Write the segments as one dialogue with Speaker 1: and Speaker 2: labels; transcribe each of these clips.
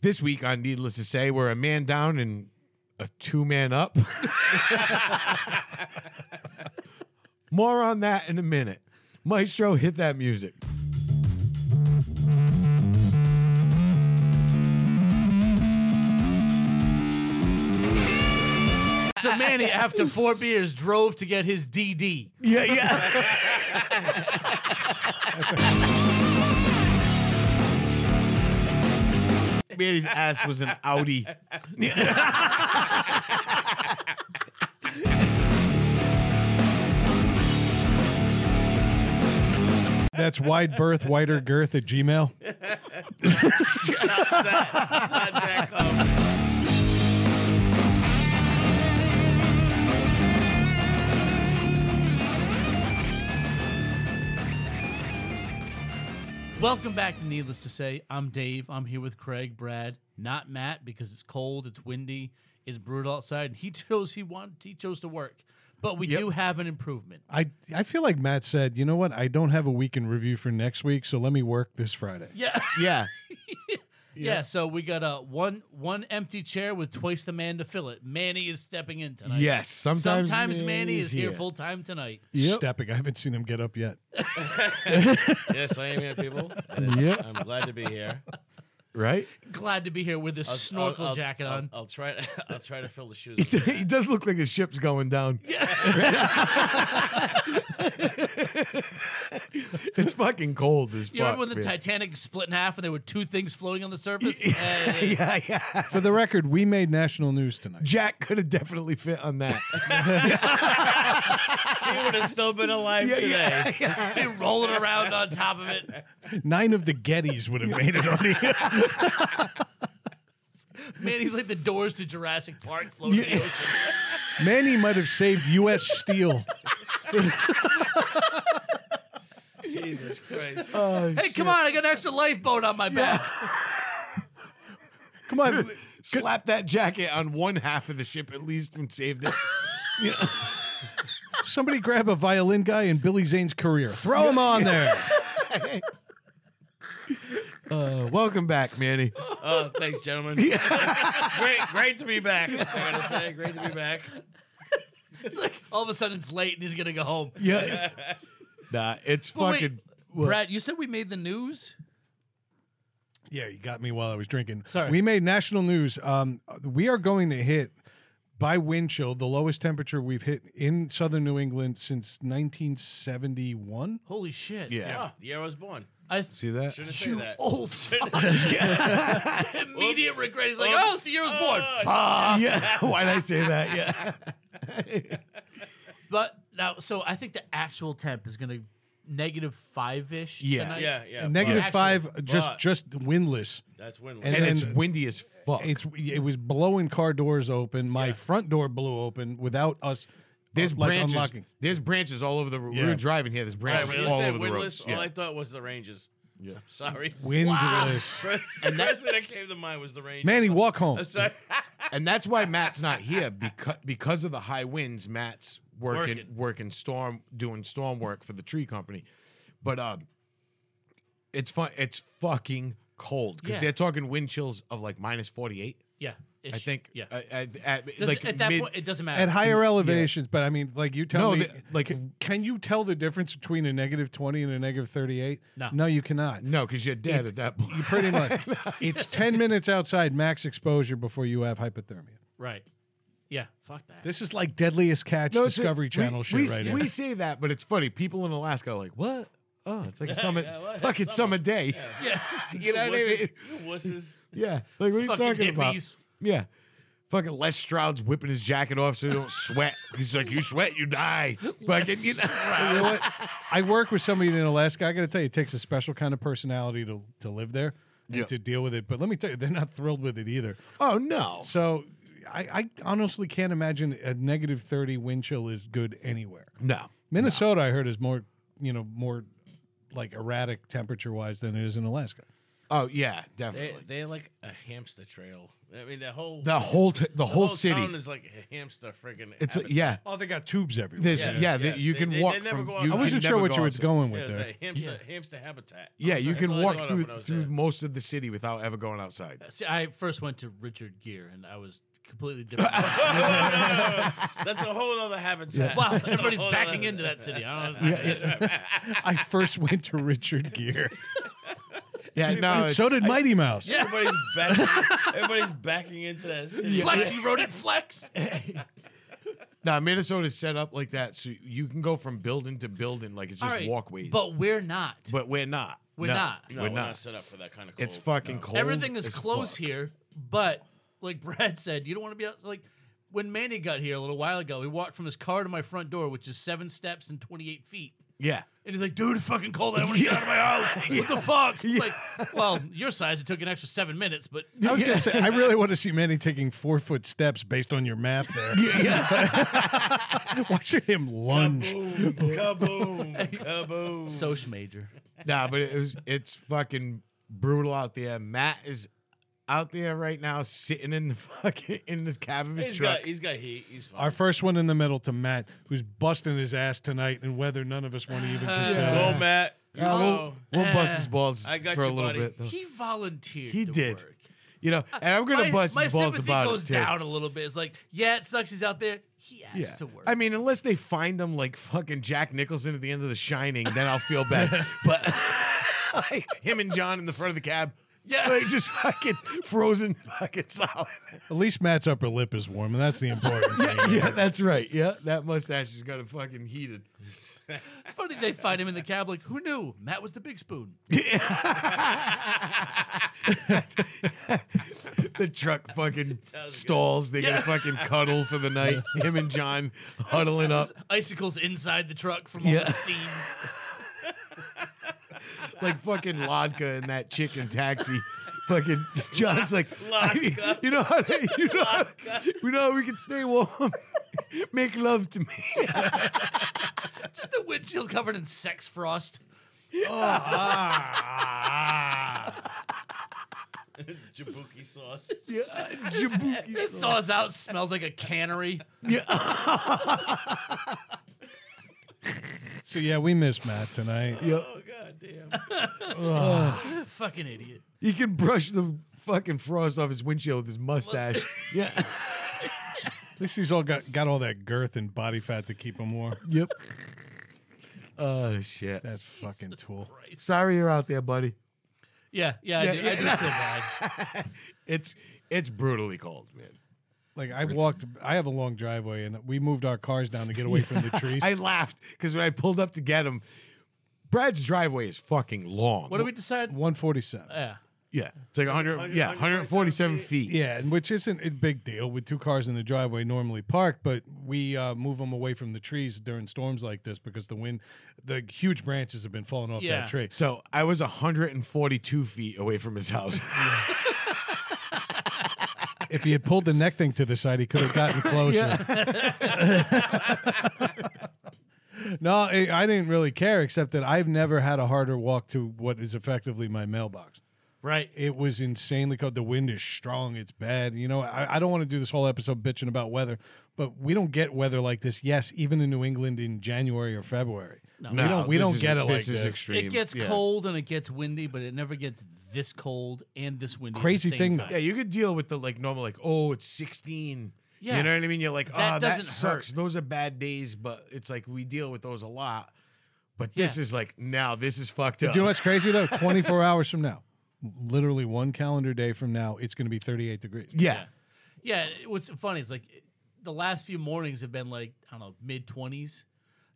Speaker 1: This week on Needless to Say, we're a man down and a two man up. More on that in a minute. Maestro, hit that music.
Speaker 2: So Manny, after four beers, drove to get his DD.
Speaker 1: Yeah, yeah. Manny's ass was an Audi.
Speaker 3: That's wide berth, wider girth at Gmail.
Speaker 2: Welcome back to Needless to Say. I'm Dave. I'm here with Craig, Brad, not Matt, because it's cold, it's windy, it's brutal outside, and he chose he wanted he chose to work. But we do have an improvement.
Speaker 3: I I feel like Matt said, you know what? I don't have a weekend review for next week, so let me work this Friday.
Speaker 2: Yeah.
Speaker 1: Yeah.
Speaker 2: Yeah, so we got a one one empty chair with twice the man to fill it. Manny is stepping in tonight.
Speaker 1: Yes. Sometimes,
Speaker 2: Sometimes, Manny is here,
Speaker 1: here.
Speaker 2: full time tonight.
Speaker 1: Yep.
Speaker 3: Stepping. I haven't seen him get up yet.
Speaker 4: Yes, I am here, people. Yes,
Speaker 1: Yeah.
Speaker 4: I'm glad to be here.
Speaker 1: Right?
Speaker 2: Glad to be here with this
Speaker 4: I'll-
Speaker 2: snorkel
Speaker 4: I'll- I'll-
Speaker 2: jacket
Speaker 4: I'll-
Speaker 2: on.
Speaker 4: I'll, try. I'll try to fill the shoes. with
Speaker 1: He does look like his ship's going down. it's fucking cold as fuck.
Speaker 2: you remember when the
Speaker 1: man.
Speaker 2: Titanic split in half and there were two things floating on the surface? Uh,
Speaker 1: yeah, yeah.
Speaker 3: For the record, we made national news tonight.
Speaker 1: Jack could have definitely fit on that.
Speaker 4: it. He would have still been alive
Speaker 1: Yeah,
Speaker 4: today.
Speaker 1: yeah,
Speaker 2: They rolling around on top of it.
Speaker 3: Nine of the Gettys would have made it on here.
Speaker 2: Man, he's like the doors to Jurassic Park floating in the ocean.
Speaker 3: Manny might have saved U.S. Steel.
Speaker 4: Jesus Christ!
Speaker 1: Oh,
Speaker 2: Hey, come on, I got an extra lifeboat on my back.
Speaker 3: Come on.
Speaker 1: Slap that jacket on one half of the ship at least and saved it.
Speaker 3: Somebody grab a violin guy in Billy Zane's career. Throw him on there.
Speaker 1: Uh, welcome back, Manny.
Speaker 4: Oh, thanks, gentlemen. great, great to be back. I gotta say, great to be back.
Speaker 2: It's like all of a sudden it's late and he's gonna go home.
Speaker 1: Yeah. nah, it's
Speaker 2: But wait,
Speaker 1: fucking. what?
Speaker 2: Brad, you said we made the news.
Speaker 3: Yeah, you got me while I was drinking.
Speaker 2: Sorry.
Speaker 3: We made national news. Um, we are going to hit by wind chill the lowest temperature we've hit in southern New England since 1971.
Speaker 2: Holy shit!
Speaker 1: yeah.
Speaker 4: Oh, the year I was born.
Speaker 2: I
Speaker 1: See that?
Speaker 4: Shouldn't say
Speaker 2: you
Speaker 4: that.
Speaker 2: old. Immediate
Speaker 4: Oops.
Speaker 2: regret. He's like,
Speaker 4: Oops.
Speaker 2: oh, so you was born.
Speaker 4: Oh,
Speaker 2: Fuck.
Speaker 1: Yeah. Why'd I say that? Yeah.
Speaker 2: But now, so I think the actual temp is gonna negative five ish.
Speaker 1: Yeah.
Speaker 2: tonight.
Speaker 4: Yeah, yeah.
Speaker 3: Negative
Speaker 4: but-
Speaker 3: five, just
Speaker 4: but-
Speaker 3: just windless.
Speaker 4: That's windless.
Speaker 3: And
Speaker 1: And,
Speaker 3: then-
Speaker 1: it's windy as fuck.
Speaker 3: It's it was blowing car doors open. My front door blew open without us.
Speaker 1: there's
Speaker 3: uh, like,
Speaker 1: branches.
Speaker 3: unlocking.
Speaker 1: There's branches all over the. We
Speaker 3: Yeah.
Speaker 1: were driving here. There's
Speaker 4: All right,
Speaker 1: branches
Speaker 4: when you
Speaker 1: all
Speaker 4: said
Speaker 1: over the road.
Speaker 4: windless, all I thought was the Ranges. Yeah. Sorry.
Speaker 3: Windless.
Speaker 4: the first thing that came to mind was the Ranges.
Speaker 3: Manny, walk home.
Speaker 4: Sorry.
Speaker 1: and that's why Matt's not here because because of the high winds. Matt's working working,
Speaker 4: Working.
Speaker 1: storm doing storm work for the tree company, but um, it's fun. It's fucking cold because
Speaker 2: Yeah.
Speaker 1: they're talking wind chills of like minus forty eight.
Speaker 2: Yeah. ish.
Speaker 1: I think.
Speaker 2: Yeah.
Speaker 1: uh, at, at-
Speaker 2: Does-
Speaker 1: like
Speaker 2: at that
Speaker 1: mid-
Speaker 2: point, it doesn't matter.
Speaker 3: At higher elevations, but I mean, like you tell
Speaker 1: No,
Speaker 3: me,
Speaker 1: the- like-
Speaker 3: c- can you tell the difference between a negative twenty and a negative thirty-eight?
Speaker 2: No.
Speaker 3: no, you cannot.
Speaker 1: no, because you're dead at that point.
Speaker 3: You pretty much. it's 10 minutes outside max exposure before you have hypothermia.
Speaker 2: right. Yeah. Fuck that.
Speaker 3: This is like deadliest catch
Speaker 1: No, it's a-
Speaker 3: Discovery Channel
Speaker 1: we,
Speaker 3: shit
Speaker 1: we,
Speaker 3: right
Speaker 1: we
Speaker 3: here.
Speaker 1: say that, but it's funny. People in Alaska are like, "What? Oh, it's like a summer,
Speaker 4: yeah, what?
Speaker 1: fucking
Speaker 4: Summer.
Speaker 1: summer day."
Speaker 2: yeah.
Speaker 1: You know what I mean?
Speaker 4: Wusses. You wusses.
Speaker 1: Yeah. Like, what are you
Speaker 2: Fucking
Speaker 1: talking about?
Speaker 2: hippies.
Speaker 1: Yeah. Fucking Les Stroud's whipping his jacket off so he don't sweat. He's like, you sweat, you die. Fucking, you know.
Speaker 3: You know what? I work with somebody in Alaska. I got to tell you, it takes a special kind of personality to, to live there and
Speaker 1: Yeah.
Speaker 3: to deal with it. But let me tell you, they're not thrilled with it either.
Speaker 1: Oh, no.
Speaker 3: So I, I honestly can't imagine a negative 30 wind chill is good anywhere.
Speaker 1: No.
Speaker 3: Minnesota, I heard, is more, you know, more like erratic temperature wise than it is in Alaska.
Speaker 1: Oh yeah,
Speaker 4: They,
Speaker 1: definitely.
Speaker 4: they're like a hamster trail. I mean, the whole
Speaker 1: the whole t- the,
Speaker 4: the
Speaker 1: whole, city.
Speaker 4: town is like a hamster friggin'.
Speaker 1: it's
Speaker 4: habitat.
Speaker 1: yeah.
Speaker 3: Oh, they got tubes everywhere.
Speaker 1: This
Speaker 4: Yes,
Speaker 1: yeah, that
Speaker 4: yes.
Speaker 1: you
Speaker 4: They-
Speaker 1: can
Speaker 4: they- they
Speaker 1: walk
Speaker 4: never
Speaker 1: from.
Speaker 4: go
Speaker 1: you
Speaker 3: I
Speaker 4: outside.
Speaker 1: can
Speaker 3: wasn't sure
Speaker 1: never
Speaker 3: what
Speaker 1: go
Speaker 3: you was
Speaker 1: outside.
Speaker 3: going
Speaker 4: Yeah,
Speaker 3: with
Speaker 4: it's
Speaker 3: there.
Speaker 4: a hamster hamster habitat.
Speaker 1: Yeah, you
Speaker 4: That's
Speaker 1: can
Speaker 4: all I
Speaker 1: walk
Speaker 4: thought of
Speaker 1: through
Speaker 4: when I was
Speaker 1: through
Speaker 4: there.
Speaker 1: most of the city without ever going outside.
Speaker 2: See, I first went to Richard Gere, and I was completely different.
Speaker 4: That's a whole other habitat.
Speaker 2: wow,
Speaker 4: That's a
Speaker 2: everybody's
Speaker 4: whole
Speaker 2: backing
Speaker 4: other-
Speaker 2: into that city. I don't know.
Speaker 3: I first went to Richard Gear.
Speaker 1: Yeah, no.
Speaker 3: so
Speaker 1: it's-
Speaker 3: did Mighty Mouse.
Speaker 2: Yeah.
Speaker 4: Everybody's backing, everybody's backing into that city.
Speaker 2: Flex, he wrote it. Flex.
Speaker 1: No, Minnesota's set up like that, so you can go from building to building, like it's
Speaker 2: All
Speaker 1: just
Speaker 2: right,
Speaker 1: walkways.
Speaker 2: But we're not.
Speaker 1: but we're not.
Speaker 2: We're
Speaker 1: No,
Speaker 2: not.
Speaker 4: No,
Speaker 1: we're
Speaker 4: we're
Speaker 1: not.
Speaker 4: not set up for that kind of cold.
Speaker 1: It's fucking
Speaker 4: No.
Speaker 1: cold.
Speaker 2: Everything is
Speaker 1: as
Speaker 2: close
Speaker 1: fuck.
Speaker 2: here, but like Brad said, you don't want to be out. Like when Manny got here a little while ago, he walked from his car to my front door, which is seven steps and 28 feet.
Speaker 1: Yeah.
Speaker 2: And he's like, dude, it's fucking cold. I want to get out of my house. What the fuck? Like, well, your size, it took an extra seven minutes, but
Speaker 3: I was gonna say, I really want to see Manny taking four foot steps based on your map there. Watching him lunge.
Speaker 4: Kaboom! Kaboom! Kaboom!
Speaker 2: Soch major.
Speaker 1: Nah, but it was it's fucking brutal out there. Matt is out there right now, sitting in the fucking in the cab of his
Speaker 4: he's
Speaker 1: truck.
Speaker 4: got he's got heat. He's fine.
Speaker 3: Our first one in the middle to Matt, who's busting his ass tonight, and whether none of us want to even consider.
Speaker 4: Go, Matt. You
Speaker 1: Yeah,
Speaker 4: know,
Speaker 1: we'll, we'll bust
Speaker 2: Ah.
Speaker 1: his balls
Speaker 4: Oh, I got
Speaker 1: for a
Speaker 4: you,
Speaker 1: little
Speaker 4: buddy.
Speaker 1: bit. Though.
Speaker 2: He volunteered.
Speaker 1: He
Speaker 2: to
Speaker 1: did.
Speaker 2: work.
Speaker 1: you know, and I'm gonna
Speaker 2: my,
Speaker 1: bust
Speaker 2: my
Speaker 1: his balls
Speaker 2: sympathy
Speaker 1: about
Speaker 2: goes
Speaker 1: it too.
Speaker 2: down a little bit. It's like, yeah, it sucks. He's out there. He asked
Speaker 1: Yeah.
Speaker 2: to work.
Speaker 1: I mean, unless they find them like fucking Jack Nicholson at the end of The Shining, then I'll feel bad. but like, him and John in the front of the cab,
Speaker 2: Yeah.
Speaker 1: they just fucking frozen fucking solid.
Speaker 3: At least Matt's upper lip is warm, and that's the important thing.
Speaker 1: yeah, that's right. Yeah, that mustache is gonna fucking heated.
Speaker 2: it's funny they find him in the cab. Like, who knew? Matt was the big spoon.
Speaker 1: The truck fucking
Speaker 4: was good.
Speaker 1: stalls. They
Speaker 2: Yeah.
Speaker 1: gotta fucking cuddle for the night. Him and John huddling up.
Speaker 2: There's icicles inside the truck from all
Speaker 1: Uh, Yeah.
Speaker 2: the steam.
Speaker 1: like fucking Lodka in that chicken taxi. Fucking John's like, I need-
Speaker 4: Lodka.
Speaker 1: you know how they, you know, how, you know how we can stay warm. Make love to me.
Speaker 2: Just the windshield covered in sex frost.
Speaker 4: Jabuki sauce.
Speaker 1: Yeah, Jabuki
Speaker 2: It
Speaker 1: sauce.
Speaker 2: thaws out, smells like a cannery.
Speaker 3: So yeah, we miss Matt tonight.
Speaker 4: Oh god damn.
Speaker 2: Fucking idiot.
Speaker 1: He can brush the fucking frost off his windshield with his mustache. Yeah.
Speaker 3: At least he's all got, got all that girth and body fat to keep him warm.
Speaker 1: Yep. Oh shit.
Speaker 3: That fucking tool.
Speaker 2: Christ.
Speaker 1: Sorry you're out there, buddy.
Speaker 2: Yeah, yeah, I, do, I do feel bad.
Speaker 1: It's it's brutally cold, man.
Speaker 3: Like I walked, I have a long driveway, and we moved our cars down to get away from the trees.
Speaker 1: I laughed because when I pulled up to get him, Brad's driveway is fucking long.
Speaker 2: What do we decide?
Speaker 3: One forty-seven.
Speaker 2: Yeah.
Speaker 1: Yeah, it's like 100,
Speaker 4: 100
Speaker 1: yeah, 147 feet.
Speaker 3: Yeah, and which isn't a big deal with two cars in the driveway normally parked, but we uh, move them away from the trees during storms like this because the wind, the huge branches have been falling off
Speaker 2: Yeah.
Speaker 3: that tree.
Speaker 1: So I was 142 feet away from his house.
Speaker 3: If he had pulled the neck thing to the side, he could have gotten closer. no, I I didn't really care, except that I've never had a harder walk to what is effectively my mailbox.
Speaker 2: Right.
Speaker 3: It was insanely cold. The wind is strong. It's bad. You know, I, I don't want to do this whole episode bitching about weather, but we don't get weather like this. Yes, even in New England in January or February. No, we don't. We
Speaker 1: this
Speaker 3: don't
Speaker 1: is-
Speaker 3: get it
Speaker 1: this
Speaker 3: like
Speaker 1: is
Speaker 3: this.
Speaker 1: extreme.
Speaker 2: It gets
Speaker 1: Yeah.
Speaker 2: cold and it gets windy, but it never gets this cold and this windy. at the
Speaker 3: Crazy
Speaker 2: same
Speaker 3: thing,
Speaker 2: time.
Speaker 1: Yeah, you could deal with the like normal, like oh, it's 16.
Speaker 2: Yeah.
Speaker 1: you know what I mean. You're like, oh,
Speaker 2: That
Speaker 1: that,
Speaker 2: doesn't
Speaker 1: sucks.
Speaker 2: hurt.
Speaker 1: Those are bad days, but it's like we deal with those a lot. But this
Speaker 2: Yeah.
Speaker 1: is like now, this is fucked up.
Speaker 3: Do you know what's crazy though? 24 hours from now, literally one calendar day from now, it's going to be 38 degrees.
Speaker 1: yeah.
Speaker 2: Yeah, it- what's funny is like the last few mornings have been like I don't know mid twenties.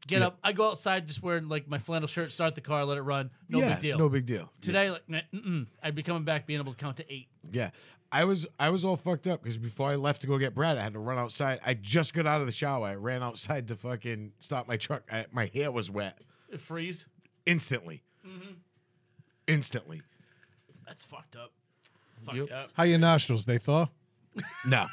Speaker 2: Get up, I go outside just wearing like my flannel shirt, start the car, let it run. No
Speaker 1: yeah,
Speaker 2: big deal.
Speaker 1: No big deal.
Speaker 2: Today, like nah, mm-mm, I'd be coming back being able to count to eight.
Speaker 1: Yeah. I was I was all fucked up because before I left to go get Brad, I had to run outside. I just got out of the shower. I ran outside to fucking stop my truck. I, my hair was wet
Speaker 2: It freeze.
Speaker 1: instantly.
Speaker 2: Mm-hmm.
Speaker 1: Instantly.
Speaker 2: That's fucked up. Fucked
Speaker 1: Yep.
Speaker 2: up.
Speaker 3: How your nostrils? They thaw?
Speaker 1: No.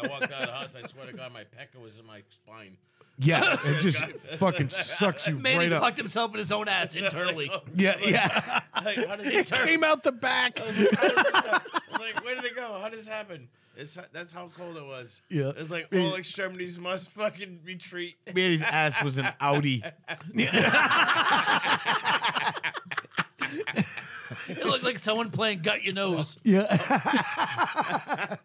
Speaker 4: I walked out of the house. I swear to God, my pecker was in my spine.
Speaker 1: Yeah, it just fucking sucks you
Speaker 2: Man,
Speaker 1: right
Speaker 2: he
Speaker 1: up.
Speaker 2: fucked himself in his own ass internally.
Speaker 1: yeah, yeah.
Speaker 4: Like, how did this hurt?
Speaker 3: Came out the back.
Speaker 4: I was like, how did this happen? I was like, where did it go? How did this happen? It's that's how cold it was.
Speaker 1: Yeah.
Speaker 4: it's like all extremities must fucking retreat.
Speaker 1: Manny's ass was an Audi.
Speaker 2: it looked like someone playing gut your nose.
Speaker 1: Yeah.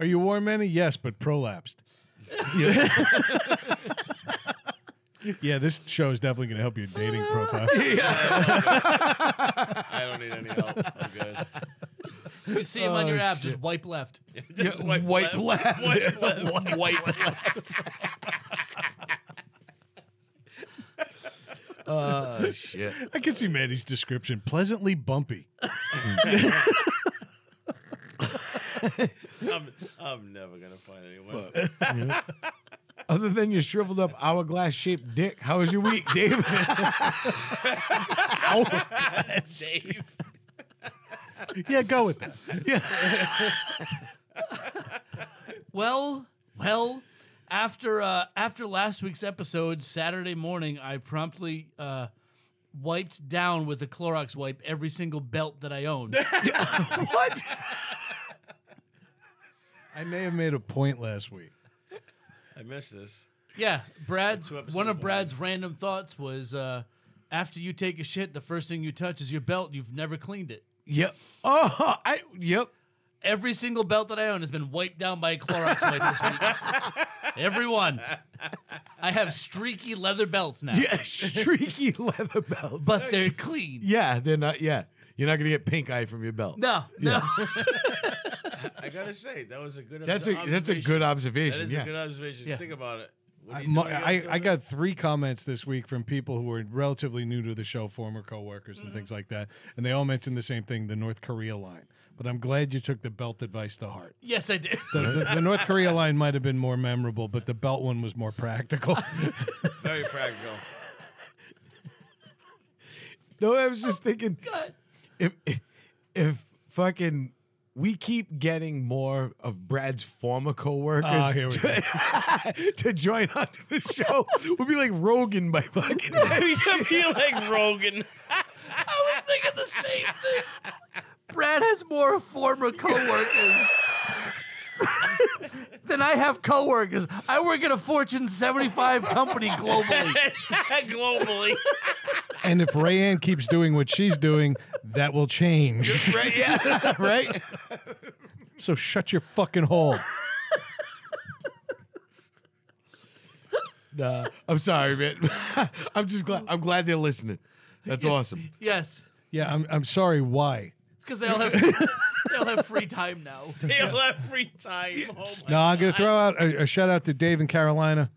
Speaker 3: Are you warm, Manny? Yes, but prolapsed. yeah, this show is definitely going to help your dating profile.
Speaker 4: I don't need any help. I'm good.
Speaker 2: You see him on
Speaker 1: Oh,
Speaker 2: your app, just wipe left.
Speaker 4: Just wipe
Speaker 1: White
Speaker 4: left.
Speaker 1: left.
Speaker 4: Wipe left.
Speaker 1: White left. Oh shit.
Speaker 3: I can see Manny's description pleasantly bumpy.
Speaker 4: I'm, I'm never gonna find anyone.
Speaker 1: Other than your shriveled up hourglass shaped dick, how was your week, Dave?
Speaker 4: Dave.
Speaker 3: Yeah, go with that.
Speaker 2: Well, well, after uh, after last week's episode, Saturday morning, I promptly uh, wiped down with a Clorox wipe every single belt that I owned.
Speaker 1: what?
Speaker 3: I may have made a point last week.
Speaker 4: I missed this.
Speaker 2: yeah, Brad's
Speaker 4: Two episodes
Speaker 2: one of
Speaker 4: behind.
Speaker 2: Brad's random thoughts was uh, after you take a shit, the first thing you touch is your belt. You've never cleaned it.
Speaker 1: Yep. Oh,
Speaker 3: Uh-huh.
Speaker 1: I yep.
Speaker 2: Every single belt that I own has been wiped down by a Clorox wipe this week. Every one. I have streaky leather belts now,
Speaker 1: Yeah, streaky leather belt.
Speaker 2: but they're clean.
Speaker 1: Yeah, they're not. Yeah, you're not gonna get pink eye from your belt.
Speaker 2: No, no.
Speaker 4: I gotta say that was a good.
Speaker 1: that's a
Speaker 4: obs-
Speaker 1: that's a
Speaker 4: observation.
Speaker 1: good
Speaker 4: That
Speaker 1: observation.
Speaker 4: is
Speaker 1: yeah,
Speaker 4: a good observation.
Speaker 2: Yeah.
Speaker 4: Think about it. What are
Speaker 3: I,
Speaker 4: you
Speaker 3: mu-
Speaker 4: doing?
Speaker 3: I, I got three comments this week from people who were relatively new to the show, former coworkers and things like that, and they all mentioned the same thing: the North Korea line. But I'm glad you took the belt advice to heart.
Speaker 2: yes, I did.
Speaker 3: The, the, the North Korea line might have been more memorable, but the belt one was more practical.
Speaker 4: very practical.
Speaker 1: no, I was just thinking
Speaker 2: God.
Speaker 1: if if fucking we keep getting more of Brad's former
Speaker 3: Ah,
Speaker 1: coworkers
Speaker 3: here we go.
Speaker 1: to, to join onto the show, we'll be like Rogan by fucking.
Speaker 4: Feel like Rogan.
Speaker 2: I was thinking the same thing. Brad has more former coworkers than I have coworkers. I work at a Fortune 75 company globally.
Speaker 4: Globally,
Speaker 3: and if Rayanne keeps doing what she's doing, that will change.
Speaker 1: right? Yeah, right.
Speaker 3: So shut your fucking hole.
Speaker 1: Nah, I'm sorry, man. I'm just glad. I'm glad they're listening. That's awesome.
Speaker 2: Yes.
Speaker 3: Yeah, I'm, I'm sorry. Why?
Speaker 2: It's because they all have they all have free time now.
Speaker 4: they all have free time. Oh my
Speaker 3: No, I'm gonna throw out a, a shout out to Dave in Carolina.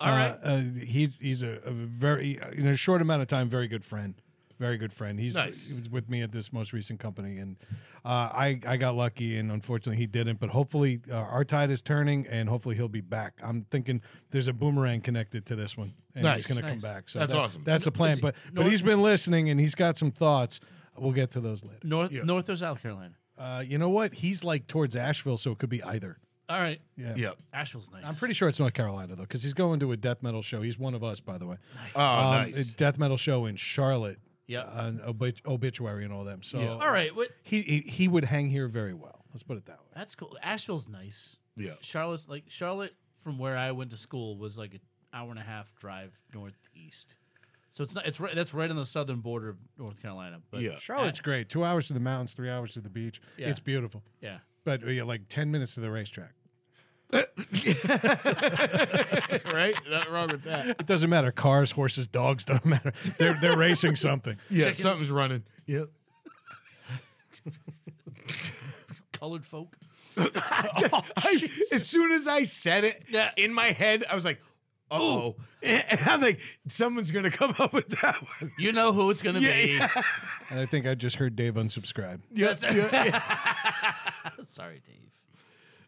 Speaker 2: All
Speaker 3: uh,
Speaker 2: right.
Speaker 3: uh, he's he's a, a very in a short amount of time, very good friend. Very good friend. He's
Speaker 2: Nice.
Speaker 3: he was with me at this most recent company, and uh, I I got lucky, and unfortunately he didn't. But hopefully uh, our tide is turning, and hopefully he'll be back. I'm thinking there's a boomerang connected to this one, and
Speaker 1: Nice.
Speaker 3: he's going to come
Speaker 2: Nice.
Speaker 3: back. So
Speaker 1: That's
Speaker 3: that-
Speaker 1: awesome.
Speaker 3: That's the
Speaker 2: is
Speaker 3: plan.
Speaker 2: he-
Speaker 3: But
Speaker 2: Nor-
Speaker 3: but he's been listening, and he's got some thoughts. We'll get to those later.
Speaker 2: North North or South Carolina.
Speaker 3: Uh, you know what? He's like towards Asheville, so it could be either.
Speaker 2: All right.
Speaker 3: Yeah.
Speaker 1: Yep.
Speaker 2: Asheville's nice.
Speaker 3: I'm pretty sure it's North Carolina though, because he's going to a death metal show. He's one of us, by the way.
Speaker 1: Oh,
Speaker 3: Um,
Speaker 1: nice.
Speaker 3: A death metal show in Charlotte.
Speaker 2: Yep.
Speaker 3: uh, an obit- obituary and all them. So
Speaker 2: All right. What?
Speaker 3: he, he he would hang here very well. Let's put it that way.
Speaker 2: That's cool. Asheville's nice.
Speaker 1: yeah.
Speaker 2: Charlotte's like Charlotte from where I went to school was like an hour and a half drive northeast. So it's not it's right that's right on the southern border of North Carolina. But
Speaker 1: Yeah.
Speaker 3: Charlotte's great. Two hours to the mountains, three hours to the beach.
Speaker 2: Yeah.
Speaker 3: It's beautiful.
Speaker 2: yeah.
Speaker 3: But uh, yeah, like ten minutes to the racetrack.
Speaker 1: Right. Not wrong with that.
Speaker 3: It doesn't matter. Cars, horses, dogs don't matter. They're they're racing something.
Speaker 1: Yeah,
Speaker 2: Chickens.
Speaker 1: something's running. Yep.
Speaker 2: Colored folk.
Speaker 1: I, as soon as I said it
Speaker 2: Yeah.
Speaker 1: in my head, I was like, oh. And I'm like, someone's going to come up with that one.
Speaker 2: You know who it's gonna
Speaker 1: Yeah,
Speaker 2: be.
Speaker 3: And I think I just heard Dave unsubscribe.
Speaker 1: Yeah, yeah, yeah.
Speaker 2: Sorry, Dave.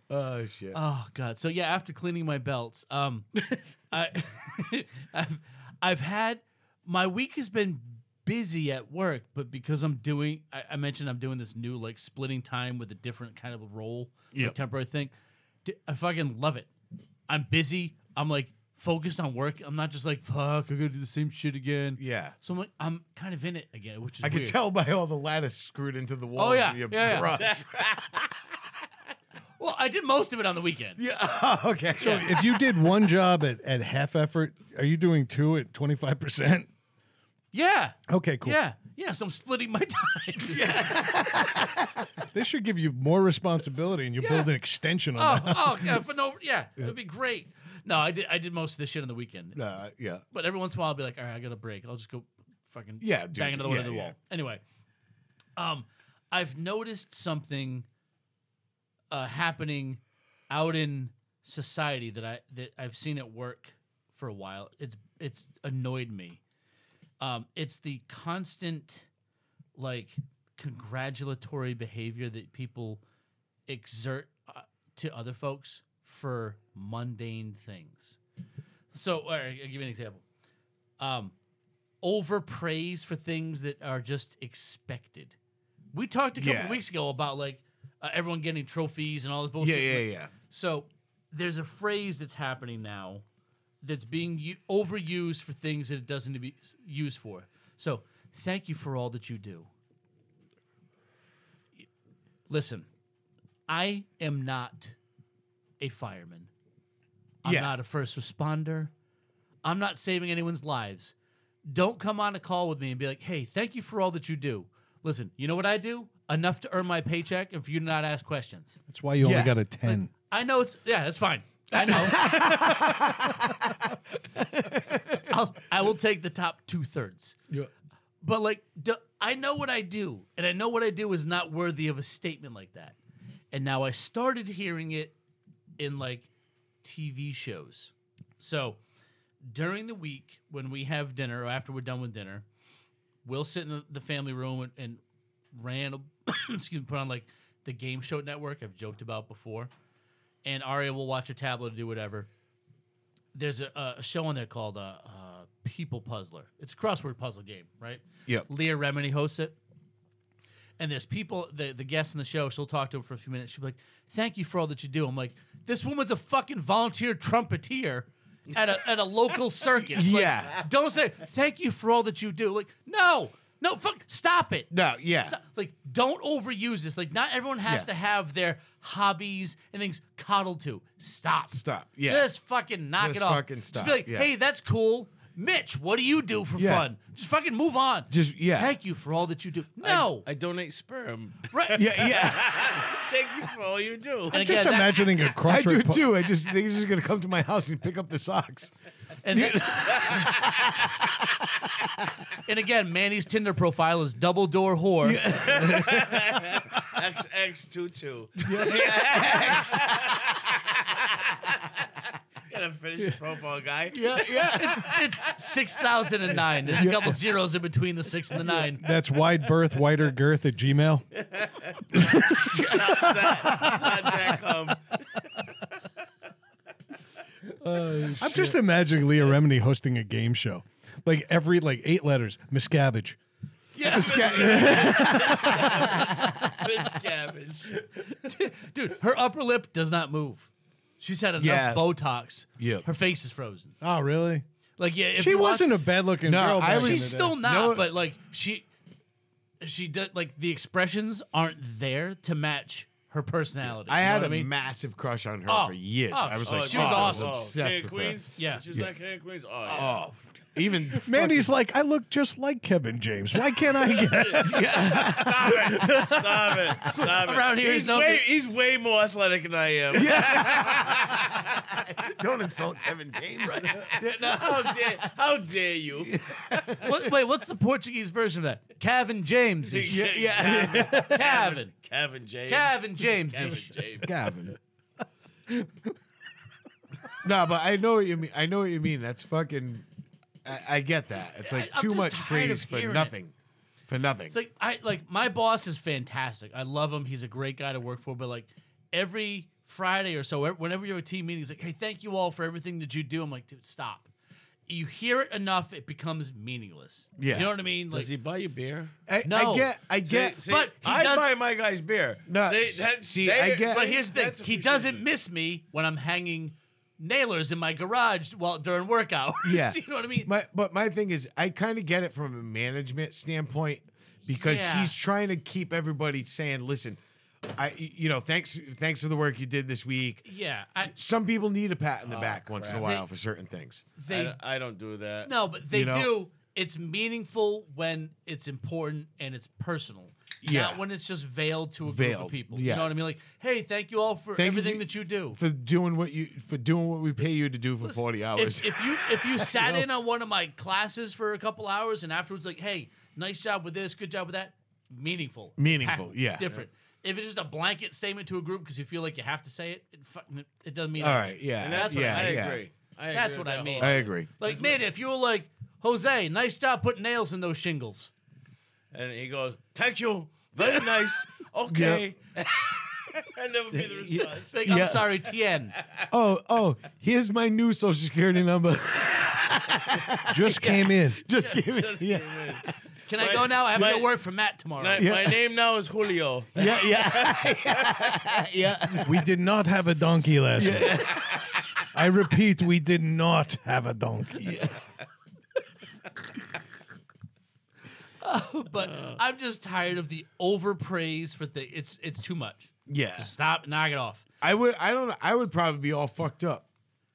Speaker 1: Oh, shit.
Speaker 2: Oh god. So yeah, after cleaning my belts, um, I, I've, I've had my week has been busy at work, but because I'm doing, I, I mentioned I'm doing this new like splitting time with a different kind of a role, like,
Speaker 1: Yep.
Speaker 2: temporary thing. D- I fucking love it. I'm busy. I'm like focused on work. I'm not just like fuck. I gotta do the same shit again.
Speaker 1: Yeah.
Speaker 2: So I'm like, I'm kind of in it again, which is
Speaker 1: I could
Speaker 2: weird. Oh,
Speaker 1: tell by all the lattice screwed into the walls
Speaker 2: yeah,
Speaker 1: of your
Speaker 2: yeah, yeah.
Speaker 1: garage.
Speaker 2: Well, I did most of it on the weekend.
Speaker 1: Yeah. okay.
Speaker 3: if you did one job at, at half effort, are you doing two at 25%?
Speaker 2: Yeah.
Speaker 3: Okay, cool.
Speaker 2: Yeah. Yeah. So I'm splitting my time.
Speaker 3: They should give you more responsibility and you build an extension
Speaker 2: oh,
Speaker 3: on that.
Speaker 2: oh, yeah, for no, yeah, it'd be great. No, I did, I did most of this shit on the weekend.
Speaker 1: Uh, yeah.
Speaker 2: But every once in a while, I'll be like, all right, I got a break. I'll just go fucking
Speaker 1: Yeah, do
Speaker 2: bang
Speaker 1: shit.
Speaker 2: into the, one
Speaker 1: Yeah,
Speaker 2: of the
Speaker 1: yeah.
Speaker 2: wall. Anyway, um, I've noticed something uh, happening out in society that I that I've seen at work for a while. It's it's annoyed me. Um, it's the constant like congratulatory behavior that people exert uh, to other folks for mundane things. So, all right, I'll give you an example. Um, overpraise for things that are just expected. We talked a couple
Speaker 1: Yeah.
Speaker 2: weeks ago about like uh, everyone getting trophies and all this
Speaker 1: Yeah,
Speaker 2: bullshit.
Speaker 1: yeah,
Speaker 2: but-
Speaker 1: yeah.
Speaker 2: so there's a phrase that's happening now that's being u- overused for things that it doesn't need to be s- used for. So thank you for all that you do. Listen, I am not a fireman. I'm
Speaker 1: Yeah.
Speaker 2: not a first responder. I'm not saving anyone's lives. Don't come on a call with me and be like, hey, thank you for all that you do. Listen, you know what I do? Enough to earn my paycheck and for you to not ask questions.
Speaker 3: That's why you only
Speaker 1: Yeah.
Speaker 3: got a 10.
Speaker 2: I know it's yeah, that's fine. I know. I'll, I will take the top two thirds.
Speaker 1: Yeah.
Speaker 2: But like, do, I know what I do, and I know what I do is not worthy of a statement like that. And now I started hearing it in like TV shows. So during the week when we have dinner or after we're done with dinner, we'll sit in the, the family room and, and ran excuse me, put on like the game show network I've joked about before. And Aria will watch a tablet or do whatever. There's a, a show on there called uh, uh, People Puzzler. It's a crossword puzzle game, right?
Speaker 1: Yep.
Speaker 2: Leah Remini hosts it. And there's people, the, the guests in the show, she'll talk to them for a few minutes. She'll be like, Thank you for all that you do. I'm like, This woman's a fucking volunteer trumpeter at a, at a local circus. Like,
Speaker 1: Yeah.
Speaker 2: don't say, Thank you for all that you do. Like, no, no, fuck, stop it.
Speaker 1: No, yeah.
Speaker 2: Stop- like, don't overuse this. Like, not everyone has
Speaker 1: Yeah.
Speaker 2: to have their hobbies and things coddled to. Stop.
Speaker 1: Stop. Yeah.
Speaker 2: Just fucking knock
Speaker 1: Just
Speaker 2: it off.
Speaker 1: fucking
Speaker 2: Just
Speaker 1: stop,
Speaker 2: be like,
Speaker 1: yeah.
Speaker 2: hey, that's cool. Mitch, what do you do for
Speaker 1: Yeah.
Speaker 2: fun? Just fucking move on.
Speaker 1: Just- yeah.
Speaker 2: Thank you for all that you do. No.
Speaker 4: I donate sperm.
Speaker 2: right.
Speaker 1: Yeah, yeah.
Speaker 4: Thank you for all you do.
Speaker 2: And
Speaker 3: Just
Speaker 2: again, that-
Speaker 3: imagining a
Speaker 1: I
Speaker 3: crossword.
Speaker 1: do
Speaker 3: pu-
Speaker 1: too. I just think he's just gonna come to my house and pick up the socks.
Speaker 2: And, then- and again, Manny's Tinder profile is double door whore.
Speaker 4: XX22. Gotta finish the profile, guy.
Speaker 1: Yeah, yeah.
Speaker 2: It's 6009. There's a couple zeros in between the six and the nine.
Speaker 3: That's wide berth, wider girth at Gmail.
Speaker 4: Contact, um,
Speaker 3: I'm just imagining Leah Remini hosting a game show. Like every like eight letters, Miscavige.
Speaker 2: Yeah.
Speaker 4: Miss Cabbage.
Speaker 2: Dude, her upper lip does not move. She's had enough
Speaker 1: Yeah.
Speaker 2: Botox.
Speaker 1: Yeah.
Speaker 2: Her face is frozen.
Speaker 3: Oh, really?
Speaker 2: Like, yeah, if
Speaker 3: she
Speaker 2: you watch-
Speaker 3: wasn't a bad looking
Speaker 1: No,
Speaker 3: girl.
Speaker 1: I
Speaker 3: back
Speaker 1: was-
Speaker 3: in
Speaker 2: She's
Speaker 3: the
Speaker 2: still
Speaker 3: day.
Speaker 2: not,
Speaker 1: No-
Speaker 2: but like she, she does like the expressions aren't there to match her personality.
Speaker 1: I
Speaker 2: You know
Speaker 1: had
Speaker 2: what
Speaker 1: a
Speaker 2: mean?
Speaker 1: massive crush on her
Speaker 2: Oh,
Speaker 1: for years.
Speaker 2: oh,
Speaker 1: I was like,
Speaker 2: she was
Speaker 1: oh, I
Speaker 2: awesome.
Speaker 1: obsessed
Speaker 4: King of
Speaker 1: with her.
Speaker 4: Queens?
Speaker 2: Yeah.
Speaker 4: She was like King of Queens? Oh, yeah.
Speaker 1: Even
Speaker 3: Mandy's like, I look just like Kevin James. Why can't I get
Speaker 4: Stop it. Stop it. Stop it.
Speaker 2: Around here, he's
Speaker 4: he's,
Speaker 2: known
Speaker 4: way,
Speaker 2: to-
Speaker 4: he's way more athletic than I am. Yeah.
Speaker 1: don't insult Kevin James.
Speaker 4: How, dare, how dare you?
Speaker 2: What- wait, what's the Portuguese version of that? Kevin James.
Speaker 4: Yeah, yeah.
Speaker 2: Kevin.
Speaker 4: Kevin James.
Speaker 2: Kevin James.
Speaker 4: Kevin James.
Speaker 1: Gavin. no, but I know what you mean. I know what you mean. That's fucking. I, I get that. It's like
Speaker 2: I'm
Speaker 1: too
Speaker 2: just
Speaker 1: much
Speaker 2: tired
Speaker 1: praise
Speaker 2: of
Speaker 1: for
Speaker 2: hearing it.
Speaker 1: nothing. For nothing.
Speaker 2: It's like I like my boss is fantastic. I love him. He's a great guy to work for. But like every Friday or so, whenever you're at a team meeting, he's like, "Hey, thank you all for everything that you do." I'm like, "Dude, stop." you hear it enough, it becomes meaningless.
Speaker 1: Yeah.
Speaker 2: you know what I mean. Like,
Speaker 4: Does he buy you beer?
Speaker 1: I,
Speaker 2: No.
Speaker 1: I get, I
Speaker 4: Yeah,
Speaker 1: get.
Speaker 4: see,
Speaker 2: but he
Speaker 4: I
Speaker 2: does-
Speaker 4: buy my guys beer.
Speaker 1: No,
Speaker 4: see,
Speaker 1: s-
Speaker 4: that's,
Speaker 1: see,
Speaker 4: they-
Speaker 1: I get-
Speaker 2: but here's the
Speaker 4: that's
Speaker 2: thing: he
Speaker 4: appreciated.
Speaker 2: doesn't miss me when I'm hanging nailers in my garage while during work hours.
Speaker 1: Yeah.
Speaker 2: you know what I mean.
Speaker 1: My, but my thing is, I kind of get it from a management standpoint because
Speaker 2: Yeah.
Speaker 1: he's trying to keep everybody saying, "Listen, I, you know, thanks, thanks for the work you did this week."
Speaker 2: yeah, I,
Speaker 1: Some people need a pat in the back once in a
Speaker 4: Ah, crap.
Speaker 1: while for certain things.
Speaker 4: I,
Speaker 2: they
Speaker 4: don't- I don't do that.
Speaker 2: no, but they
Speaker 1: you know?
Speaker 2: do. It's meaningful when it's important and it's personal.
Speaker 1: Yeah.
Speaker 2: Not when it's just veiled to a group of
Speaker 1: Veiled,
Speaker 2: people. You
Speaker 1: yeah.
Speaker 2: know what I mean? Like, hey, thank you all for
Speaker 1: Thank you-
Speaker 2: everything that you do.
Speaker 1: for doing what you for doing what we pay you to do for forty hours.
Speaker 2: If, if you if you sat in on one of my classes for a couple hours and afterwards like, hey, nice job with this, good job with that, meaningful,
Speaker 1: Meaningful,
Speaker 2: Ha-
Speaker 1: yeah.
Speaker 2: different. If it's just a blanket statement to a group because you feel like you have to say it, it, fucking- it doesn't mean.
Speaker 1: All
Speaker 2: anything.
Speaker 1: right, yeah,
Speaker 4: And that's
Speaker 1: yeah,
Speaker 4: what I
Speaker 1: yeah.
Speaker 4: agree. I agree
Speaker 2: That's
Speaker 4: with
Speaker 2: what I
Speaker 4: that
Speaker 2: mean.
Speaker 1: I
Speaker 4: whole-
Speaker 1: agree.
Speaker 2: Like, man, if you were like Jose, nice job putting nails in those shingles.
Speaker 4: And he goes, "Thank you, very nice, okay." and that would be the response.
Speaker 2: It's like,
Speaker 1: Yeah.
Speaker 2: I'm sorry, Tien.
Speaker 1: Oh, oh, here's my new social security number.
Speaker 3: Just came in.
Speaker 1: Just give it. Yeah,
Speaker 2: Can I go now? I have
Speaker 4: Right.
Speaker 2: to work for Matt tomorrow.
Speaker 4: My, my name now is Julio.
Speaker 1: yeah, yeah, yeah.
Speaker 3: We did not have a donkey last night. I repeat, we did not have a donkey.
Speaker 2: But
Speaker 1: Uh.
Speaker 2: I'm just tired of the overpraise for things. It's it's too much.
Speaker 1: Yeah.
Speaker 2: Stop, knock it off.
Speaker 1: I would. I don't. know. I would probably be all fucked up.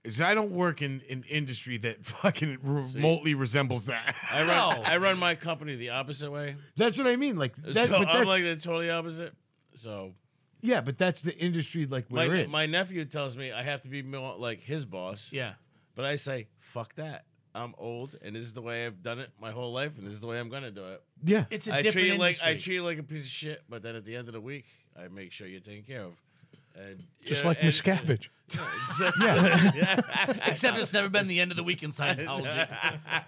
Speaker 1: Cause I don't work in an industry that fucking remotely resembles that.
Speaker 4: I run,
Speaker 2: No.
Speaker 4: I run my company the opposite way.
Speaker 1: That's what I mean. Like, that,
Speaker 4: so
Speaker 1: but that's,
Speaker 4: I'm like the totally opposite. So
Speaker 1: yeah, but that's the industry like we're
Speaker 4: my,
Speaker 1: in.
Speaker 4: my nephew tells me I have to be more like his boss.
Speaker 2: Yeah.
Speaker 4: But I say, fuck that. I'm old, and this is the way I've done it my whole life, and this is the way I'm gonna do it.
Speaker 1: yeah,
Speaker 2: It's a
Speaker 4: I
Speaker 2: different
Speaker 4: treat you like
Speaker 2: industry.
Speaker 4: I treat you like a piece of shit, but then at the end of the week, I make sure you're taken care of. And, you
Speaker 3: Just
Speaker 4: know,
Speaker 3: like
Speaker 4: and-
Speaker 3: Miscavige.
Speaker 4: yeah.
Speaker 2: Except it's never been the end of the week in Scientology.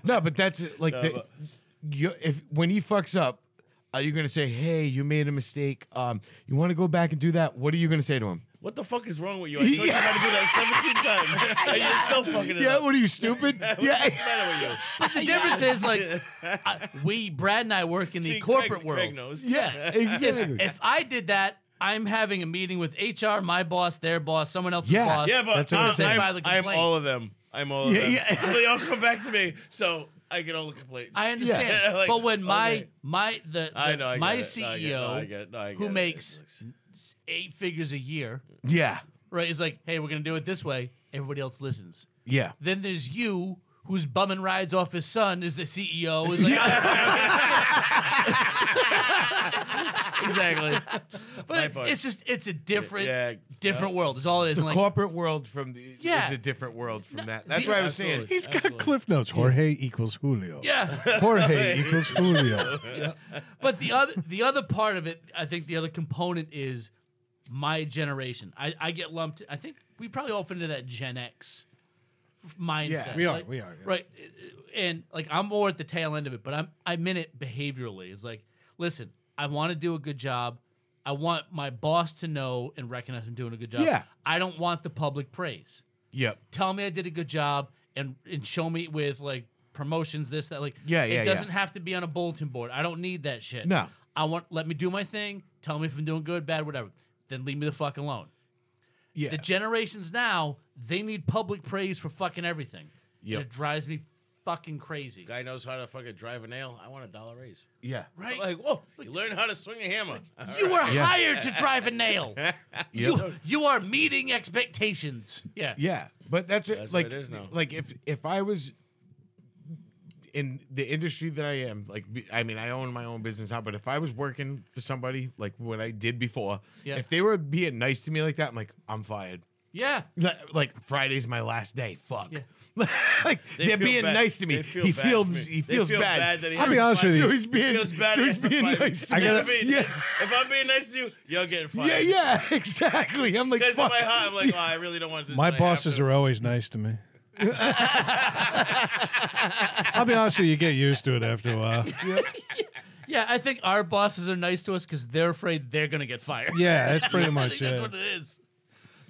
Speaker 1: no, but that's it, like the,
Speaker 4: but-
Speaker 1: you, if when he fucks up, are you gonna say, "Hey, you made a mistake. Um, you want to go back and do that?" What are you gonna say to him?
Speaker 4: What the fuck is wrong with you? I told you how to do that 17 times. And you're still fucking it
Speaker 1: Yeah,
Speaker 4: up.
Speaker 1: what are you stupid? yeah,
Speaker 4: What's the matter with you?
Speaker 2: the difference is like I, we, Brad and I work in the
Speaker 4: See,
Speaker 2: corporate
Speaker 4: Craig,
Speaker 2: world.
Speaker 4: Craig knows.
Speaker 1: yeah, exactly.
Speaker 2: If I did that, I'm having a meeting with HR, my boss, their boss, someone else's
Speaker 1: Yeah.
Speaker 2: boss.
Speaker 4: Yeah, but
Speaker 1: That's what I'm
Speaker 4: I'm,
Speaker 1: saying.
Speaker 2: File a
Speaker 4: I'm, I'm
Speaker 2: complaint.
Speaker 4: all of them. I'm all of
Speaker 1: Yeah,
Speaker 4: them.
Speaker 1: yeah.
Speaker 4: So they all come back to me, so I get all the complaints.
Speaker 2: I understand.
Speaker 4: Yeah, like,
Speaker 2: but when my
Speaker 4: okay.
Speaker 2: my the, the-
Speaker 4: I know. I
Speaker 2: my
Speaker 4: get it. No, I get
Speaker 1: E
Speaker 4: it.
Speaker 2: CEO
Speaker 4: No, I get it. No, I get
Speaker 2: who
Speaker 4: it.
Speaker 2: makes s- eight figures a year,
Speaker 1: yeah,
Speaker 2: right, is like, hey, we're gonna do it this way. Everybody else listens.
Speaker 1: yeah.
Speaker 2: Then there's you who's bumming rides off his son is the CEO. Is like,
Speaker 4: exactly.
Speaker 2: but
Speaker 4: part.
Speaker 2: it's just it's a different
Speaker 4: Yeah.
Speaker 2: different world. Is all it is.
Speaker 1: The
Speaker 2: And like,
Speaker 1: corporate world from the
Speaker 2: Yeah.
Speaker 1: is a different world from that. That's
Speaker 2: the-
Speaker 1: why I was saying.
Speaker 4: Absolutely.
Speaker 3: He's got cliff notes. Jorge equals Julio.
Speaker 2: yeah.
Speaker 3: Jorge equals Julio.
Speaker 2: But the other the other part of it, I think the other component is my generation. I, I get lumped. I think we probably all fit into that Gen X mindset.
Speaker 1: Yeah,
Speaker 3: we are,
Speaker 2: Like-
Speaker 3: we are, yeah.
Speaker 2: Right, and like I'm more at the tail end of it, but I'm I'm in it behaviorally. It's like, listen, I want to do a good job. I want my boss to know and recognize I'm doing a good job.
Speaker 1: Yeah.
Speaker 2: I don't want the public praise
Speaker 1: Yep.
Speaker 2: tell me I did a good job and and show me with like promotions this that like
Speaker 1: Yeah, yeah,
Speaker 2: it
Speaker 1: yeah.
Speaker 2: doesn't have to be on a bulletin board. I don't need that shit.
Speaker 1: No.
Speaker 2: I want let me do my thing. Tell me if I'm doing good, bad, whatever. Then leave me the fuck alone.
Speaker 1: Yeah.
Speaker 2: The generations now, they need public praise for fucking everything. Yeah,
Speaker 1: Yep.
Speaker 2: It drives me fucking crazy.
Speaker 4: Guy knows how to fucking drive a nail. I want a dollar raise.
Speaker 1: yeah.
Speaker 2: Right?
Speaker 4: Like, whoa, you learn how to swing a hammer.
Speaker 2: you were
Speaker 1: Yeah.
Speaker 2: hired to drive a nail. You you are meeting expectations. Yeah.
Speaker 1: Yeah, but that's, it.
Speaker 4: That's what
Speaker 1: like
Speaker 4: it is now.
Speaker 1: like if if I was in the industry that I am, like be- I mean, I own my own business now, but if I was working for somebody like what I did before,
Speaker 2: Yeah.
Speaker 1: if they were being nice to me like that, I'm like, I'm fired.
Speaker 2: Yeah.
Speaker 1: Like- Like Friday's my last day. Fuck.
Speaker 2: Yeah.
Speaker 1: like
Speaker 4: They
Speaker 1: they are
Speaker 4: feel
Speaker 1: being
Speaker 4: bad-
Speaker 1: nice to me.
Speaker 4: they feel
Speaker 1: he
Speaker 4: bad for
Speaker 1: feels
Speaker 4: me.
Speaker 1: he
Speaker 4: They
Speaker 1: feels
Speaker 4: feel
Speaker 1: bad.
Speaker 4: bad that he
Speaker 1: I'll
Speaker 4: has
Speaker 1: be
Speaker 4: to
Speaker 1: honest with
Speaker 3: fire
Speaker 1: you.
Speaker 3: you.
Speaker 1: So he's being
Speaker 4: feels bad
Speaker 1: so
Speaker 4: he
Speaker 1: he's
Speaker 4: has to
Speaker 1: being
Speaker 4: fire you.
Speaker 1: nice to
Speaker 4: I
Speaker 1: me.
Speaker 4: gotta, mean,
Speaker 1: yeah.
Speaker 4: If I'm being nice to you, you're getting fired.
Speaker 1: Yeah, yeah, exactly. I'm like,
Speaker 4: Because in
Speaker 1: fuck.
Speaker 4: my heart, I'm like, oh, I really don't want this.
Speaker 3: My
Speaker 4: but I have
Speaker 3: bosses
Speaker 4: to.
Speaker 3: are always nice to me. I'll be honest with you, you get used to it after a while.
Speaker 2: Yeah, I think our bosses are nice to us because they're afraid they're gonna get fired.
Speaker 3: Yeah, that's pretty
Speaker 2: I
Speaker 3: much
Speaker 2: think that's
Speaker 3: it.
Speaker 2: what it is.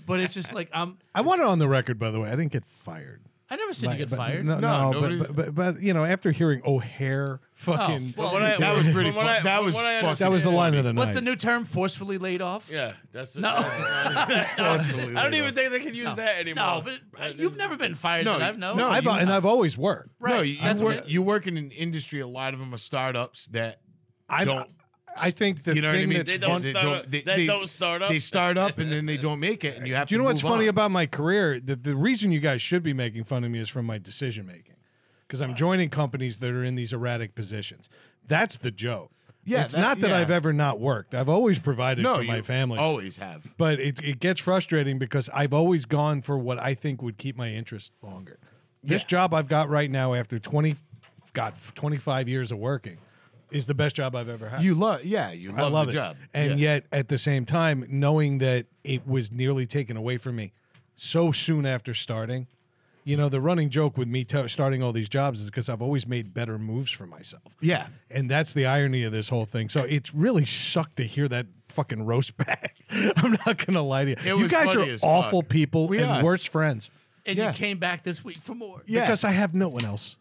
Speaker 2: But it's just like I'm.
Speaker 3: I want it on the record, by the way. I didn't get fired.
Speaker 2: I never said
Speaker 3: Like,
Speaker 2: you get
Speaker 3: but-
Speaker 2: fired.
Speaker 3: No,
Speaker 1: No,
Speaker 3: no, but,
Speaker 1: nobody-
Speaker 3: but, but but you know, after hearing O'Hare, fucking,
Speaker 2: well,
Speaker 4: What I-
Speaker 1: That was
Speaker 4: from
Speaker 1: pretty
Speaker 4: what
Speaker 1: fu-
Speaker 4: I-
Speaker 1: that
Speaker 4: from
Speaker 1: was
Speaker 4: what I
Speaker 1: fucking-
Speaker 3: that was the line of the
Speaker 2: What's
Speaker 3: night.
Speaker 2: the new term? Forcefully laid off?
Speaker 4: Yeah, that's the.
Speaker 2: No.
Speaker 1: Absolutely.
Speaker 4: I don't even think they can use that anymore.
Speaker 2: No, but uh, you've never been fired
Speaker 1: No,
Speaker 2: that
Speaker 1: you-
Speaker 2: I've known.
Speaker 1: no,
Speaker 3: I've
Speaker 1: you-
Speaker 3: and I've always worked.
Speaker 2: right.
Speaker 1: No, you, you
Speaker 2: that's
Speaker 1: work.
Speaker 2: what-
Speaker 1: You work in an industry. A lot of them are startups that
Speaker 3: I
Speaker 1: don't.
Speaker 3: I think the
Speaker 1: you know what I
Speaker 3: thing
Speaker 1: mean?
Speaker 3: that's
Speaker 4: They don't
Speaker 3: fun.
Speaker 4: start up- they don't start up.
Speaker 1: They start up and then they don't make it, and you have.
Speaker 3: Do you
Speaker 1: to
Speaker 3: know what's
Speaker 1: move
Speaker 3: funny
Speaker 1: on.
Speaker 3: about my career? The, the reason you guys should be making fun of me is from my decision making, because I'm joining companies that are in these erratic positions. That's the joke.
Speaker 1: Yeah,
Speaker 3: it's
Speaker 1: that-
Speaker 3: not that
Speaker 1: yeah.
Speaker 3: I've ever not worked. I've always provided
Speaker 1: No,
Speaker 3: for my
Speaker 1: you
Speaker 3: family.
Speaker 1: always have.
Speaker 3: But it, it gets frustrating because I've always gone for what I think would keep my interest longer. This
Speaker 1: Yeah.
Speaker 3: job I've got right now, after 20, God, 25 years of working, is the best job I've ever had.
Speaker 1: You love, yeah, you love,
Speaker 3: I love
Speaker 1: the
Speaker 3: it.
Speaker 1: job,
Speaker 3: And
Speaker 1: yeah.
Speaker 3: yet, at the same time, knowing that it was nearly taken away from me so soon after starting, you know, the running joke with me to starting all these jobs is because I've always made better moves for myself.
Speaker 1: yeah,
Speaker 3: And that's the irony of this whole thing. So it's really sucked to hear that fucking roast back. I'm not gonna lie to you. you
Speaker 1: was
Speaker 3: guys
Speaker 1: funny
Speaker 3: are
Speaker 1: as
Speaker 3: awful
Speaker 1: fuck.
Speaker 3: people
Speaker 1: We
Speaker 3: and
Speaker 1: are.
Speaker 3: worse friends.
Speaker 2: and
Speaker 1: yeah.
Speaker 2: you came back this week for more.
Speaker 1: Yeah.
Speaker 3: Because I have no one else.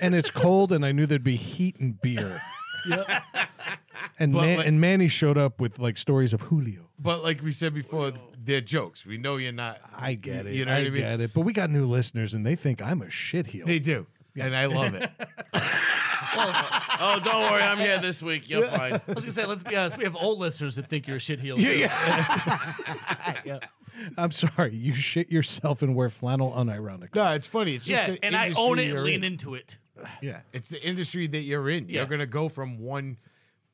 Speaker 3: and it's cold and I knew there'd be heat and beer. And Man-
Speaker 1: like-
Speaker 3: and Manny showed up with like stories of Julio.
Speaker 1: But like we said before, they're jokes. We know you're not.
Speaker 3: I get it.
Speaker 1: You know
Speaker 3: I
Speaker 1: what I mean?
Speaker 3: get it. But we got new listeners and they think I'm a shit heel.
Speaker 1: They do, and I love it.
Speaker 4: oh, don't worry, I'm here this week. You're fine.
Speaker 2: I was gonna say, let's be honest. We have old listeners that think you're a shit heel. too.
Speaker 3: I'm sorry. You shit yourself and wear flannel unironically.
Speaker 1: No, it's funny. It's just
Speaker 2: Yeah,
Speaker 1: the
Speaker 2: and I
Speaker 1: industry
Speaker 2: own it
Speaker 1: you're
Speaker 2: and lean
Speaker 1: in.
Speaker 2: into it.
Speaker 1: Yeah, it's the industry that you're in.
Speaker 2: Yeah.
Speaker 1: You're gonna go from one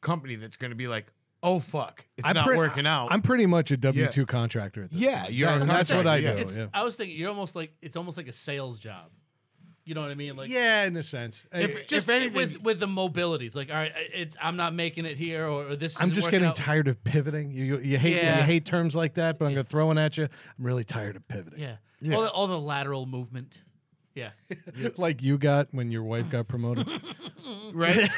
Speaker 1: company that's gonna be like, oh fuck, it's not
Speaker 3: pre-
Speaker 1: working out.
Speaker 3: I'm pretty much a W two contractor at this.
Speaker 1: yeah, you're.
Speaker 3: That-
Speaker 1: a
Speaker 3: that's what
Speaker 1: contractor,
Speaker 3: I
Speaker 1: yeah.
Speaker 3: do.
Speaker 2: It's,
Speaker 3: yeah.
Speaker 2: I was thinking you're almost like it's almost like a sales job. You know what I mean? Like
Speaker 3: yeah, in a sense. Hey,
Speaker 1: If-
Speaker 2: just
Speaker 1: anything-
Speaker 2: with with the mobility. It's like all right, it's I'm not making it here, or, or this.
Speaker 3: I'm
Speaker 2: isn't
Speaker 3: just
Speaker 2: working
Speaker 3: getting
Speaker 2: out.
Speaker 3: tired of pivoting. You, you, you hate
Speaker 2: Yeah.
Speaker 3: you hate terms like that, but I'm gonna throw one at you. I'm really tired of pivoting.
Speaker 2: Yeah, All, the, all the lateral movement. Yeah.
Speaker 3: like you got when your wife got promoted.
Speaker 1: right?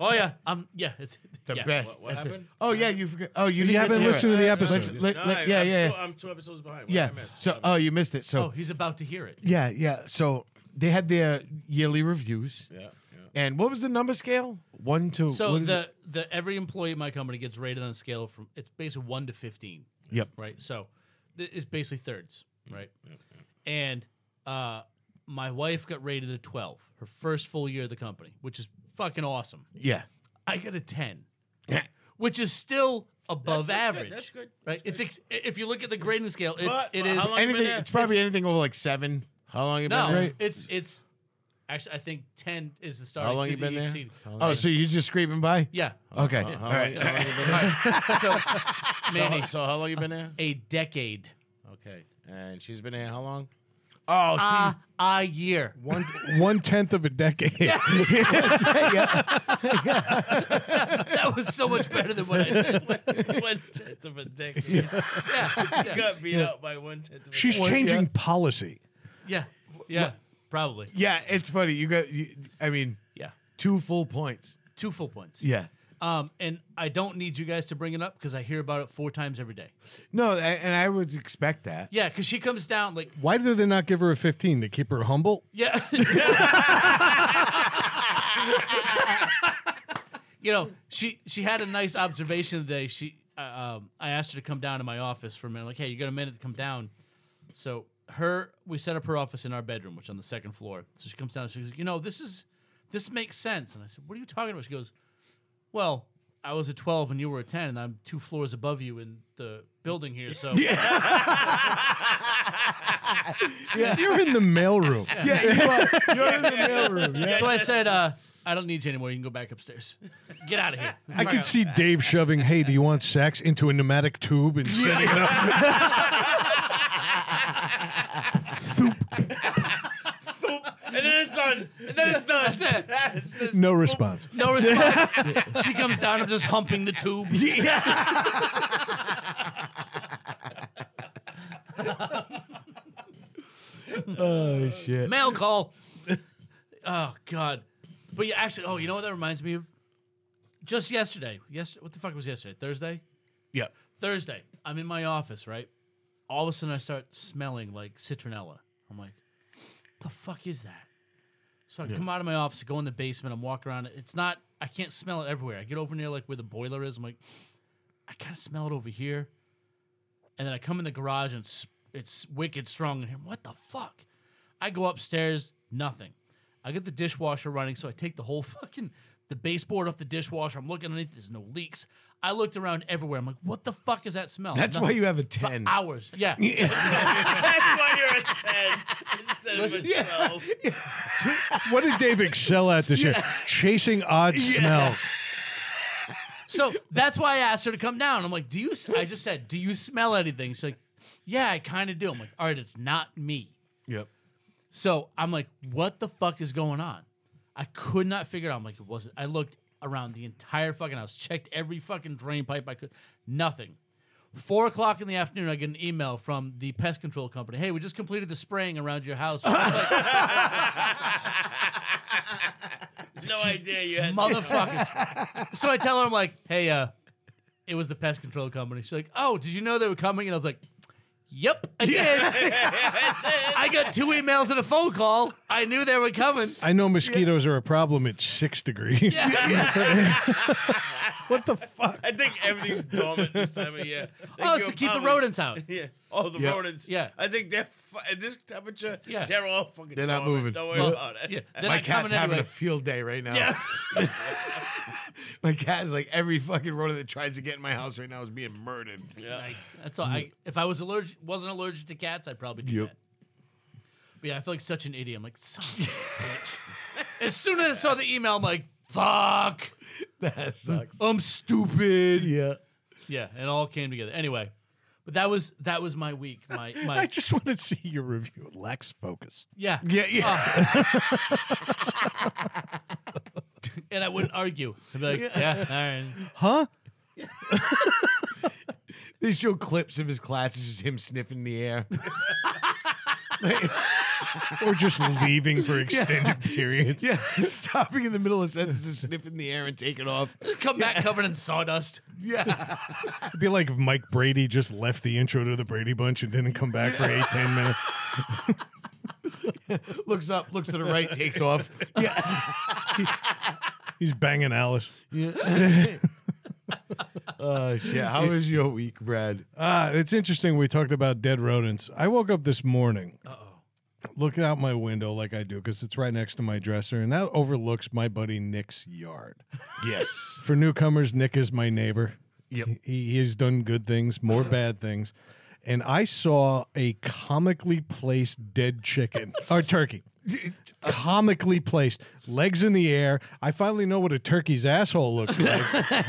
Speaker 2: Oh yeah. Um. Yeah. It's
Speaker 1: The
Speaker 2: yeah.
Speaker 1: best.
Speaker 4: What
Speaker 1: That's it.
Speaker 4: happened?
Speaker 1: Oh yeah, you forgot. Oh, you, didn't
Speaker 3: If you
Speaker 1: get
Speaker 3: haven't
Speaker 1: hear it.
Speaker 3: listened to the episode,
Speaker 1: Let's- let-
Speaker 4: No,
Speaker 1: let-
Speaker 4: I-
Speaker 1: yeah,
Speaker 4: I'm
Speaker 1: yeah,
Speaker 4: Two, I'm two episodes behind. What did
Speaker 1: yeah.
Speaker 4: I miss?
Speaker 1: So, oh, you missed it. So,
Speaker 2: Oh, he's about to hear it.
Speaker 1: yeah, yeah. So they had their yearly reviews,
Speaker 4: yeah, yeah.
Speaker 1: and what was the number scale? One to
Speaker 2: So
Speaker 1: what is
Speaker 2: the
Speaker 1: it?
Speaker 2: the every employee at my company gets rated on a scale from it's basically one to fifteen.
Speaker 1: Yep.
Speaker 2: right? So th- it's basically thirds,
Speaker 4: Mm-hmm.
Speaker 2: right? And uh, my wife got rated a 12, her first full year of the company, which is fucking awesome.
Speaker 1: Yeah.
Speaker 2: I got a 10, which is still above
Speaker 4: that's good,
Speaker 2: average.
Speaker 4: that's good,
Speaker 2: Right? it's ex- if you look at the grading scale, it's
Speaker 4: But-
Speaker 2: it
Speaker 4: but
Speaker 2: is
Speaker 4: how long-
Speaker 1: Anything.
Speaker 4: been there?
Speaker 1: It's probably anything over like seven. How long you
Speaker 2: no,
Speaker 1: been there?
Speaker 2: it's it's actually I think 10 is the starting.
Speaker 1: How long
Speaker 2: to
Speaker 1: you been
Speaker 2: the
Speaker 1: there?
Speaker 2: exceed.
Speaker 1: Oh, so you're just scraping by?
Speaker 2: Yeah,
Speaker 1: Okay.
Speaker 4: How
Speaker 1: All
Speaker 4: long-
Speaker 1: right.
Speaker 4: how long you been there?
Speaker 1: Oh,
Speaker 2: Manny,
Speaker 4: So how long you been there?
Speaker 2: a decade,
Speaker 4: Okay, and she's been there how long?
Speaker 1: Oh, see,
Speaker 2: a, a year.
Speaker 3: one one tenth of a decade.
Speaker 2: That was so much better than what I said.
Speaker 4: one tenth Uh, of a decade. Yeah.
Speaker 2: Yeah, yeah,
Speaker 4: Got beat up by one tenth of a
Speaker 3: She's
Speaker 1: One-
Speaker 3: changing
Speaker 1: yeah.
Speaker 3: policy.
Speaker 2: yeah, yeah probably.
Speaker 1: yeah, it's funny. You got. You, I mean,
Speaker 2: Yeah.
Speaker 1: two full points.
Speaker 2: Two full points.
Speaker 1: Yeah.
Speaker 2: Um, and I don't need you guys to bring it up because I hear about it four times every day.
Speaker 1: No, a- and I would expect that.
Speaker 2: Yeah, because she comes down like,
Speaker 3: Why did they not give her a 15 to keep her humble?
Speaker 2: yeah. you know, she she had a nice observation today. She, uh, um, I asked her to come down to my office for a minute. Like, hey, you got a minute to come down? So her, we set up her office in our bedroom, which is on the second floor. So she comes down. She goes, you know, this is this makes sense. And I said, what are you talking about? She goes, well, I was a 12 and you were a 10, and I'm two floors above you in the building here. So
Speaker 3: You're in the mailroom.
Speaker 1: Yeah, you are, you're in the mailroom. Yeah.
Speaker 2: So I said, uh, I don't need you anymore. You can go back upstairs. Get out of here.
Speaker 3: I could see Dave shoving, "Hey, do you want sex?" into a pneumatic tube and sending it up.
Speaker 4: And then it's done. And then it's done.
Speaker 2: That's it.
Speaker 4: That's just-
Speaker 3: No response.
Speaker 2: No response. she comes down. I'm just humping the tube.
Speaker 1: Oh shit.
Speaker 2: Mail call. Oh God. But you actually, oh, you know what that reminds me of? Just yesterday. Yes. What the fuck was yesterday? Thursday.
Speaker 1: Yeah.
Speaker 2: Thursday. I'm in my office, right? All of a sudden, I start smelling like citronella. I'm like, the fuck is that? So I come out of my office, I go in the basement, I'm walking around. It's not, I can't smell it everywhere. I get over near like where the boiler is. I'm like, I kind of smell it over here. And then I come in the garage and it's, it's wicked strong in here. What the fuck? I go upstairs, nothing. I get the dishwasher running, so I take the whole fucking the baseboard off the dishwasher. I'm looking underneath, there's no leaks. I looked around everywhere. I'm like, what the fuck is that smell?
Speaker 1: That's why
Speaker 2: Nothing.
Speaker 1: you have a
Speaker 2: For
Speaker 1: 10.
Speaker 2: hours. Yeah.
Speaker 4: That's why you're a 10 instead
Speaker 2: Listen,
Speaker 4: of a 12.
Speaker 3: What did Dave excel at this year? Chasing odd smells.
Speaker 2: So that's why I asked her to come down. I'm like, do you? I just said, do you smell anything? She's like, yeah, I kind of do. I'm like, all right, it's not me.
Speaker 1: Yep.
Speaker 2: So I'm like, what the fuck is going on? I could not figure it out. I'm like, it wasn't. I looked around the entire fucking house, checked every fucking drain pipe I could, nothing. Four o'clock in the afternoon, I get an email from the pest control company. Hey, we just completed the spraying around your house.
Speaker 4: No idea you had.
Speaker 2: motherfuckers. so I tell her, I'm like, hey, uh, it was the pest control company. She's like, oh, did you know they were coming? And I was like, yep, I did. I got two emails and a phone call. I knew they were coming.
Speaker 3: I know mosquitoes are a problem at six degrees. what the fuck?
Speaker 4: I think everything's dormant this time of year. They
Speaker 2: oh,
Speaker 4: go
Speaker 2: so keep the
Speaker 4: probably-
Speaker 2: rodents out.
Speaker 4: Yeah. Oh, the
Speaker 1: Yeah.
Speaker 4: rodents.
Speaker 2: Yeah.
Speaker 4: I think they're fu- at this temperature.
Speaker 2: Yeah.
Speaker 4: They're all fucking.
Speaker 1: They're not
Speaker 4: dormant.
Speaker 1: moving.
Speaker 4: Don't worry
Speaker 2: Well,
Speaker 4: about it.
Speaker 2: yeah, they're
Speaker 1: My
Speaker 2: not
Speaker 1: cat's
Speaker 2: coming
Speaker 1: having
Speaker 2: anyway.
Speaker 1: a field day right now.
Speaker 2: Yeah.
Speaker 1: My cat's like every fucking rodent that tries to get in my house right now is being murdered.
Speaker 4: Yeah.
Speaker 2: Oh, Nice. That's all. I, if I was allergic, wasn't allergic to cats, I'd probably do
Speaker 1: Yep.
Speaker 2: that. But yeah, I feel like such an idiot. I'm like, son of a bitch. As soon as I saw the email, I'm like, fuck,
Speaker 1: That sucks.
Speaker 2: I'm stupid.
Speaker 1: Yeah.
Speaker 2: Yeah, it all came together. Anyway, but that was that was my week. My my
Speaker 3: I just want to see your review. Lax focus.
Speaker 2: yeah.
Speaker 1: Yeah, yeah.
Speaker 2: And I wouldn't argue. I'd be like, yeah, all right.
Speaker 3: Huh?
Speaker 1: They show clips of his classes, just him sniffing the air.
Speaker 3: Or just leaving for extended periods.
Speaker 1: yeah, stopping in the middle of sentences, sniffing the air and taking off.
Speaker 2: Just come back covered in sawdust.
Speaker 1: Yeah.
Speaker 3: It'd be like if Mike Brady just left the intro to the Brady Bunch and didn't come back for eight, ten minutes.
Speaker 1: looks up, looks to the right, takes off. Yeah.
Speaker 3: He's banging Alice.
Speaker 1: Oh, shit. How was your week, Brad?
Speaker 3: Ah, it's interesting. We talked about dead rodents. I woke up this morning. Uh oh. Looking out my window like I do because it's right next to my dresser and that overlooks my buddy Nick's yard.
Speaker 1: Yes.
Speaker 3: For newcomers, Nick is my neighbor.
Speaker 1: Yep.
Speaker 3: He, he has done good things, more
Speaker 2: Uh-huh.
Speaker 3: bad things. And I saw a comically placed dead chicken or turkey. Comically placed, legs in the air. I finally know what a turkey's asshole looks like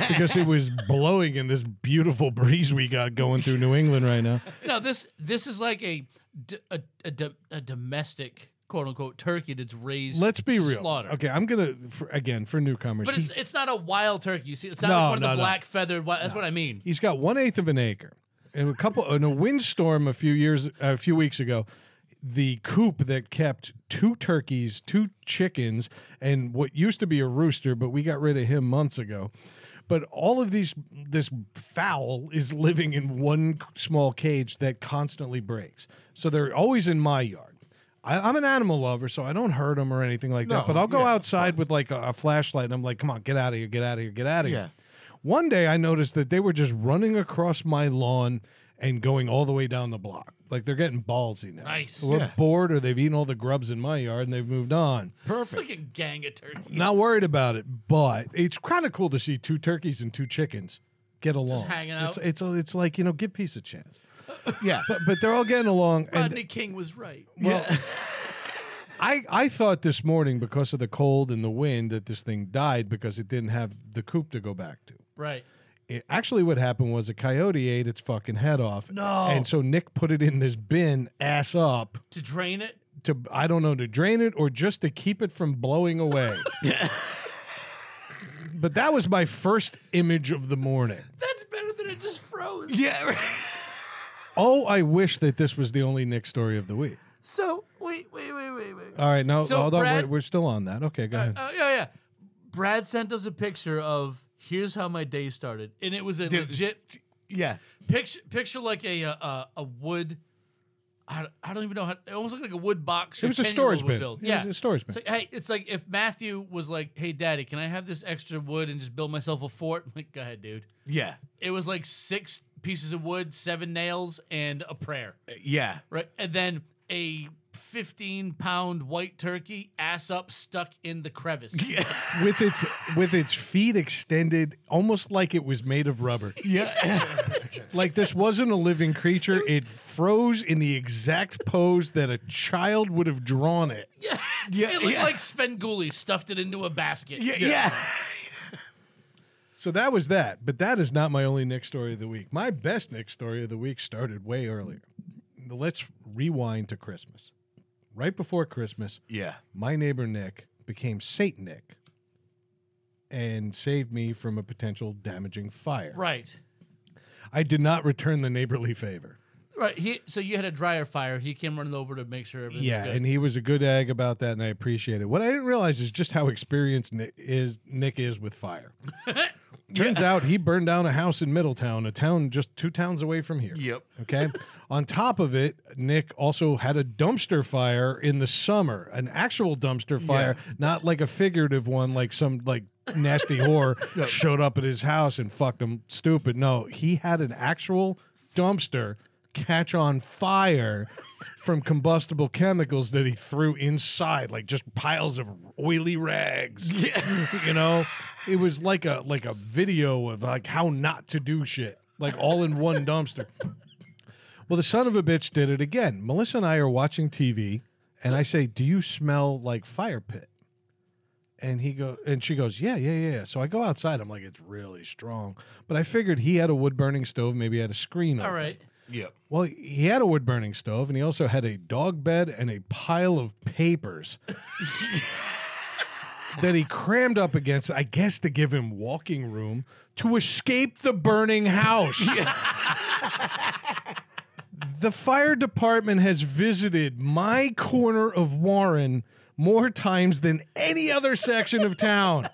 Speaker 3: because it was blowing in this beautiful breeze we got going through New England right now.
Speaker 2: No, this this is like a d- a, a d- a domestic quote unquote turkey that's raised.
Speaker 3: Let's be
Speaker 2: to
Speaker 3: real.
Speaker 2: Slaughter.
Speaker 3: Okay, I'm gonna for, again for newcomers.
Speaker 2: But
Speaker 3: he-
Speaker 2: it's it's not a wild turkey. You see, it's not
Speaker 3: No,
Speaker 2: like one
Speaker 3: no,
Speaker 2: of
Speaker 3: no.
Speaker 2: the black feathered. wi- That's what I mean.
Speaker 3: he's got one eighth of an acre and a couple in a windstorm a few years a few weeks ago the coop that kept two turkeys two chickens and what used to be a rooster but we got rid of him months ago but all of these this fowl is living in one small cage that constantly breaks so they're always in my yard I, I'm an animal lover, so I don't hurt them or anything like that.
Speaker 1: No,
Speaker 3: But I'll go
Speaker 1: yeah, of
Speaker 3: outside with like a, a flashlight, and I'm like, "Come on, get out of here, get out of here, get out of
Speaker 1: Yeah.
Speaker 3: here." One day I noticed that they were just running across my lawn and going all the way down the block. Like they're getting ballsy now.
Speaker 2: Nice.
Speaker 3: We're
Speaker 1: Yeah.
Speaker 3: bored or they've eaten all the grubs in my yard and they've moved on.
Speaker 1: Perfect.
Speaker 2: Fucking gang of turkeys.
Speaker 3: Not worried about it, but it's kind of cool to see two turkeys and two chickens get along.
Speaker 2: hanging out.
Speaker 3: It's, it's it's like, you know, give peace a chance.
Speaker 1: Yeah.
Speaker 3: But but they're all getting along and
Speaker 2: Rodney King was right.
Speaker 3: well, I I thought this morning because of the cold and the wind that this thing died because it didn't have the coop to go back to.
Speaker 2: Right.
Speaker 3: it, actually what happened was a coyote ate its fucking head off.
Speaker 2: No.
Speaker 3: And so Nick put it in this bin ass up
Speaker 2: To drain it.
Speaker 3: to I don't know to drain it or just to keep it from blowing away. but that was my first image of the morning.
Speaker 2: That's better than it just froze.
Speaker 1: Yeah. right.
Speaker 3: Oh, I wish that this was the only Nick story of the week.
Speaker 2: So wait, wait, wait, wait, wait.
Speaker 3: All right, now
Speaker 2: So,
Speaker 3: although
Speaker 2: Brad-
Speaker 3: we're, we're still on that. Okay, go ahead.
Speaker 2: Oh yeah, yeah. Brad sent us a picture of here's how my day started, and it was a
Speaker 1: Dude,
Speaker 2: legit
Speaker 1: Yeah.
Speaker 2: picture, picture like a uh, uh, a wood I, don't- I don't even know how. It almost looked like a wood box.
Speaker 3: It was a
Speaker 2: 10 -year-old
Speaker 3: storage
Speaker 2: would
Speaker 3: bin.
Speaker 2: build.
Speaker 3: It
Speaker 2: yeah,
Speaker 3: was a storage bin.
Speaker 2: It's like, hey, it's like if Matthew was like, "Hey, Daddy, can I have this extra wood and just build myself a fort?" I'm like, go ahead, dude.
Speaker 1: Yeah.
Speaker 2: It was like six pieces of wood, seven nails, and a prayer.
Speaker 1: Yeah.
Speaker 2: Right, and then a fifteen-pound white turkey, ass up, stuck in the crevice.
Speaker 3: with its with its feet extended almost like it was made of rubber.
Speaker 1: Yeah.
Speaker 3: Like this wasn't a living creature. It froze in the exact pose that a child would have drawn it.
Speaker 2: Yeah,
Speaker 1: Yeah,
Speaker 2: it looked
Speaker 1: yeah.
Speaker 2: like Svengoolie stuffed it into a basket.
Speaker 1: Yeah. Yeah.
Speaker 3: So that was that. But that is not my only Nick story of the week. My best Nick story of the week started way earlier. Let's rewind to Christmas. Right before Christmas,
Speaker 1: Yeah.
Speaker 3: my neighbor Nick became Saint Nick and saved me from a potential damaging fire.
Speaker 2: Right.
Speaker 3: I did not return the neighborly favor.
Speaker 2: Right. He, so you had a dryer fire. He came running over to make sure everything
Speaker 3: Yeah,
Speaker 2: was good.
Speaker 3: and he was a good egg about that, and I appreciate it. What I didn't realize is just how experienced Nick is, Nick is with fire. Turns out he burned down a house in Middletown, a town just two towns away from here.
Speaker 1: Yep.
Speaker 3: Okay. On top of it, Nick also had a dumpster fire in the summer, an actual dumpster fire, not like a figurative one, like some like nasty whore showed up at his house and fucked him stupid. No, he had an actual dumpster catch on fire from combustible chemicals that he threw inside, like just piles of oily rags. you know, it was like a like a video of like how not to do shit, like all in one dumpster. Well, the son of a bitch did it again. Melissa and I are watching TV, and I say, "Do you smell like fire pit?" And he go, and she goes, "Yeah, yeah, yeah." So I go outside. I'm like, "It's really strong," but I figured he had a wood burning stove. Maybe he had a screen.
Speaker 2: All
Speaker 3: open.
Speaker 2: right.
Speaker 1: Yep.
Speaker 3: Well, he had a wood burning stove, and he also had a dog bed and a pile of papers. That he crammed up against, I guess, to give him walking room to escape the burning house. the fire department has visited my corner of Warren more times than any other section of town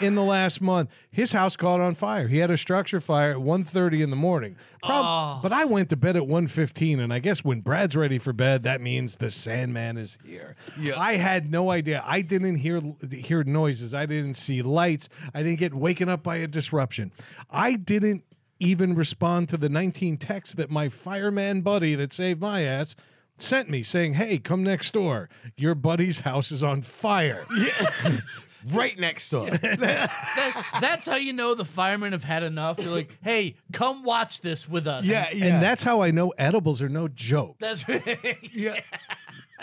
Speaker 3: in the last month. His house caught on fire. He had a structure fire at 1.30 in the morning. Prob- But I went to bed at 1.15, and I guess when Brad's ready for bed, that means the Sandman is here. I had no idea. I didn't hear hear noises. I didn't see lights. I didn't get waken up by a disruption. I didn't even respond to the 19 texts that my fireman buddy that saved my ass sent me saying, Hey, come next door. Your buddy's house is on fire.
Speaker 1: Right next door.
Speaker 2: That, that's how you know the firemen have had enough. You're like, hey, come watch this with us.
Speaker 3: And that's how I know edibles are no joke.
Speaker 2: That's
Speaker 1: yeah.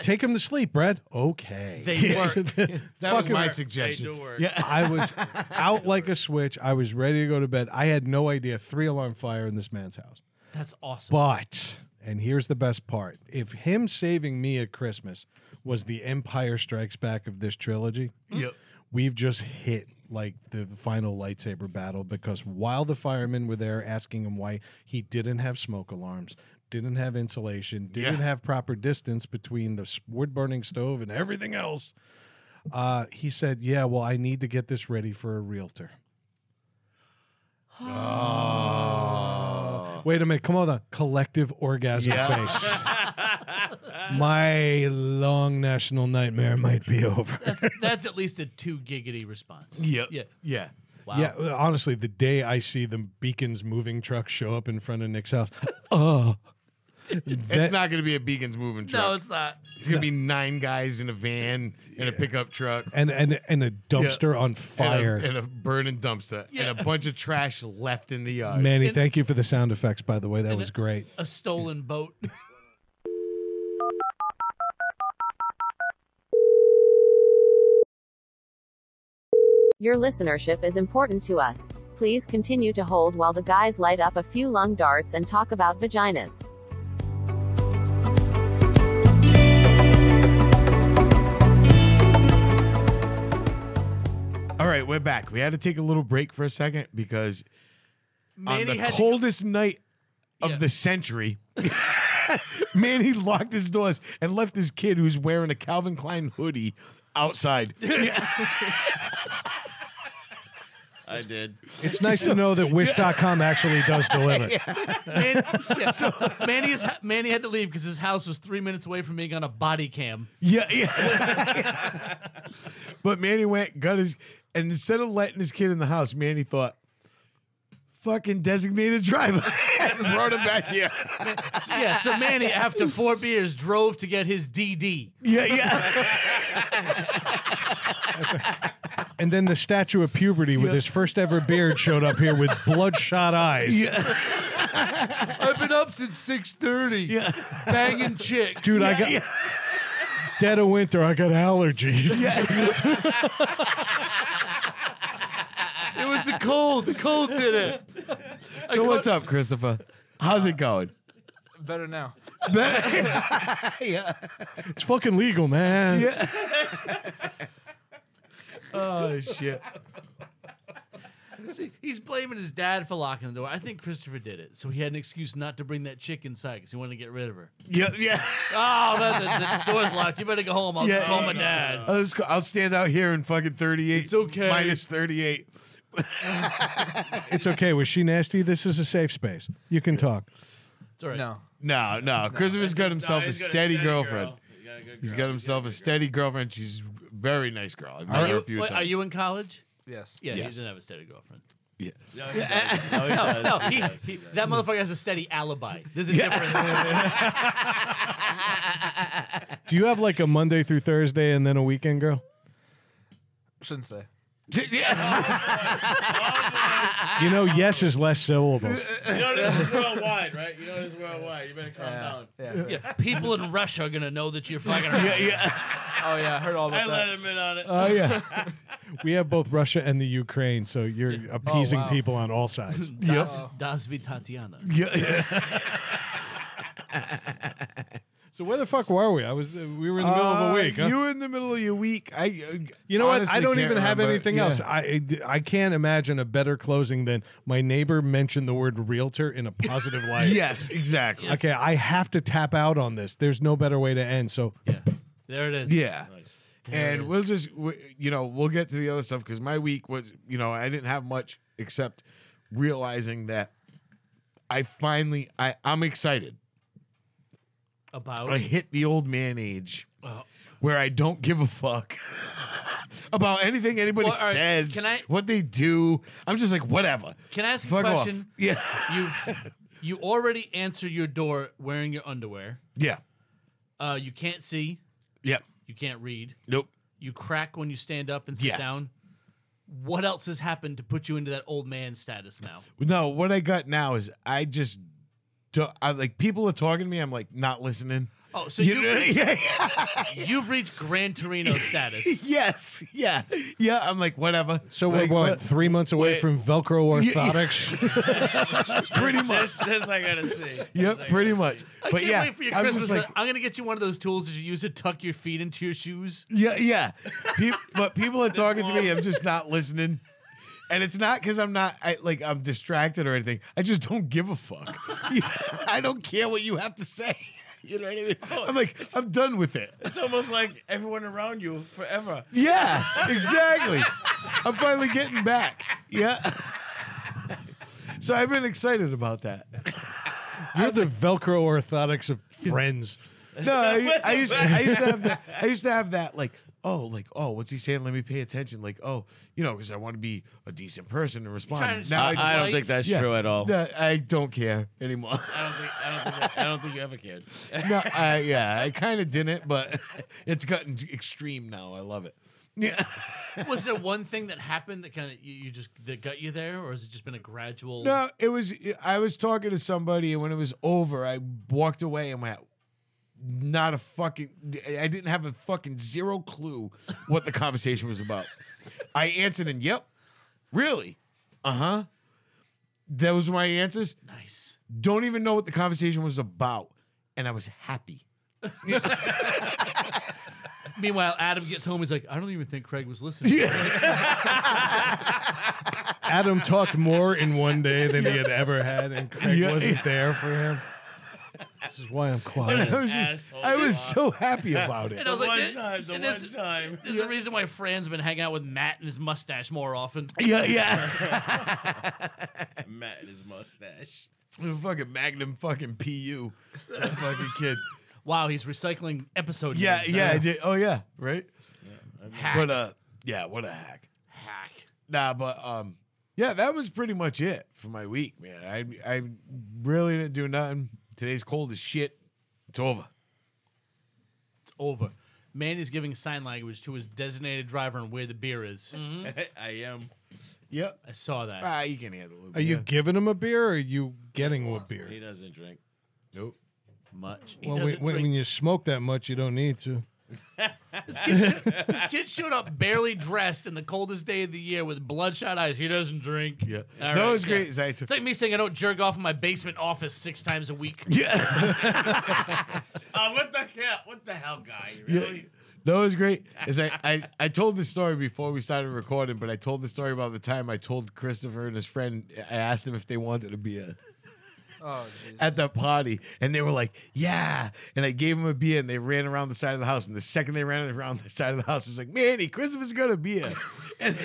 Speaker 3: Take him to sleep, Brad. Okay.
Speaker 2: They work.
Speaker 1: That was
Speaker 3: Fucking-
Speaker 1: my
Speaker 4: They
Speaker 1: suggestion.
Speaker 4: do work.
Speaker 1: Yeah.
Speaker 3: I was out like a switch. I was ready to go to bed. I had no idea. Three alarm fire in this man's house.
Speaker 2: That's awesome.
Speaker 3: But, and here's the best part if him saving me at Christmas was the Empire Strikes Back of this trilogy,
Speaker 1: Yep.
Speaker 3: we've just hit like the final lightsaber battle because while the firemen were there asking him why he didn't have smoke alarms, didn't have insulation, didn't
Speaker 1: Yeah.
Speaker 3: have proper distance between the wood burning stove and everything else, uh, he said, Yeah, well, I need to get this ready for a realtor.
Speaker 1: Oh.
Speaker 3: Wait a minute. Come on, the collective orgasm face. My long national nightmare might be over.
Speaker 2: That's, that's at least a two giggity response.
Speaker 1: Yep.
Speaker 2: Yeah.
Speaker 1: Yeah.
Speaker 2: Wow.
Speaker 3: Yeah, uh, honestly, the day I see the Beacon's moving truck show up in front of Nick's house, oh,
Speaker 1: It's
Speaker 3: that-
Speaker 1: not going to be a Beacon's moving truck.
Speaker 2: No, it's not.
Speaker 1: It's gonna be nine guys in a van and a pickup truck
Speaker 3: and and and a dumpster on fire.
Speaker 1: and a, and a burning dumpster and
Speaker 2: Yeah.
Speaker 1: a bunch of trash left in the yard.
Speaker 3: Manny,
Speaker 2: and-
Speaker 3: thank you for the sound effects, by the way. That
Speaker 2: and
Speaker 3: was
Speaker 2: a-
Speaker 3: great.
Speaker 2: A stolen boat.
Speaker 5: Your listenership is important to us. Please continue to hold while the guys light up a few lung darts and talk about vaginas.
Speaker 1: All right, we're back. We had to take a little break for a second because
Speaker 2: Manny
Speaker 1: on the
Speaker 2: had to-
Speaker 1: coldest night of
Speaker 2: Yeah.
Speaker 1: the century, Manny locked his doors and left his kid, who's wearing a Calvin Klein hoodie, outside.
Speaker 4: I did.
Speaker 3: It's nice to know that Wish.com actually does deliver.
Speaker 2: Man, yeah, so Manny, is, Manny had to leave because his house was three minutes away from being on a body cam.
Speaker 1: Yeah, yeah. but Manny went, got his, and instead of letting his kid in the house, Manny thought, "Fucking designated driver," and brought him back here.
Speaker 2: Yeah, so Manny, after four beers, drove to get his DD.
Speaker 1: Yeah, yeah.
Speaker 3: And then the statue of puberty with his first ever beard showed up here with bloodshot eyes.
Speaker 2: I've been up since six thirty, yeah. banging chicks.
Speaker 3: Dude, I got dead of winter. I got allergies.
Speaker 2: it was the cold. The cold did it.
Speaker 1: So what's up, Christopher? How's it going?
Speaker 6: Better now.
Speaker 3: It's fucking legal, man.
Speaker 1: Oh shit.
Speaker 2: See, he's blaming his dad for locking the door. I think Christopher did it, so he had an excuse not to bring that chick inside because he wanted to get rid of her.
Speaker 1: Yeah, yeah.
Speaker 2: Oh, the, the, the door's locked. You better go home. I'll
Speaker 1: Yeah,
Speaker 2: call my
Speaker 1: yeah,
Speaker 2: dad.
Speaker 1: I'll, just go- I'll stand out here in fucking thirty-eight. It's
Speaker 2: okay.
Speaker 1: Minus thirty-eight.
Speaker 3: It's okay. Was she nasty? This is a safe space. You can talk.
Speaker 2: It's all right.
Speaker 6: No.
Speaker 1: No, no. Christopher's got himself a steady, girlfriend. He's got himself a steady girlfriend. She's a very nice girl. I've met
Speaker 2: Are
Speaker 1: her
Speaker 2: you,
Speaker 1: a few
Speaker 2: what,
Speaker 1: times.
Speaker 2: are you in college?
Speaker 6: Yes.
Speaker 2: Yeah, he
Speaker 1: Yes.
Speaker 2: doesn't have a steady girlfriend.
Speaker 1: Yeah.
Speaker 4: No,
Speaker 2: No, he, he, that motherfucker has a steady alibi. There's a difference.
Speaker 3: Do you have like a Monday through Thursday and then a weekend girl?
Speaker 6: Shouldn't say.
Speaker 3: You know, yes is less syllables.
Speaker 4: You know this is worldwide, right? You know this is worldwide. You better calm
Speaker 6: Yeah.
Speaker 4: down.
Speaker 6: yeah.
Speaker 2: yeah, people in Russia are gonna know that you're fucking. Yeah,
Speaker 6: Oh yeah, I heard all
Speaker 4: I
Speaker 6: about
Speaker 4: let
Speaker 6: that.
Speaker 4: him in on it.
Speaker 1: Uh,
Speaker 3: Oh yeah. We have both Russia and the Ukraine, so you're appeasing
Speaker 6: wow.
Speaker 3: people on all sides.
Speaker 2: Das, das wie Tatiana.
Speaker 3: So where the fuck were we? I was we were in the middle of a week.
Speaker 1: Uh,
Speaker 3: huh?
Speaker 1: You were in the middle of your week. I. uh,
Speaker 3: You know what?
Speaker 1: honestly
Speaker 3: I don't
Speaker 1: can't
Speaker 3: even have
Speaker 1: remember.
Speaker 3: anything
Speaker 1: Yeah.
Speaker 3: else. I I can't imagine a better closing than my neighbor mentioned the word realtor in a positive light.
Speaker 1: Yes, exactly.
Speaker 3: Okay, I have to tap out on this. There's no better way to end. So
Speaker 2: Yeah, there it is.
Speaker 1: Yeah.
Speaker 2: There it
Speaker 1: And
Speaker 2: is.
Speaker 1: we'll just, we, you know, we'll get to the other stuff because my week was, you know, I didn't have much except realizing that I finally, I, I'm excited.
Speaker 2: about
Speaker 1: I hit the old man age
Speaker 2: Oh.
Speaker 1: where I don't give a fuck about anything anybody
Speaker 2: Well, all right,
Speaker 1: says,
Speaker 2: can I-
Speaker 1: what they do. I'm just like, whatever.
Speaker 2: Can I ask you a
Speaker 1: Fuck
Speaker 2: question?
Speaker 1: off. Yeah.
Speaker 2: You you already answer your door wearing your underwear.
Speaker 1: Yeah.
Speaker 2: Uh, you can't see.
Speaker 1: Yep.
Speaker 2: You can't read.
Speaker 1: Nope.
Speaker 2: You crack when you stand up and sit
Speaker 1: Yes.
Speaker 2: down. What else has happened to put you into that old man status now?
Speaker 1: No, what I got now is I just, don't, I like, people are talking to me. I'm like, not listening.
Speaker 2: Oh, so
Speaker 1: You
Speaker 2: you,
Speaker 1: know-
Speaker 2: have
Speaker 1: yeah.
Speaker 2: you've reached Gran Torino status.
Speaker 1: yes, yeah, yeah. I'm like, whatever.
Speaker 3: so
Speaker 1: Like,
Speaker 3: we're what,
Speaker 1: what-
Speaker 3: three months away
Speaker 4: wait.
Speaker 3: from Velcro orthotics.
Speaker 1: pretty much.
Speaker 4: That's this I gotta see.
Speaker 1: Yep, pretty much.
Speaker 2: I
Speaker 1: But
Speaker 2: can't
Speaker 1: yeah,
Speaker 2: wait for your
Speaker 1: I'm
Speaker 2: Christmas.
Speaker 1: just like,
Speaker 2: I'm gonna get you one of those tools that you use to tuck your feet into your shoes.
Speaker 1: yeah, yeah. Pe- but people are talking to me. I'm just not listening. And it's not because I'm not I, like I'm distracted or anything. I just don't give a fuck. Yeah, I don't care what you have to say. You know what I mean? I'm like, I'm done with it.
Speaker 4: Oh, It's almost like everyone around you forever.
Speaker 1: Yeah, exactly. I'm finally getting back. Yeah. So I've been excited about that.
Speaker 3: You're the Velcro orthotics of friends.
Speaker 1: No, I, I used I used to have that, I used to have that like oh like oh what's he saying? Let me pay attention. Like oh you know because I want to be a decent person and
Speaker 2: trying
Speaker 1: respond.
Speaker 2: to
Speaker 1: Now I,
Speaker 2: stop-
Speaker 1: just-
Speaker 4: I don't think that's
Speaker 1: Yeah.
Speaker 4: true at all.
Speaker 1: no, I don't care anymore.
Speaker 4: I don't think I don't think I don't think you ever cared.
Speaker 1: no, I, yeah, I kind of didn't, but it's gotten extreme now. I love it. Yeah,
Speaker 2: Was there one thing that happened that kind of you, you just that got you there, or has it just been a gradual?
Speaker 1: no, it was. I was talking to somebody, and when it was over, I walked away and went. Not a fucking. I didn't have a fucking zero clue what the conversation was about. I answered and yep, really, uh huh. Those were my answers.
Speaker 2: Nice.
Speaker 1: Don't even know what the conversation was about, and I was happy.
Speaker 2: Meanwhile, Adam gets home. He's like, I don't even think Craig was listening.
Speaker 3: Adam talked more in one day than he had ever had, and Craig wasn't there for him. This is why I'm
Speaker 1: And I
Speaker 3: quiet.
Speaker 1: was just,
Speaker 4: Asshole.
Speaker 1: I was so happy about it.
Speaker 2: And I was
Speaker 4: The
Speaker 2: like,
Speaker 4: one
Speaker 2: "This-
Speaker 4: time, the
Speaker 2: and
Speaker 4: one
Speaker 2: this-
Speaker 4: time.
Speaker 2: There's a reason why Fran's been hanging out with Matt and his mustache more often.
Speaker 1: Yeah, yeah.
Speaker 4: Matt and his mustache.
Speaker 1: fucking Magnum fucking PU. That fucking kid.
Speaker 2: Wow, he's recycling episode.
Speaker 1: Yeah,
Speaker 2: names now.
Speaker 1: yeah, I did. Oh, yeah, right?
Speaker 2: Hack.
Speaker 1: But, uh, yeah, what a hack.
Speaker 2: hack.
Speaker 1: Nah, but, um, yeah, that was pretty much it for my week, man. I, I really didn't do nothing. Today's cold as shit. It's over.
Speaker 2: It's over. Man is giving sign language to his designated driver on where the beer is.
Speaker 4: Mm-hmm. I am.
Speaker 1: Yep.
Speaker 2: I saw that.
Speaker 1: Ah, you can handle it.
Speaker 3: Are you giving him a beer or are you getting him a
Speaker 4: He
Speaker 3: beer?
Speaker 4: doesn't drink.
Speaker 1: Nope.
Speaker 2: Much. He
Speaker 3: Well, when,
Speaker 2: doesn't
Speaker 3: when,
Speaker 2: drink.
Speaker 3: when you smoke that much, you don't need to.
Speaker 2: This kid, sho- this kid showed up barely dressed in the coldest day of the year with bloodshot eyes. He doesn't drink.
Speaker 1: Yeah.
Speaker 2: All
Speaker 1: that
Speaker 2: right,
Speaker 1: was great.
Speaker 2: yeah.
Speaker 1: Zay took-
Speaker 2: It's like me saying I don't jerk off in my basement office six times a week.
Speaker 4: Oh, what the hell? What the hell, guy?
Speaker 1: Yeah,
Speaker 4: Really?
Speaker 1: that was great. Is I, I, I told the story before we started recording, but I told the story about the time I told Christopher and his friend. I asked them if they wanted a beer
Speaker 6: Oh, jeez.
Speaker 1: at the party, and they were like, "Yeah." And I gave them a beer, and they ran around the side of the house. And the second they ran around the side of the house, it was like, "Manny, Christopher's got a beer." And,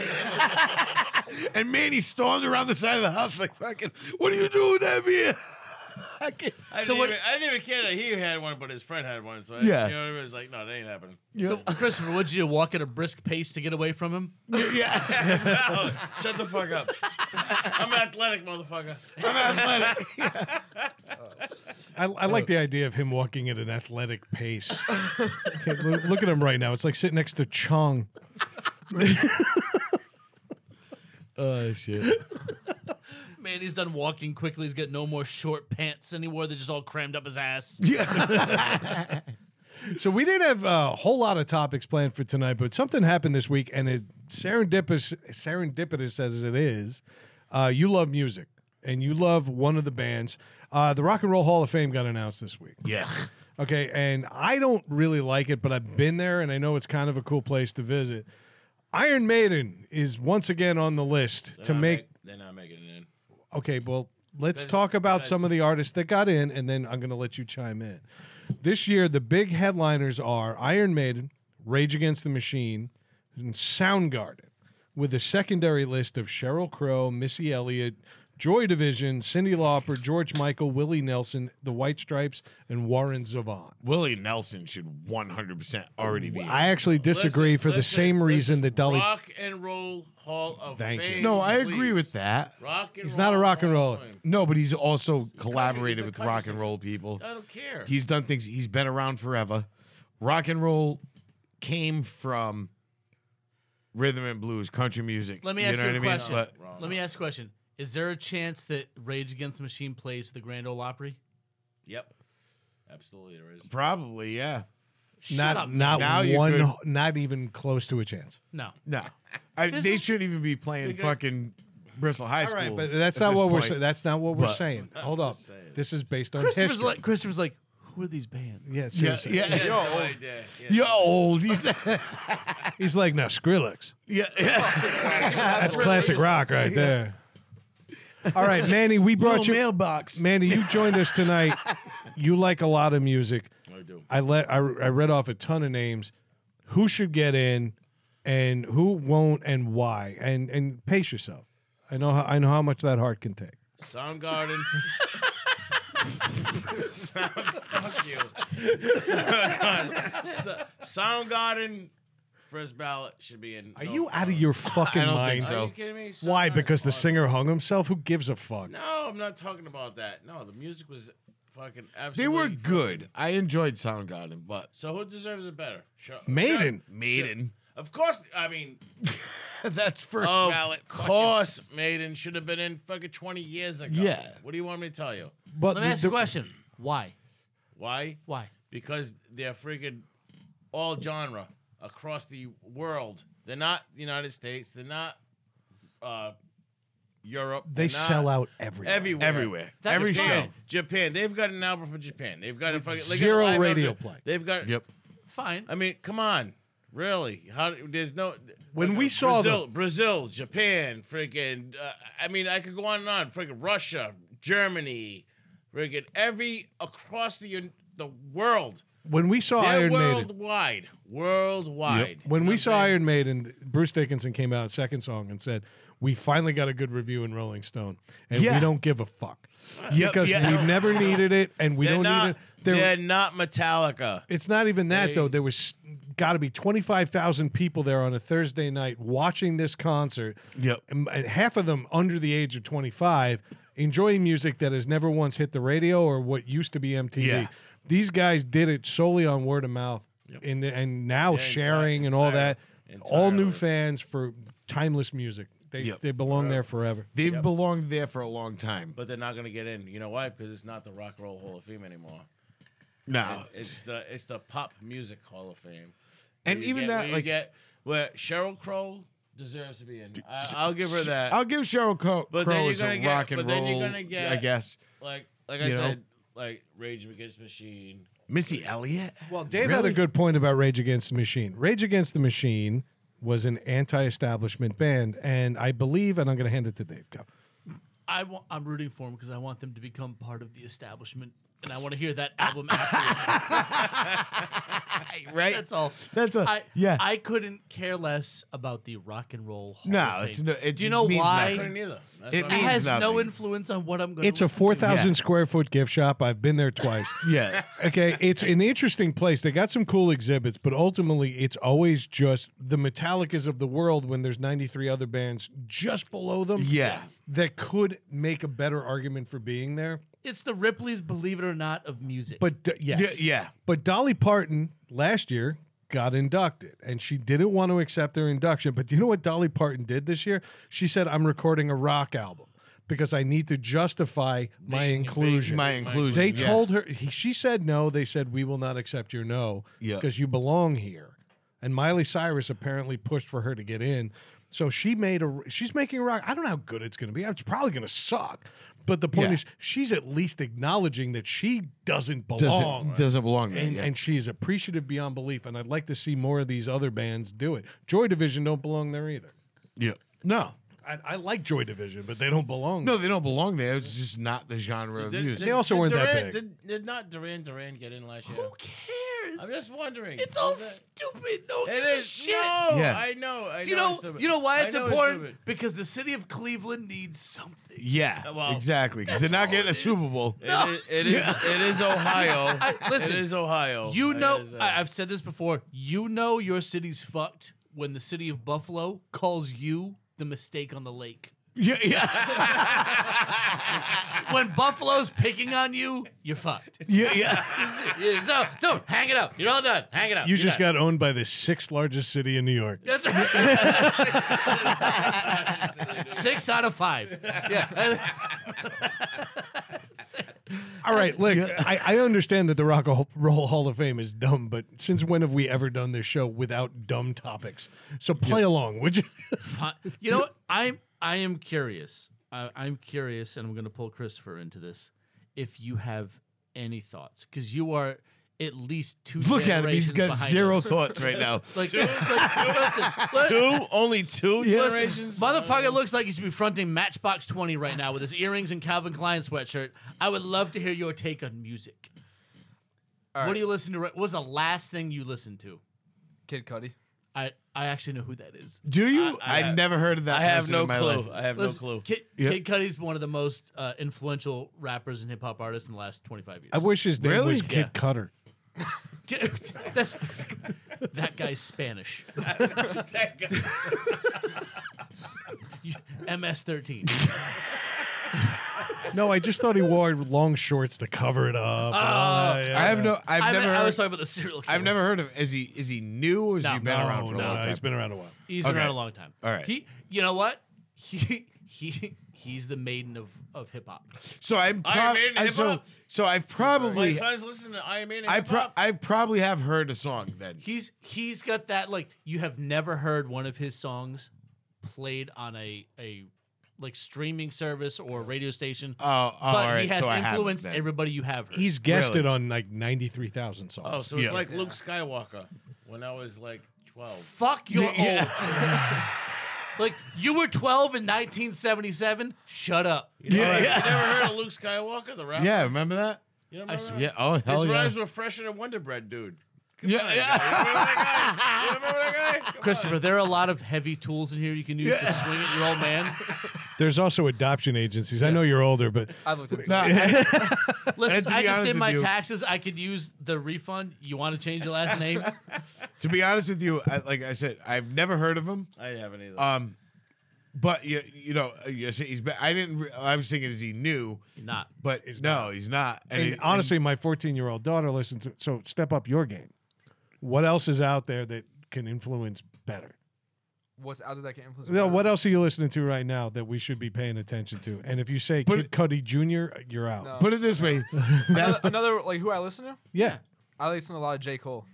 Speaker 1: and Manny stormed around the side of the house like, "Fucking, what are you doing with that beer?" I can't-
Speaker 4: I, didn't
Speaker 2: So what-
Speaker 4: even, I didn't even care that he had one, but his friend had one. So I,
Speaker 1: Yeah.
Speaker 4: you know, it was like, no, that ain't happening.
Speaker 2: So, Christopher, what'd you do? Walk at a brisk pace to get away from him?
Speaker 1: yeah.
Speaker 4: no, shut the fuck up. I'm athletic, motherfucker.
Speaker 3: I, I like the idea of him walking at an athletic pace. Okay, loo- look, at him right now. It's like sitting next to Chong.
Speaker 1: Oh shit.
Speaker 2: Man, he's done walking quickly. He's got no more short pants anymore. They're just all crammed up his ass.
Speaker 3: So we didn't have a whole lot of topics planned for tonight, but something happened this week, and as serendipitous, serendipitous as it is, uh, you love music and you love one of the bands. Uh, the Rock and Roll Hall of Fame got announced this week.
Speaker 1: Yes.
Speaker 3: Okay, and I don't really like it, but I've been there, and I know it's kind of a cool place to visit. Iron Maiden is ononce again on the list to
Speaker 4: They're not
Speaker 3: make
Speaker 4: they're not making it in.
Speaker 3: Okay, well, let's talk about some of the artists that got in, and then I'm going to let you chime in. This year, the big headliners are Iron Maiden, Rage Against the Machine, and Soundgarden, with a secondary list of Cheryl Crow, Missy Elliott, Joy Division, Cindy Lauper, George Michael, Willie Nelson, The White Stripes, and Warren Zevon.
Speaker 1: Willie Nelson should 100% already be.
Speaker 3: I actually disagree
Speaker 4: Listen,
Speaker 3: for the
Speaker 4: listen,
Speaker 3: same reason
Speaker 4: listen.
Speaker 3: that Dolly.
Speaker 4: Rock and Roll Hall of
Speaker 3: Thank you.
Speaker 4: Fame.
Speaker 1: no, I agree
Speaker 4: please.
Speaker 1: with that.
Speaker 4: Rock and
Speaker 3: He's
Speaker 4: roll
Speaker 3: not a rock and
Speaker 4: Hall of
Speaker 3: roller.
Speaker 4: Fame.
Speaker 1: No, but he's also collaborated
Speaker 4: he's a
Speaker 1: with
Speaker 4: country
Speaker 1: rock and
Speaker 4: singer.
Speaker 1: roll people.
Speaker 4: I don't care.
Speaker 1: He's done things. He's been around forever. Rock and roll came from rhythm and blues, country music.
Speaker 2: Let me
Speaker 1: you
Speaker 2: ask
Speaker 1: know
Speaker 2: you a
Speaker 1: what I mean?
Speaker 2: question.
Speaker 1: But-
Speaker 4: Wrong.
Speaker 2: Let me ask a question. Is there a chance that Rage Against the Machine plays the Grand Ole Opry?
Speaker 4: Yep. Absolutely, there is.
Speaker 1: probably, yeah.
Speaker 3: not
Speaker 2: Shut up.
Speaker 3: not
Speaker 1: Now you
Speaker 3: one,
Speaker 1: could-
Speaker 3: not even close to a chance.
Speaker 2: No.
Speaker 1: No, I,
Speaker 2: This
Speaker 1: they
Speaker 2: is-
Speaker 1: shouldn't even be playing fucking Bristol High
Speaker 3: All
Speaker 1: School.
Speaker 3: right, but that's
Speaker 1: at
Speaker 3: not
Speaker 1: this
Speaker 3: what we're
Speaker 1: point.
Speaker 3: saying. That's not what we're
Speaker 1: But-
Speaker 3: saying.
Speaker 4: I'm
Speaker 3: Hold up.
Speaker 4: just saying.
Speaker 3: This is based on
Speaker 2: Christopher's
Speaker 3: history.
Speaker 2: like, Christopher's like, who are these bands?
Speaker 3: yeah,
Speaker 1: Yeah,
Speaker 3: seriously.
Speaker 1: yeah, yeah.
Speaker 4: Yo, yeah, yeah.
Speaker 1: You're old. He's,
Speaker 3: He's like, now Skrillex.
Speaker 1: yeah, yeah.
Speaker 3: That's classic rock right there. All right, Manny, we brought
Speaker 1: Little
Speaker 3: you.
Speaker 1: mailbox.
Speaker 3: Manny, you joined us tonight. You like a lot of music.
Speaker 4: I do.
Speaker 3: I let I, I read off a ton of names. Who should get in, and who won't, and why? And and pace yourself. I know how I know how much that heart can take.
Speaker 4: Soundgarden. Sound, fuck you. Soundgarden. So- Soundgarden. First ballot should be in.
Speaker 3: Are
Speaker 4: no,
Speaker 3: you out
Speaker 4: no.
Speaker 3: of your fucking
Speaker 1: I don't
Speaker 3: mind?
Speaker 1: think
Speaker 4: Are
Speaker 1: so.
Speaker 4: you kidding me?
Speaker 3: Why?
Speaker 4: Soundgarden-
Speaker 3: Because the
Speaker 4: Oh,
Speaker 3: singer hung himself. Who gives a fuck?
Speaker 4: No, I'm not talking about that. No, the music was fucking absolutely.
Speaker 1: They were good. I enjoyed Soundgarden, but
Speaker 4: So who deserves it better? Sure.
Speaker 3: Maiden.
Speaker 1: Maiden. Oh,
Speaker 4: Of course. I mean,
Speaker 1: That's first
Speaker 4: of
Speaker 1: ballot.
Speaker 4: course, Maiden should have been in fucking 20 years ago.
Speaker 1: Yeah.
Speaker 4: What do you want me to tell you?
Speaker 3: But
Speaker 2: Let me
Speaker 3: the-
Speaker 2: ask you a
Speaker 3: the-
Speaker 2: question. Why?
Speaker 4: Why?
Speaker 2: Why?
Speaker 4: because they're freaking all genre across the world. They're not the United States. They're not uh, Europe.
Speaker 3: They
Speaker 4: they're not
Speaker 3: sell out everywhere.
Speaker 4: everywhere.
Speaker 1: Everywhere.
Speaker 2: That's
Speaker 1: Every
Speaker 2: fine.
Speaker 1: show.
Speaker 4: Japan. They've got an album for Japan. They've got a fucking, look at
Speaker 3: zero
Speaker 4: the live
Speaker 3: radio
Speaker 4: album.
Speaker 3: play.
Speaker 4: They've got.
Speaker 1: Yep.
Speaker 2: Fine.
Speaker 4: I mean, come on, really? How there's no
Speaker 3: When we
Speaker 4: Brazil,
Speaker 3: saw
Speaker 4: Brazil, Brazil, Japan, freaking. Uh, I mean, I could go on and on. Freaking Russia, Germany, friggin' every across the un- the world.
Speaker 3: When we saw
Speaker 4: They're
Speaker 3: Iron Maiden,
Speaker 4: worldwide, worldwide.
Speaker 3: when
Speaker 4: You know
Speaker 3: we
Speaker 4: what
Speaker 3: saw
Speaker 4: I'm saying?
Speaker 3: Iron Maiden, Bruce Dickinson came out second song and said, "We finally got a good review in Rolling Stone, and
Speaker 1: Yeah.
Speaker 3: we don't give a fuck
Speaker 1: Yep,
Speaker 3: because
Speaker 1: yeah.
Speaker 3: we never needed it, and we
Speaker 4: they're
Speaker 3: don't
Speaker 4: not,
Speaker 3: need it." There-
Speaker 4: they're not Metallica.
Speaker 3: It's not even that though. There was got to be twenty five thousand people there on a Thursday night watching this concert.
Speaker 1: Yep.
Speaker 3: and, and half of them under the age of twenty five, enjoying music that has never once hit the radio or what used to be MTV.
Speaker 1: Yeah.
Speaker 3: These guys did it solely on word of mouth, in the, and now sharing and all
Speaker 4: entire-
Speaker 3: that. All new
Speaker 4: entirely.
Speaker 3: fans for timeless music. They
Speaker 1: Yep.
Speaker 3: they belong there forever.
Speaker 1: They've belonged there for a long time.
Speaker 4: But they're not gonna get in. You know why? Because it's not the Rock and Roll Hall of Fame anymore.
Speaker 1: No,
Speaker 4: It's the it's the Pop Music Hall of Fame.
Speaker 1: And
Speaker 4: Where you
Speaker 1: even
Speaker 4: get-
Speaker 1: that,
Speaker 4: where you
Speaker 1: like-
Speaker 4: get where Cheryl Crow deserves to be in. I, I'll give her that.
Speaker 1: I'll give Cheryl Co-
Speaker 4: But then
Speaker 1: Crow
Speaker 4: you're
Speaker 1: as
Speaker 4: gonna
Speaker 1: a
Speaker 4: get-
Speaker 1: rock
Speaker 4: but
Speaker 1: and
Speaker 4: then you're
Speaker 1: roll.
Speaker 4: gonna get-
Speaker 1: I guess
Speaker 4: like like
Speaker 1: You
Speaker 4: I
Speaker 1: know?
Speaker 4: said, like Rage Against the Machine.
Speaker 1: Missy Elliott.
Speaker 3: Well, Dave had a good point about Rage Against the Machine. Rage Against the Machine was an anti-establishment band, and I believe, and I'm going to hand it to Dave. Go.
Speaker 2: I want, I'm rooting for them because I want them to become part of the establishment, and I want to hear that album afterwards.
Speaker 1: right?
Speaker 2: That's all.
Speaker 1: That's a-
Speaker 2: I,
Speaker 1: yeah.
Speaker 2: I couldn't care less about the rock and roll. Hall of
Speaker 1: no,
Speaker 2: Fame.
Speaker 1: it's no. It
Speaker 2: Do you know
Speaker 1: means
Speaker 2: why?
Speaker 1: nothing.
Speaker 4: I couldn't either. That's
Speaker 1: It
Speaker 2: It
Speaker 4: what I mean.
Speaker 1: means
Speaker 2: has no
Speaker 1: nothing.
Speaker 2: influence on what I'm going.
Speaker 3: It's a four thousand square foot gift shop. I've been there twice.
Speaker 1: Yeah,
Speaker 3: Okay, it's an interesting place. They got some cool exhibits, but ultimately, it's always just the Metallicas of the world when there's 93 other bands just below them.
Speaker 1: Yeah.
Speaker 3: that could make a better argument for being there.
Speaker 2: It's the Ripley's Believe It or Not of music.
Speaker 3: But uh, yes,
Speaker 1: yeah, yeah.
Speaker 3: But Dolly Parton last year got inducted and she didn't want to accept her induction. But do you know what Dolly Parton did this year? She said, I'm recording a rock album because I need to justify my inclusion.
Speaker 1: My inclusion.
Speaker 3: they
Speaker 1: yeah.
Speaker 3: told her, he, she said no. They said, We will not accept your no
Speaker 1: Yeah.
Speaker 3: because you belong here. And Miley Cyrus apparently pushed for her to get in. So she made a, she's making a rock. I don't know how good it's going to be. It's probably going to suck. But the point
Speaker 1: Yeah.
Speaker 3: is, she's at least acknowledging that she doesn't belong
Speaker 1: doesn't doesn't belong there.
Speaker 3: and,
Speaker 1: yeah.
Speaker 3: and she is appreciative beyond belief. And I'd like to see more of these other bands do it. Joy Division don't belong there either.
Speaker 1: yeah. No,
Speaker 3: I, I like Joy Division, but they don't belong.
Speaker 1: no, they don't belong there. It's just not the genre of
Speaker 4: Did-
Speaker 1: music.
Speaker 3: they also weren't that
Speaker 4: Duran-
Speaker 3: big.
Speaker 4: Did, did not Duran Duran get in last year?
Speaker 2: who cares?
Speaker 4: I'm just wondering.
Speaker 2: it's all
Speaker 4: Is that-
Speaker 2: stupid. No,
Speaker 4: It
Speaker 2: gives a
Speaker 4: is.
Speaker 2: shit.
Speaker 4: No,
Speaker 1: Yeah.
Speaker 4: I know. I
Speaker 2: Do you
Speaker 4: know,
Speaker 2: know?
Speaker 4: it's stupid.
Speaker 2: You know why
Speaker 4: I
Speaker 2: it's
Speaker 4: know
Speaker 2: important?
Speaker 4: stupid.
Speaker 2: because the city of Cleveland needs something.
Speaker 1: yeah,
Speaker 4: well,
Speaker 1: exactly. Because they're
Speaker 2: that's
Speaker 1: not
Speaker 2: all
Speaker 1: getting
Speaker 2: it
Speaker 1: a
Speaker 2: is.
Speaker 1: Super Bowl.
Speaker 2: No.
Speaker 4: It is, it is, it is Ohio.
Speaker 2: I- listen,
Speaker 4: it is Ohio.
Speaker 2: You
Speaker 4: It
Speaker 2: know,
Speaker 4: is, uh,
Speaker 2: I, I've said this before. You know your city's fucked when the city of Buffalo calls you the mistake on the lake.
Speaker 1: Yeah, yeah,
Speaker 2: When Buffalo's picking on you, you're fucked.
Speaker 1: yeah, yeah.
Speaker 2: So, so hang it up. You're all done. Hang it up.
Speaker 3: you
Speaker 2: You're
Speaker 3: just
Speaker 2: done.
Speaker 3: got owned by the sixth largest city in New York.
Speaker 2: That's right. Six out of five. Yeah.
Speaker 3: All right, look, I, I understand that the Rock and Roll Hall of Fame is dumb, but since when have we ever done this show without dumb topics? So play along, would you?
Speaker 2: Fi- You know what? I'm I am curious. I, I'm curious, and I'm going to pull Christopher into this. If you have any thoughts, because you are at least two.
Speaker 1: Look at him. He's
Speaker 2: generations
Speaker 1: got
Speaker 2: behind
Speaker 1: zero
Speaker 2: us.
Speaker 1: thoughts right now.
Speaker 2: Like, like, listen, li-
Speaker 4: two, only two
Speaker 2: listen,
Speaker 4: generations.
Speaker 2: motherfucker looks like he should be fronting Matchbox Twenty right now with his earrings and Calvin Klein sweatshirt. I would love to hear your take on music.
Speaker 6: All
Speaker 2: What
Speaker 6: right.
Speaker 2: do you listen to? right- What was the last thing you listened to?
Speaker 6: Kid Cudi.
Speaker 2: I I actually know who that is.
Speaker 1: Do you? I,
Speaker 2: I- I-
Speaker 1: never heard of that.
Speaker 4: I have
Speaker 1: person
Speaker 4: no
Speaker 1: in my
Speaker 4: clue.
Speaker 1: life.
Speaker 4: I have
Speaker 2: Listen,
Speaker 4: no clue.
Speaker 2: Kid,
Speaker 1: Yep.
Speaker 2: Kid Cudi's one of the most uh, influential rappers and hip hop artists in the last 25 years.
Speaker 3: I wish his name
Speaker 1: Really?
Speaker 3: was Kid
Speaker 2: Yeah.
Speaker 3: Cutter.
Speaker 2: Kid- that's, that guy's Spanish. MS 13.
Speaker 3: No, I just thought he wore long shorts to cover it up. and all that, yeah.
Speaker 1: I have no. I've
Speaker 2: I, mean,
Speaker 1: never.
Speaker 2: I
Speaker 1: heard-
Speaker 2: was talking about the serial killer.
Speaker 1: I've never heard of. Is he? Is he new? Or has
Speaker 2: No,
Speaker 1: he been
Speaker 3: No,
Speaker 1: around for
Speaker 3: no,
Speaker 1: a long
Speaker 3: no,
Speaker 1: time?
Speaker 3: He's been around a while.
Speaker 2: He's been
Speaker 1: Okay.
Speaker 2: around a long time.
Speaker 1: All right.
Speaker 2: He, you know what? He, he, he's the maiden of, of hip hop.
Speaker 1: So I'm.
Speaker 4: Iron
Speaker 1: prob-
Speaker 4: Maiden,
Speaker 1: I-
Speaker 4: hip
Speaker 1: so
Speaker 4: hop?
Speaker 1: so I've
Speaker 4: My
Speaker 1: probably.
Speaker 4: son's listening to Iron Man.
Speaker 1: I pro- I probably have heard a song then.
Speaker 2: He's he's got that like you have never heard one of his songs played on a a like streaming service or radio station.
Speaker 1: Oh, oh
Speaker 2: but
Speaker 1: all right.
Speaker 2: he has
Speaker 1: so I haven't
Speaker 2: influenced
Speaker 1: then.
Speaker 2: everybody you have heard.
Speaker 3: He's guested
Speaker 1: Really?
Speaker 3: on like 93,000 songs.
Speaker 4: Oh, so it's
Speaker 1: Yeah.
Speaker 4: like Luke Skywalker when I was like twelve.
Speaker 2: Fuck your old. Like you were 12 in 1977. Shut up.
Speaker 4: Yeah, You never heard of Luke Skywalker, the rapper?
Speaker 1: Yeah, remember that?
Speaker 4: You don't
Speaker 2: I
Speaker 4: remember
Speaker 2: swear-
Speaker 4: that?
Speaker 1: Yeah. Oh hell
Speaker 4: His
Speaker 1: yeah.
Speaker 4: rhymes were fresher than Wonder Bread, dude.
Speaker 1: yeah,
Speaker 4: You
Speaker 1: yeah.
Speaker 4: remember that guy? You remember that guy? Come
Speaker 2: Christopher,
Speaker 4: on.
Speaker 2: there are a lot of heavy tools in here you can use to swing at your old man.
Speaker 3: There's also adoption agencies. I know you're older, but
Speaker 6: I looked at
Speaker 1: Nah,
Speaker 6: it.
Speaker 1: I-
Speaker 2: Listen,
Speaker 1: And to
Speaker 2: I
Speaker 1: be
Speaker 2: just
Speaker 1: honest
Speaker 2: did
Speaker 1: with
Speaker 2: my
Speaker 1: you-
Speaker 2: taxes. I could use the refund. You want to change your last name?
Speaker 1: to be honest with you, I, like I said, I've never heard of him.
Speaker 4: I haven't either.
Speaker 1: Um, but you, you know, you say he's. Been, I didn't. Re- I was thinking, is he new?
Speaker 2: Not.
Speaker 1: But no, he's not. And,
Speaker 3: and
Speaker 1: it-
Speaker 3: honestly, my 14 year old daughter listens. To, so step up your game. What else is out there that can influence better?
Speaker 6: What's out of that can influence?
Speaker 3: No,
Speaker 6: better?
Speaker 3: what else are you listening to right now that we should be paying attention to? And if you say
Speaker 1: But-
Speaker 3: Kid Cudi Jr., you're out.
Speaker 6: No.
Speaker 1: and- put it this way,
Speaker 6: another,
Speaker 1: that,
Speaker 6: another like who I listen to?
Speaker 3: Yeah.
Speaker 6: I listen to a lot of J Cole,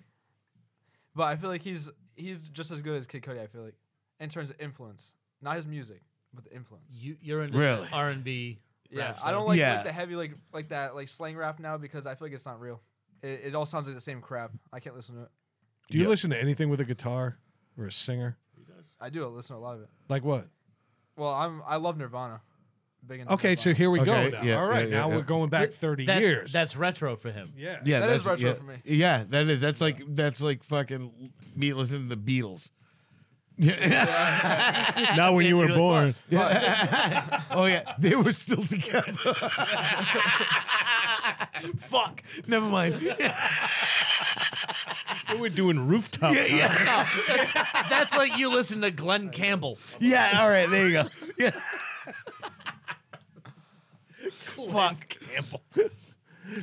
Speaker 6: but I feel like he's he's just as good as Kid Cudi. I feel like in terms of influence, not his music, but the influence.
Speaker 2: You, you're in
Speaker 1: Really?
Speaker 2: R and B.
Speaker 6: Yeah,
Speaker 2: Rap
Speaker 6: I
Speaker 2: song.
Speaker 6: don't like, like,
Speaker 1: Yeah.
Speaker 6: the heavy like like that like slang rap now because I feel like it's not real. It, it all sounds like the same crap. I can't listen to it.
Speaker 3: Do you listen to anything with a guitar or a singer?
Speaker 6: I do listen to a lot of it.
Speaker 3: Like what?
Speaker 6: Well, I'm I love Nirvana. Big into
Speaker 3: Okay, so
Speaker 6: Nirvana.
Speaker 3: here we
Speaker 1: Okay,
Speaker 3: go. Now.
Speaker 1: yeah,
Speaker 3: All right,
Speaker 1: yeah,
Speaker 3: now
Speaker 1: yeah,
Speaker 3: we're
Speaker 1: yeah.
Speaker 3: going back 30
Speaker 2: That's,
Speaker 3: years.
Speaker 2: That's retro for him.
Speaker 3: yeah.
Speaker 1: yeah,
Speaker 6: That
Speaker 1: that's,
Speaker 6: is retro
Speaker 1: yeah,
Speaker 6: for me.
Speaker 1: Yeah, that is. That's like that's like fucking me listening to the Beatles. Yeah.
Speaker 3: Not when you were
Speaker 2: You're like,
Speaker 3: born.
Speaker 1: oh yeah, they were still together. Fuck. Never mind.
Speaker 3: We were doing rooftop.
Speaker 2: That's like you listen to Glenn Campbell.
Speaker 1: Yeah, all right, there you go. Yeah. Fuck.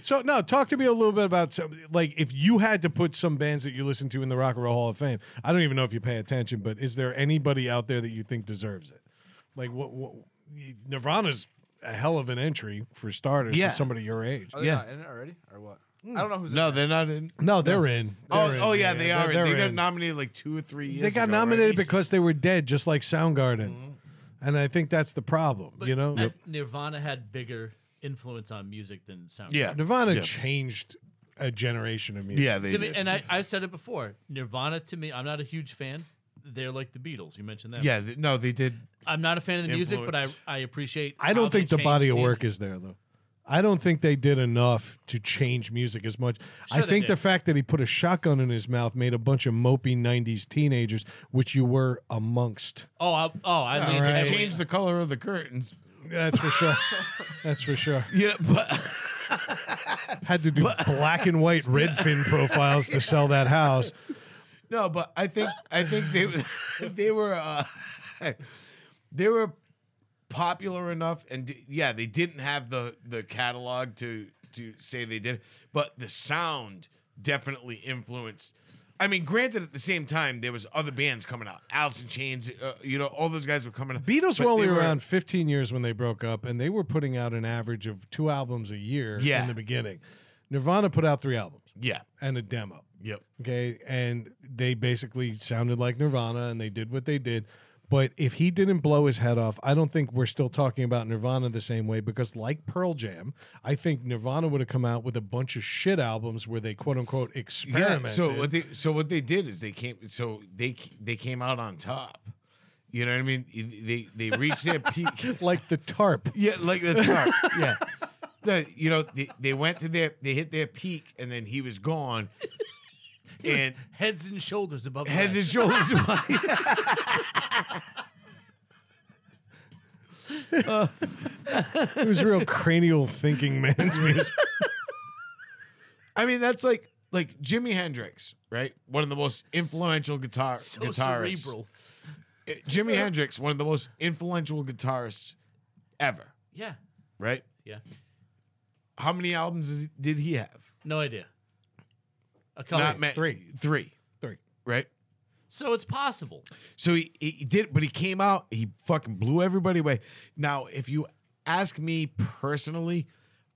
Speaker 3: So no, talk to me a little bit about some like if you had to put some bands that you listen to in the Rock and Roll Hall of Fame. I don't even know if you pay attention, but is there anybody out there that you think deserves it? Like what? what Nirvana's a hell of an entry for starters
Speaker 1: Yeah.
Speaker 3: for somebody your age.
Speaker 6: Are they
Speaker 1: Oh, Yeah. Hmm.
Speaker 6: Oh, not in it already or what? I don't know who's
Speaker 1: No,
Speaker 6: in it.
Speaker 1: they're not in.
Speaker 3: No, they're in.
Speaker 1: Oh,
Speaker 3: They're in.
Speaker 1: oh yeah, they are.
Speaker 3: they're
Speaker 1: in. They got
Speaker 3: in.
Speaker 1: nominated like two or three years.
Speaker 3: They got
Speaker 1: ago, right?
Speaker 3: nominated because they were dead, just like Soundgarden.
Speaker 1: Mm-hmm.
Speaker 3: And I think that's the problem, you know.
Speaker 2: I- Nirvana had bigger influence on music than Soundgarden.
Speaker 1: Yeah.
Speaker 3: Nirvana
Speaker 1: Yeah.
Speaker 3: changed a generation of music.
Speaker 1: Yeah, they
Speaker 2: To me,
Speaker 1: did.
Speaker 2: and I, I've said it before. Nirvana to me, I'm not a huge fan. They're like the Beatles. You mentioned that.
Speaker 1: yeah, th- no, they did.
Speaker 2: I'm not a fan of the music, but I
Speaker 1: Influence.
Speaker 2: I appreciate.
Speaker 3: I
Speaker 2: how
Speaker 3: don't
Speaker 2: they
Speaker 3: think the body
Speaker 2: changed
Speaker 3: of work is there though. I don't think they did enough to change music as much. I
Speaker 2: Sure they
Speaker 3: think the
Speaker 2: did.
Speaker 3: fact that he put a shotgun in his mouth made a bunch of mopey '90s teenagers, which you were amongst.
Speaker 2: Oh, I, oh, I lean
Speaker 3: right.
Speaker 2: heavily-
Speaker 1: Changed uh, the color of the curtains.
Speaker 3: That's for sure. That's for sure.
Speaker 1: Yeah, but
Speaker 3: Had to do black and white redfin profiles to sell that house.
Speaker 1: no, but I think I think they were- they were uh, they were popular enough, and d- yeah, they didn't have the the catalog to to say they did, but the sound definitely influenced. I mean, granted, at the same time, there was other bands coming out, Alice in Chains, uh, you know, all those guys were coming out.
Speaker 3: Beatles
Speaker 1: but
Speaker 3: were only
Speaker 1: they
Speaker 3: around 15 years when they broke up, and they were putting out an average of two albums a year
Speaker 1: Yeah.
Speaker 3: in the beginning. Nirvana put out three albums
Speaker 1: Yeah.
Speaker 3: and a demo.
Speaker 1: Yep.
Speaker 3: Okay. And they basically sounded like Nirvana and they did what they did. But if he didn't blow his head off, I don't think we're still talking about Nirvana the same way because, like Pearl Jam, I think Nirvana would have come out with a bunch of shit albums where they quote unquote experimented.
Speaker 1: Yeah. So what they so what they did is they came so they they came out on top. You know what I mean? They they reached their peak.
Speaker 3: like the tarp.
Speaker 1: yeah, like the top. Yeah. The- you know they, they went to their they hit their peak and then he was gone. and
Speaker 2: heads and shoulders above. the
Speaker 1: heads and
Speaker 2: rest.
Speaker 1: shoulders.
Speaker 3: It was real cranial thinking man's music.
Speaker 1: I mean that's like like Jimi Hendrix, right? One of the most influential guitar
Speaker 2: so
Speaker 1: guitarists.
Speaker 2: cerebral.
Speaker 1: Uh, Jimi Hendrix, one of the most influential guitarists ever,
Speaker 2: Yeah,
Speaker 1: right?
Speaker 2: yeah.
Speaker 1: How many albums is- did he have?
Speaker 2: No idea. A couple.
Speaker 1: ma-
Speaker 3: three.
Speaker 1: Three.
Speaker 3: Three.
Speaker 1: Right?
Speaker 2: so it's possible.
Speaker 1: So he, he he did, but he came out, he fucking blew everybody away. Now, if you ask me personally,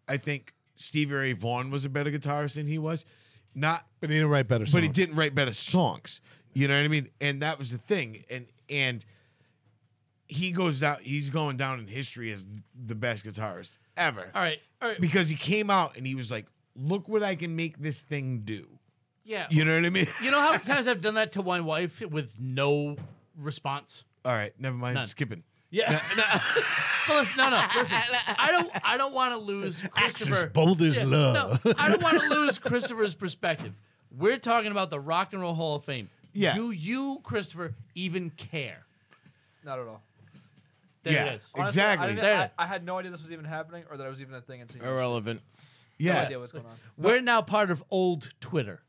Speaker 1: I think Stevie Ray Vaughan was a better guitarist than he was. Not,
Speaker 3: But he didn't write better songs.
Speaker 1: but he didn't write better songs. You know what I mean? And that was the thing. And and he goes down, he's going down in history as the best guitarist ever.
Speaker 2: All right, all right.
Speaker 1: Because he came out and he was like, look what I can make this thing do.
Speaker 2: yeah.
Speaker 1: You know what I mean?
Speaker 2: You know how many times I've done that to my wife with no response?
Speaker 1: All right, never mind.
Speaker 2: None.
Speaker 1: Skipping.
Speaker 2: Yeah. But listen, no, no. Listen, I don't. I don't want to lose
Speaker 3: Axis
Speaker 2: Christopher.
Speaker 3: bold as love.
Speaker 2: No, I don't want to lose Christopher's perspective. We're talking about the Rock and Roll Hall of Fame.
Speaker 1: Yeah.
Speaker 2: Do you, Christopher, even care?
Speaker 6: Not at all.
Speaker 2: There
Speaker 1: yeah,
Speaker 2: it is.
Speaker 6: Honestly, I
Speaker 1: exactly.
Speaker 6: didn't-
Speaker 2: There.
Speaker 6: I, I, had no idea this was even happening or that it was even a thing until you. mentioned it.
Speaker 4: Irrelevant.
Speaker 6: No
Speaker 1: yeah,
Speaker 6: idea what's going on.
Speaker 2: We're now part of old Twitter.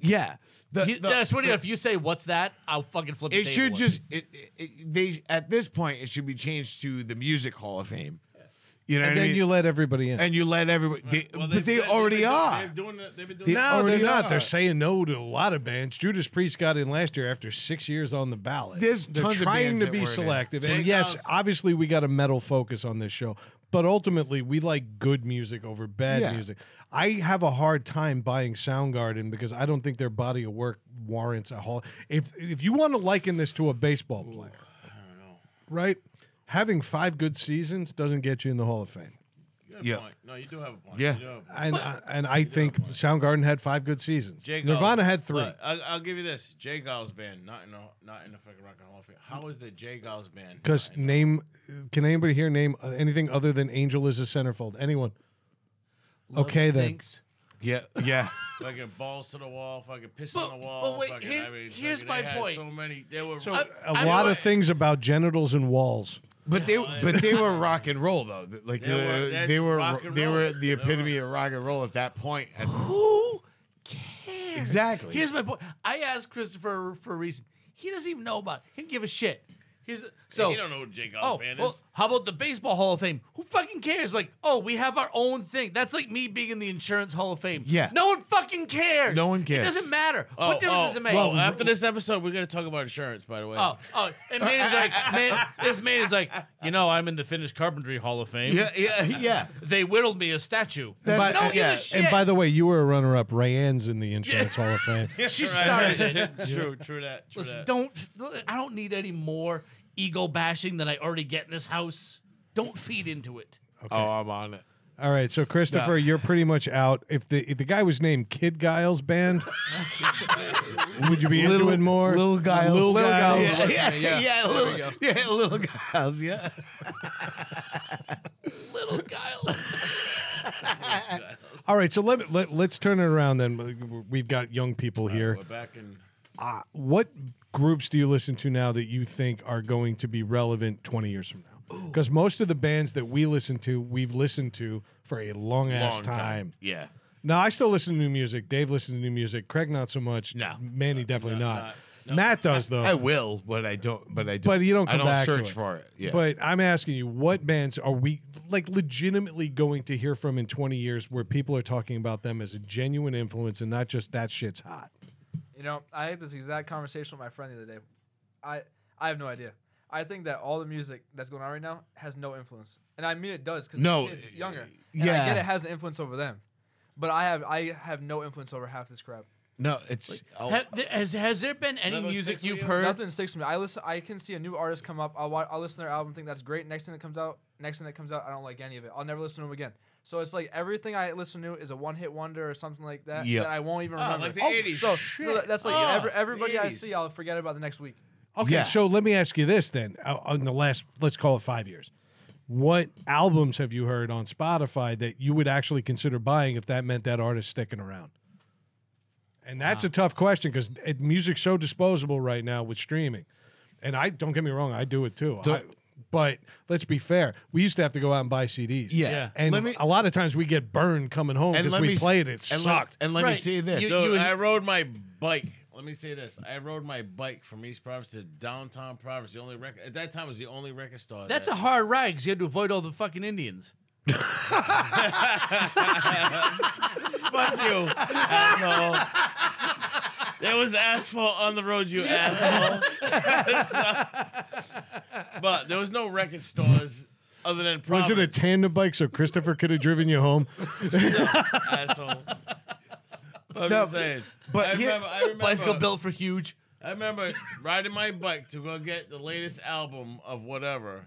Speaker 1: yeah. The-
Speaker 2: You,
Speaker 1: the-
Speaker 2: that's what
Speaker 1: the-
Speaker 2: if you say what's that? I'll fucking flip. the
Speaker 1: It
Speaker 2: table
Speaker 1: should
Speaker 2: over.
Speaker 1: just it, it, it- they at this point it should be changed to the Music Hall of Fame. You know
Speaker 3: And
Speaker 1: what I
Speaker 3: then
Speaker 1: mean?
Speaker 3: you let everybody in.
Speaker 1: and you let everybody, they,
Speaker 4: Well,
Speaker 1: but
Speaker 4: they've-
Speaker 1: they
Speaker 4: they've
Speaker 1: already
Speaker 4: been,
Speaker 1: are.
Speaker 4: They've, doing it- they've been doing
Speaker 1: They-
Speaker 4: it.
Speaker 3: no, they're
Speaker 1: already
Speaker 3: not.
Speaker 1: are.
Speaker 3: They're saying no to a lot of bands. Judas Priest got in last year after six years on the ballot.
Speaker 1: There's
Speaker 3: they're
Speaker 1: tons of
Speaker 3: trying
Speaker 1: bands
Speaker 3: to
Speaker 1: that
Speaker 3: be
Speaker 1: weren't in.
Speaker 3: selective. And
Speaker 4: Jake
Speaker 3: yes,
Speaker 4: House.
Speaker 3: obviously we got a metal focus on this show, but ultimately we like good music over bad
Speaker 1: Yeah.
Speaker 3: music. I have a hard time buying Soundgarden because I don't think their body of work warrants a whole. If if you want to liken this to a baseball player, right? Having five good seasons doesn't get you in the Hall of Fame.
Speaker 4: You got a
Speaker 1: Yeah.
Speaker 4: point. No, you do have a point.
Speaker 1: Yeah.
Speaker 4: You do have a point.
Speaker 3: And I, and I think Soundgarden had five good seasons.
Speaker 4: Jay Giles.
Speaker 3: Nirvana had three.
Speaker 1: Oh,
Speaker 4: Look, I'll, I'll give you this. Jay Giles band, not in the, not in the fucking Rock and Roll Hall of Fame. How is the Jay Giles band?
Speaker 3: Because
Speaker 4: not in the-
Speaker 3: name, can anybody here name uh, anything other than Angel is a centerfold? Anyone?
Speaker 2: Love
Speaker 3: okay then.
Speaker 2: stinks.
Speaker 1: Yeah, yeah.
Speaker 4: fucking balls to the wall, fucking piss
Speaker 2: But-
Speaker 4: on the wall.
Speaker 2: but wait,
Speaker 4: fucking,
Speaker 2: here-
Speaker 4: I mean,
Speaker 2: here's
Speaker 4: fucking, they
Speaker 2: my
Speaker 4: had
Speaker 2: point.
Speaker 4: So many. They were.
Speaker 3: So
Speaker 2: I-
Speaker 3: a
Speaker 2: I
Speaker 3: lot
Speaker 2: know
Speaker 3: of
Speaker 2: it.
Speaker 3: things about genitals and walls.
Speaker 1: But they,
Speaker 4: Yeah.
Speaker 1: but they were rock and roll though. Th- Like
Speaker 4: They were-
Speaker 1: uh,
Speaker 4: that's
Speaker 1: they were,
Speaker 4: rock and
Speaker 1: they
Speaker 4: roll.
Speaker 1: were the
Speaker 4: They were.
Speaker 1: epitome of rock and roll at that point. And-
Speaker 2: Who cares?
Speaker 1: Exactly.
Speaker 2: Here's my point. I asked Christopher for a reason. He doesn't even know about it. He doesn't give a shit. Here's the, so
Speaker 4: you don't know who Jay Giles
Speaker 2: Oh,
Speaker 4: band
Speaker 2: well,
Speaker 4: is.
Speaker 2: how about the baseball Hall of Fame? Who fucking cares? Like, oh, we have our own thing. That's like me being in the insurance Hall of Fame.
Speaker 1: Yeah.
Speaker 2: No one fucking cares.
Speaker 1: No one
Speaker 2: It
Speaker 1: cares.
Speaker 2: doesn't matter.
Speaker 4: Oh,
Speaker 2: what difference
Speaker 4: oh,
Speaker 2: does it make?
Speaker 4: Well, after this episode, we're gonna talk about insurance. By the way.
Speaker 2: Oh, oh, and man is like, man, this man is like, you know, I'm in the Finnish Carpentry Hall of Fame.
Speaker 1: yeah, yeah, yeah.
Speaker 2: They whittled me a statue.
Speaker 1: That's-
Speaker 2: Don't give
Speaker 1: yeah,
Speaker 2: a
Speaker 1: and
Speaker 2: shit.
Speaker 3: And by the way, you were a runner up. Rayanne's in the Insurance Hall of Fame.
Speaker 2: she
Speaker 4: Right.
Speaker 2: started it.
Speaker 4: true. True that. True
Speaker 2: Listen,
Speaker 4: that.
Speaker 2: don't. I don't need any more ego bashing than I already get in this house. Don't feed into it.
Speaker 1: Oh, I'm on it.
Speaker 3: All right, so Christopher, you're pretty much out. If the if the guy was named Kid Giles Band, would you be into it more?
Speaker 1: Little Giles.
Speaker 3: Little
Speaker 1: Little
Speaker 3: Giles.
Speaker 1: Yeah, yeah, yeah,
Speaker 6: yeah. There we
Speaker 1: little,
Speaker 6: go.
Speaker 1: yeah, little Giles. Yeah,
Speaker 2: Little Kyle.
Speaker 3: All right, so let, let let's turn it around. Then we've got young people here.
Speaker 4: We're back in.
Speaker 3: uh, what groups do you listen to now that you think are going to be relevant 20 years from now? Because most of the bands that we listen to, we've listened to for a long ass
Speaker 4: Long
Speaker 3: time.
Speaker 4: time. Yeah.
Speaker 3: Now, I still listen to new music. Dave listens to new music. Craig, not so much.
Speaker 1: No.
Speaker 3: Manny, definitely not. Matt does, though.
Speaker 1: I will, but I don't. But I don't.
Speaker 3: But you don't
Speaker 1: I
Speaker 3: come
Speaker 1: don't
Speaker 3: back to
Speaker 1: search
Speaker 3: it.
Speaker 1: for it. Yeah.
Speaker 3: But I'm asking you, what bands are we like legitimately going to hear from in 20 years where people are talking about them as a genuine influence and not just that shit's hot?
Speaker 6: You know, I had this exact conversation with my friend the other day. I I have no idea. I think that all the music that's going on right now has no influence, and I mean it does because
Speaker 1: No,
Speaker 6: it's younger. And I
Speaker 1: yeah.
Speaker 6: get it has an influence over them, but I have I have no influence over half this crap.
Speaker 1: no, it's oh,
Speaker 2: Ha- th- has, has there been any
Speaker 4: Another
Speaker 2: music
Speaker 4: six
Speaker 2: you've
Speaker 4: wheel?
Speaker 2: heard?
Speaker 6: Nothing sticks to me. I listen. I can see a new artist come up. I'll, wa- I'll listen to their album, think that's great. Next thing that comes out, next thing that comes out, I don't like any of it. I'll never listen to them again. So it's like everything I listen to is a one hit wonder or something like that
Speaker 1: Yep.
Speaker 6: that I won't even
Speaker 4: Oh,
Speaker 6: remember.
Speaker 4: like the
Speaker 6: Oh,
Speaker 4: 80s.
Speaker 6: So, so
Speaker 4: Shit.
Speaker 6: that's like
Speaker 4: Oh,
Speaker 6: every,
Speaker 4: the
Speaker 6: everybody I
Speaker 4: 80s.
Speaker 6: see, I'll forget about the next week.
Speaker 3: Okay,
Speaker 1: Yeah.
Speaker 3: so let me ask you this then. uh, On the last, let's call it five years, what albums have you heard on Spotify that you would actually consider buying if that meant that artist sticking around? And that's a tough question because music's so disposable right now with streaming. And I don't get me wrong, I do it too. I- but let's be fair. We used to have to go out and buy CDs.
Speaker 1: Yeah. Yeah.
Speaker 3: and
Speaker 1: Let me-
Speaker 3: a lot of times we get burned coming home
Speaker 1: And
Speaker 3: because
Speaker 1: let
Speaker 3: we
Speaker 1: me s-
Speaker 3: played it. It
Speaker 1: and
Speaker 3: sucked.
Speaker 1: Let, and let me
Speaker 2: Right.
Speaker 1: say this.
Speaker 2: You-
Speaker 4: So
Speaker 2: and-
Speaker 4: I rode my bike. Let me say this: I rode my bike from East Providence to downtown Providence. The only record at that time was the only record store.
Speaker 2: That's
Speaker 4: that-
Speaker 2: a hard ride because you had to avoid all the fucking Indians.
Speaker 4: Fuck you, asshole. There was asphalt on the road, you asshole. but there was no record stores other than
Speaker 3: was
Speaker 4: Providence.
Speaker 3: it a tandem bike so Christopher could have driven you home?
Speaker 4: asshole? But
Speaker 1: No,
Speaker 4: I'm saying.
Speaker 1: but
Speaker 4: I
Speaker 1: here-
Speaker 4: remember, I
Speaker 2: It's a
Speaker 4: remember, um,
Speaker 2: bicycle built for huge.
Speaker 4: I remember riding my bike to go get the latest album of whatever,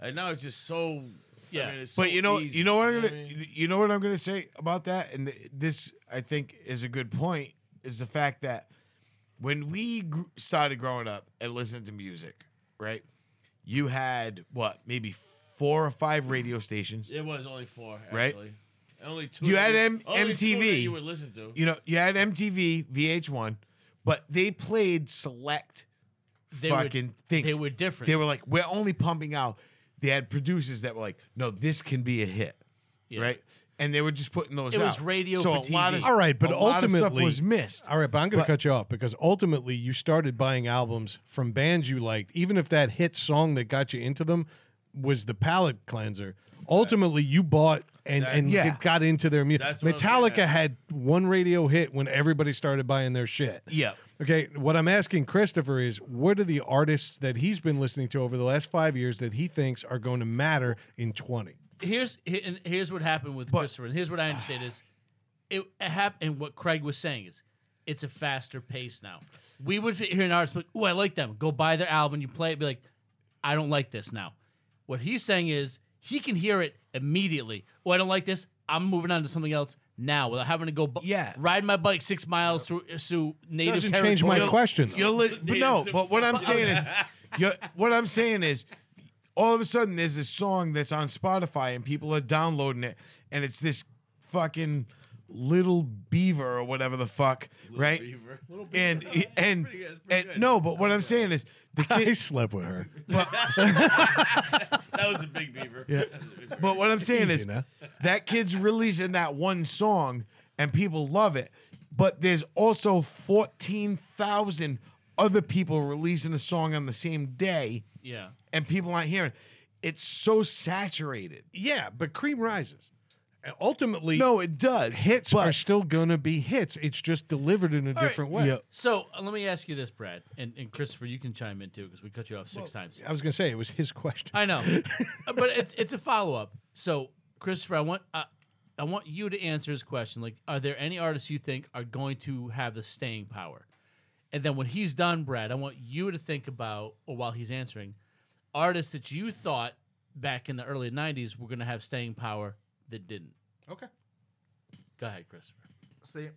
Speaker 4: and now it's just so.
Speaker 2: Yeah.
Speaker 4: I mean, it's so
Speaker 1: But you know,
Speaker 4: easy,
Speaker 1: you know what I'm
Speaker 4: what I
Speaker 1: gonna,
Speaker 4: mean?
Speaker 1: you know what I'm gonna say about that, and th- this I think is a good point is the fact that when we gr- started growing up and listening to music, right? You had what, maybe four or five radio stations.
Speaker 4: It was only four,
Speaker 1: Right.
Speaker 4: actually. And Only two.
Speaker 1: You
Speaker 4: that
Speaker 1: had M-
Speaker 4: only two that
Speaker 1: MTV.
Speaker 4: You would listen to.
Speaker 1: You know, you had MTV, VH1, but they played select
Speaker 2: They were-
Speaker 1: fucking things.
Speaker 2: they were different.
Speaker 1: They were like, we're only pumping out. They had producers that were like, no, this can be a hit,
Speaker 2: Yeah.
Speaker 1: right? And they were just putting those
Speaker 2: It
Speaker 1: out.
Speaker 2: was radio
Speaker 1: so a
Speaker 2: for
Speaker 1: lot
Speaker 2: TV.
Speaker 1: of
Speaker 3: All right, but
Speaker 1: a lot of
Speaker 3: ultimately
Speaker 1: stuff was missed.
Speaker 3: All right, but I'm going to
Speaker 1: But-
Speaker 3: cut you off because ultimately you started buying albums from bands you liked, even if that hit song that got you into them was the palate cleanser. Ultimately, you bought and and
Speaker 1: Yeah.
Speaker 3: did- got into their music.
Speaker 4: That's what I'm getting
Speaker 3: Metallica
Speaker 4: at.
Speaker 3: had one radio hit when everybody started buying their shit.
Speaker 1: Yeah.
Speaker 3: Okay, what I'm asking Christopher is what are the artists that he's been listening to over the last five years that he thinks are going to matter in 20?
Speaker 2: here's he- and here's what happened with Christopher. And here's what I understand is it, happened. And what Craig was saying is it's a faster pace now. We would sit here in ours like, oh, I like them. Go buy their album. You play it. Be like, I don't like this now. What he's saying is he can hear it immediately. Oh, I don't like this. I'm moving on to something else now without having to go bu-
Speaker 1: Yeah.
Speaker 2: ride my bike six miles through, through native
Speaker 3: Doesn't change my
Speaker 2: territory.
Speaker 3: question. though.
Speaker 1: You're li- but no, but what I'm saying is, you're, what I'm saying is, all of a sudden there's this song that's on Spotify and people are downloading it, and it's this fucking little beaver or whatever the fuck, right?
Speaker 4: Beaver. Little Beaver.
Speaker 1: And and,
Speaker 4: pretty good, it's pretty
Speaker 1: and
Speaker 4: good.
Speaker 1: no, but what I'm saying is the
Speaker 3: I
Speaker 1: kid.
Speaker 3: slept with her.
Speaker 4: That was a big beaver. Yeah.
Speaker 1: But what I'm saying
Speaker 3: Easy
Speaker 1: is
Speaker 3: enough.
Speaker 1: that kid's releasing that one song and people love it, but there's also fourteen thousand other people releasing a song on the same day.
Speaker 2: Yeah.
Speaker 1: and people aren't hearing. It's so saturated.
Speaker 3: Yeah, but cream rises. And Ultimately,
Speaker 1: No, it does.
Speaker 3: hits
Speaker 1: but
Speaker 3: are still going to be hits. It's just delivered in a
Speaker 2: right.
Speaker 3: different way.
Speaker 2: So uh, let me ask you this, Brad, and, and Christopher, you can chime in too because we cut you off six times.
Speaker 3: I was going to say it was his question.
Speaker 2: I know, Uh, but it's it's a follow up. So, Christopher, I want uh, I want you to answer his question. Like, are there any artists you think are going to have the staying power? And then when he's done, Brad, I want you to think about, or while he's answering, artists that you thought back in the early '90s were going to have staying power that didn't.
Speaker 3: okay.
Speaker 2: Go ahead, Christopher.
Speaker 6: See,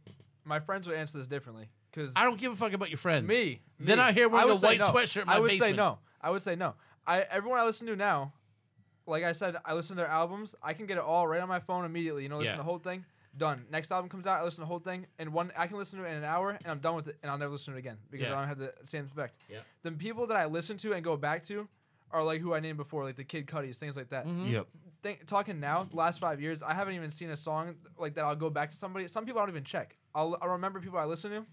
Speaker 6: my friends would answer this differently because
Speaker 2: I don't give a fuck about your friends.
Speaker 6: me,
Speaker 2: They're
Speaker 6: me,
Speaker 2: not here
Speaker 6: I
Speaker 2: wearing
Speaker 6: would
Speaker 2: a
Speaker 6: say
Speaker 2: white
Speaker 6: no.
Speaker 2: sweatshirt in my
Speaker 6: I would
Speaker 2: basement.
Speaker 6: say no. I would say no. I everyone I listen to now, like I said, I listen to their albums. I can get it all right on my phone immediately. You know, listen
Speaker 2: Yeah.
Speaker 6: to the whole thing. Done. Next album comes out. I listen to the whole thing, and one I can listen to it in an hour, and I'm done with it, and I'll never listen to it again because
Speaker 2: Yeah.
Speaker 6: I don't have the same effect.
Speaker 2: Yeah.
Speaker 6: The people that I listen to and go back to are like who I named before, like the Kid Cuddies, things like that
Speaker 2: Mm-hmm.
Speaker 1: Yep.
Speaker 6: think, talking now, the last five years, I haven't even seen a song like that. I'll go back to somebody. Some people I don't even check. I'll, I'll remember people I listen to,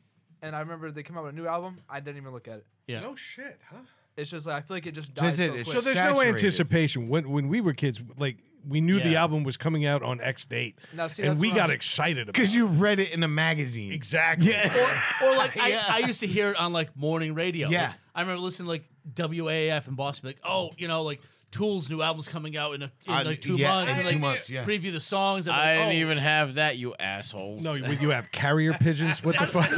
Speaker 6: and I remember they come out with a new album. I didn't even look at it.
Speaker 2: Yeah.
Speaker 3: No shit, huh?
Speaker 6: It's just like I feel like it just
Speaker 1: Does
Speaker 6: dies so
Speaker 1: it- it's
Speaker 6: quick.
Speaker 3: So there's no
Speaker 1: Saturated.
Speaker 3: anticipation. When when we were kids, like we knew the
Speaker 2: Yeah.
Speaker 3: album was coming out on X date,
Speaker 6: Now, see,
Speaker 3: and
Speaker 6: that's
Speaker 3: we
Speaker 6: what I
Speaker 3: got
Speaker 6: was-
Speaker 3: excited about
Speaker 1: Because
Speaker 3: it.
Speaker 1: you read it in a magazine.
Speaker 3: exactly.
Speaker 2: Or like I, I used to hear it on like morning radio.
Speaker 1: Yeah.
Speaker 2: Like, I remember listening to like WAAF in Boston, like, oh, you know, like Tool's new album's coming out in, a, in
Speaker 1: Uh,
Speaker 2: like two
Speaker 1: yeah,
Speaker 2: months.
Speaker 1: in
Speaker 2: and,
Speaker 1: two
Speaker 2: like,
Speaker 1: months, yeah.
Speaker 2: Preview the songs. and
Speaker 4: I
Speaker 2: like,
Speaker 4: didn't
Speaker 2: oh,
Speaker 4: even have that, you assholes.
Speaker 3: no, would you have carrier pigeons? What the fuck?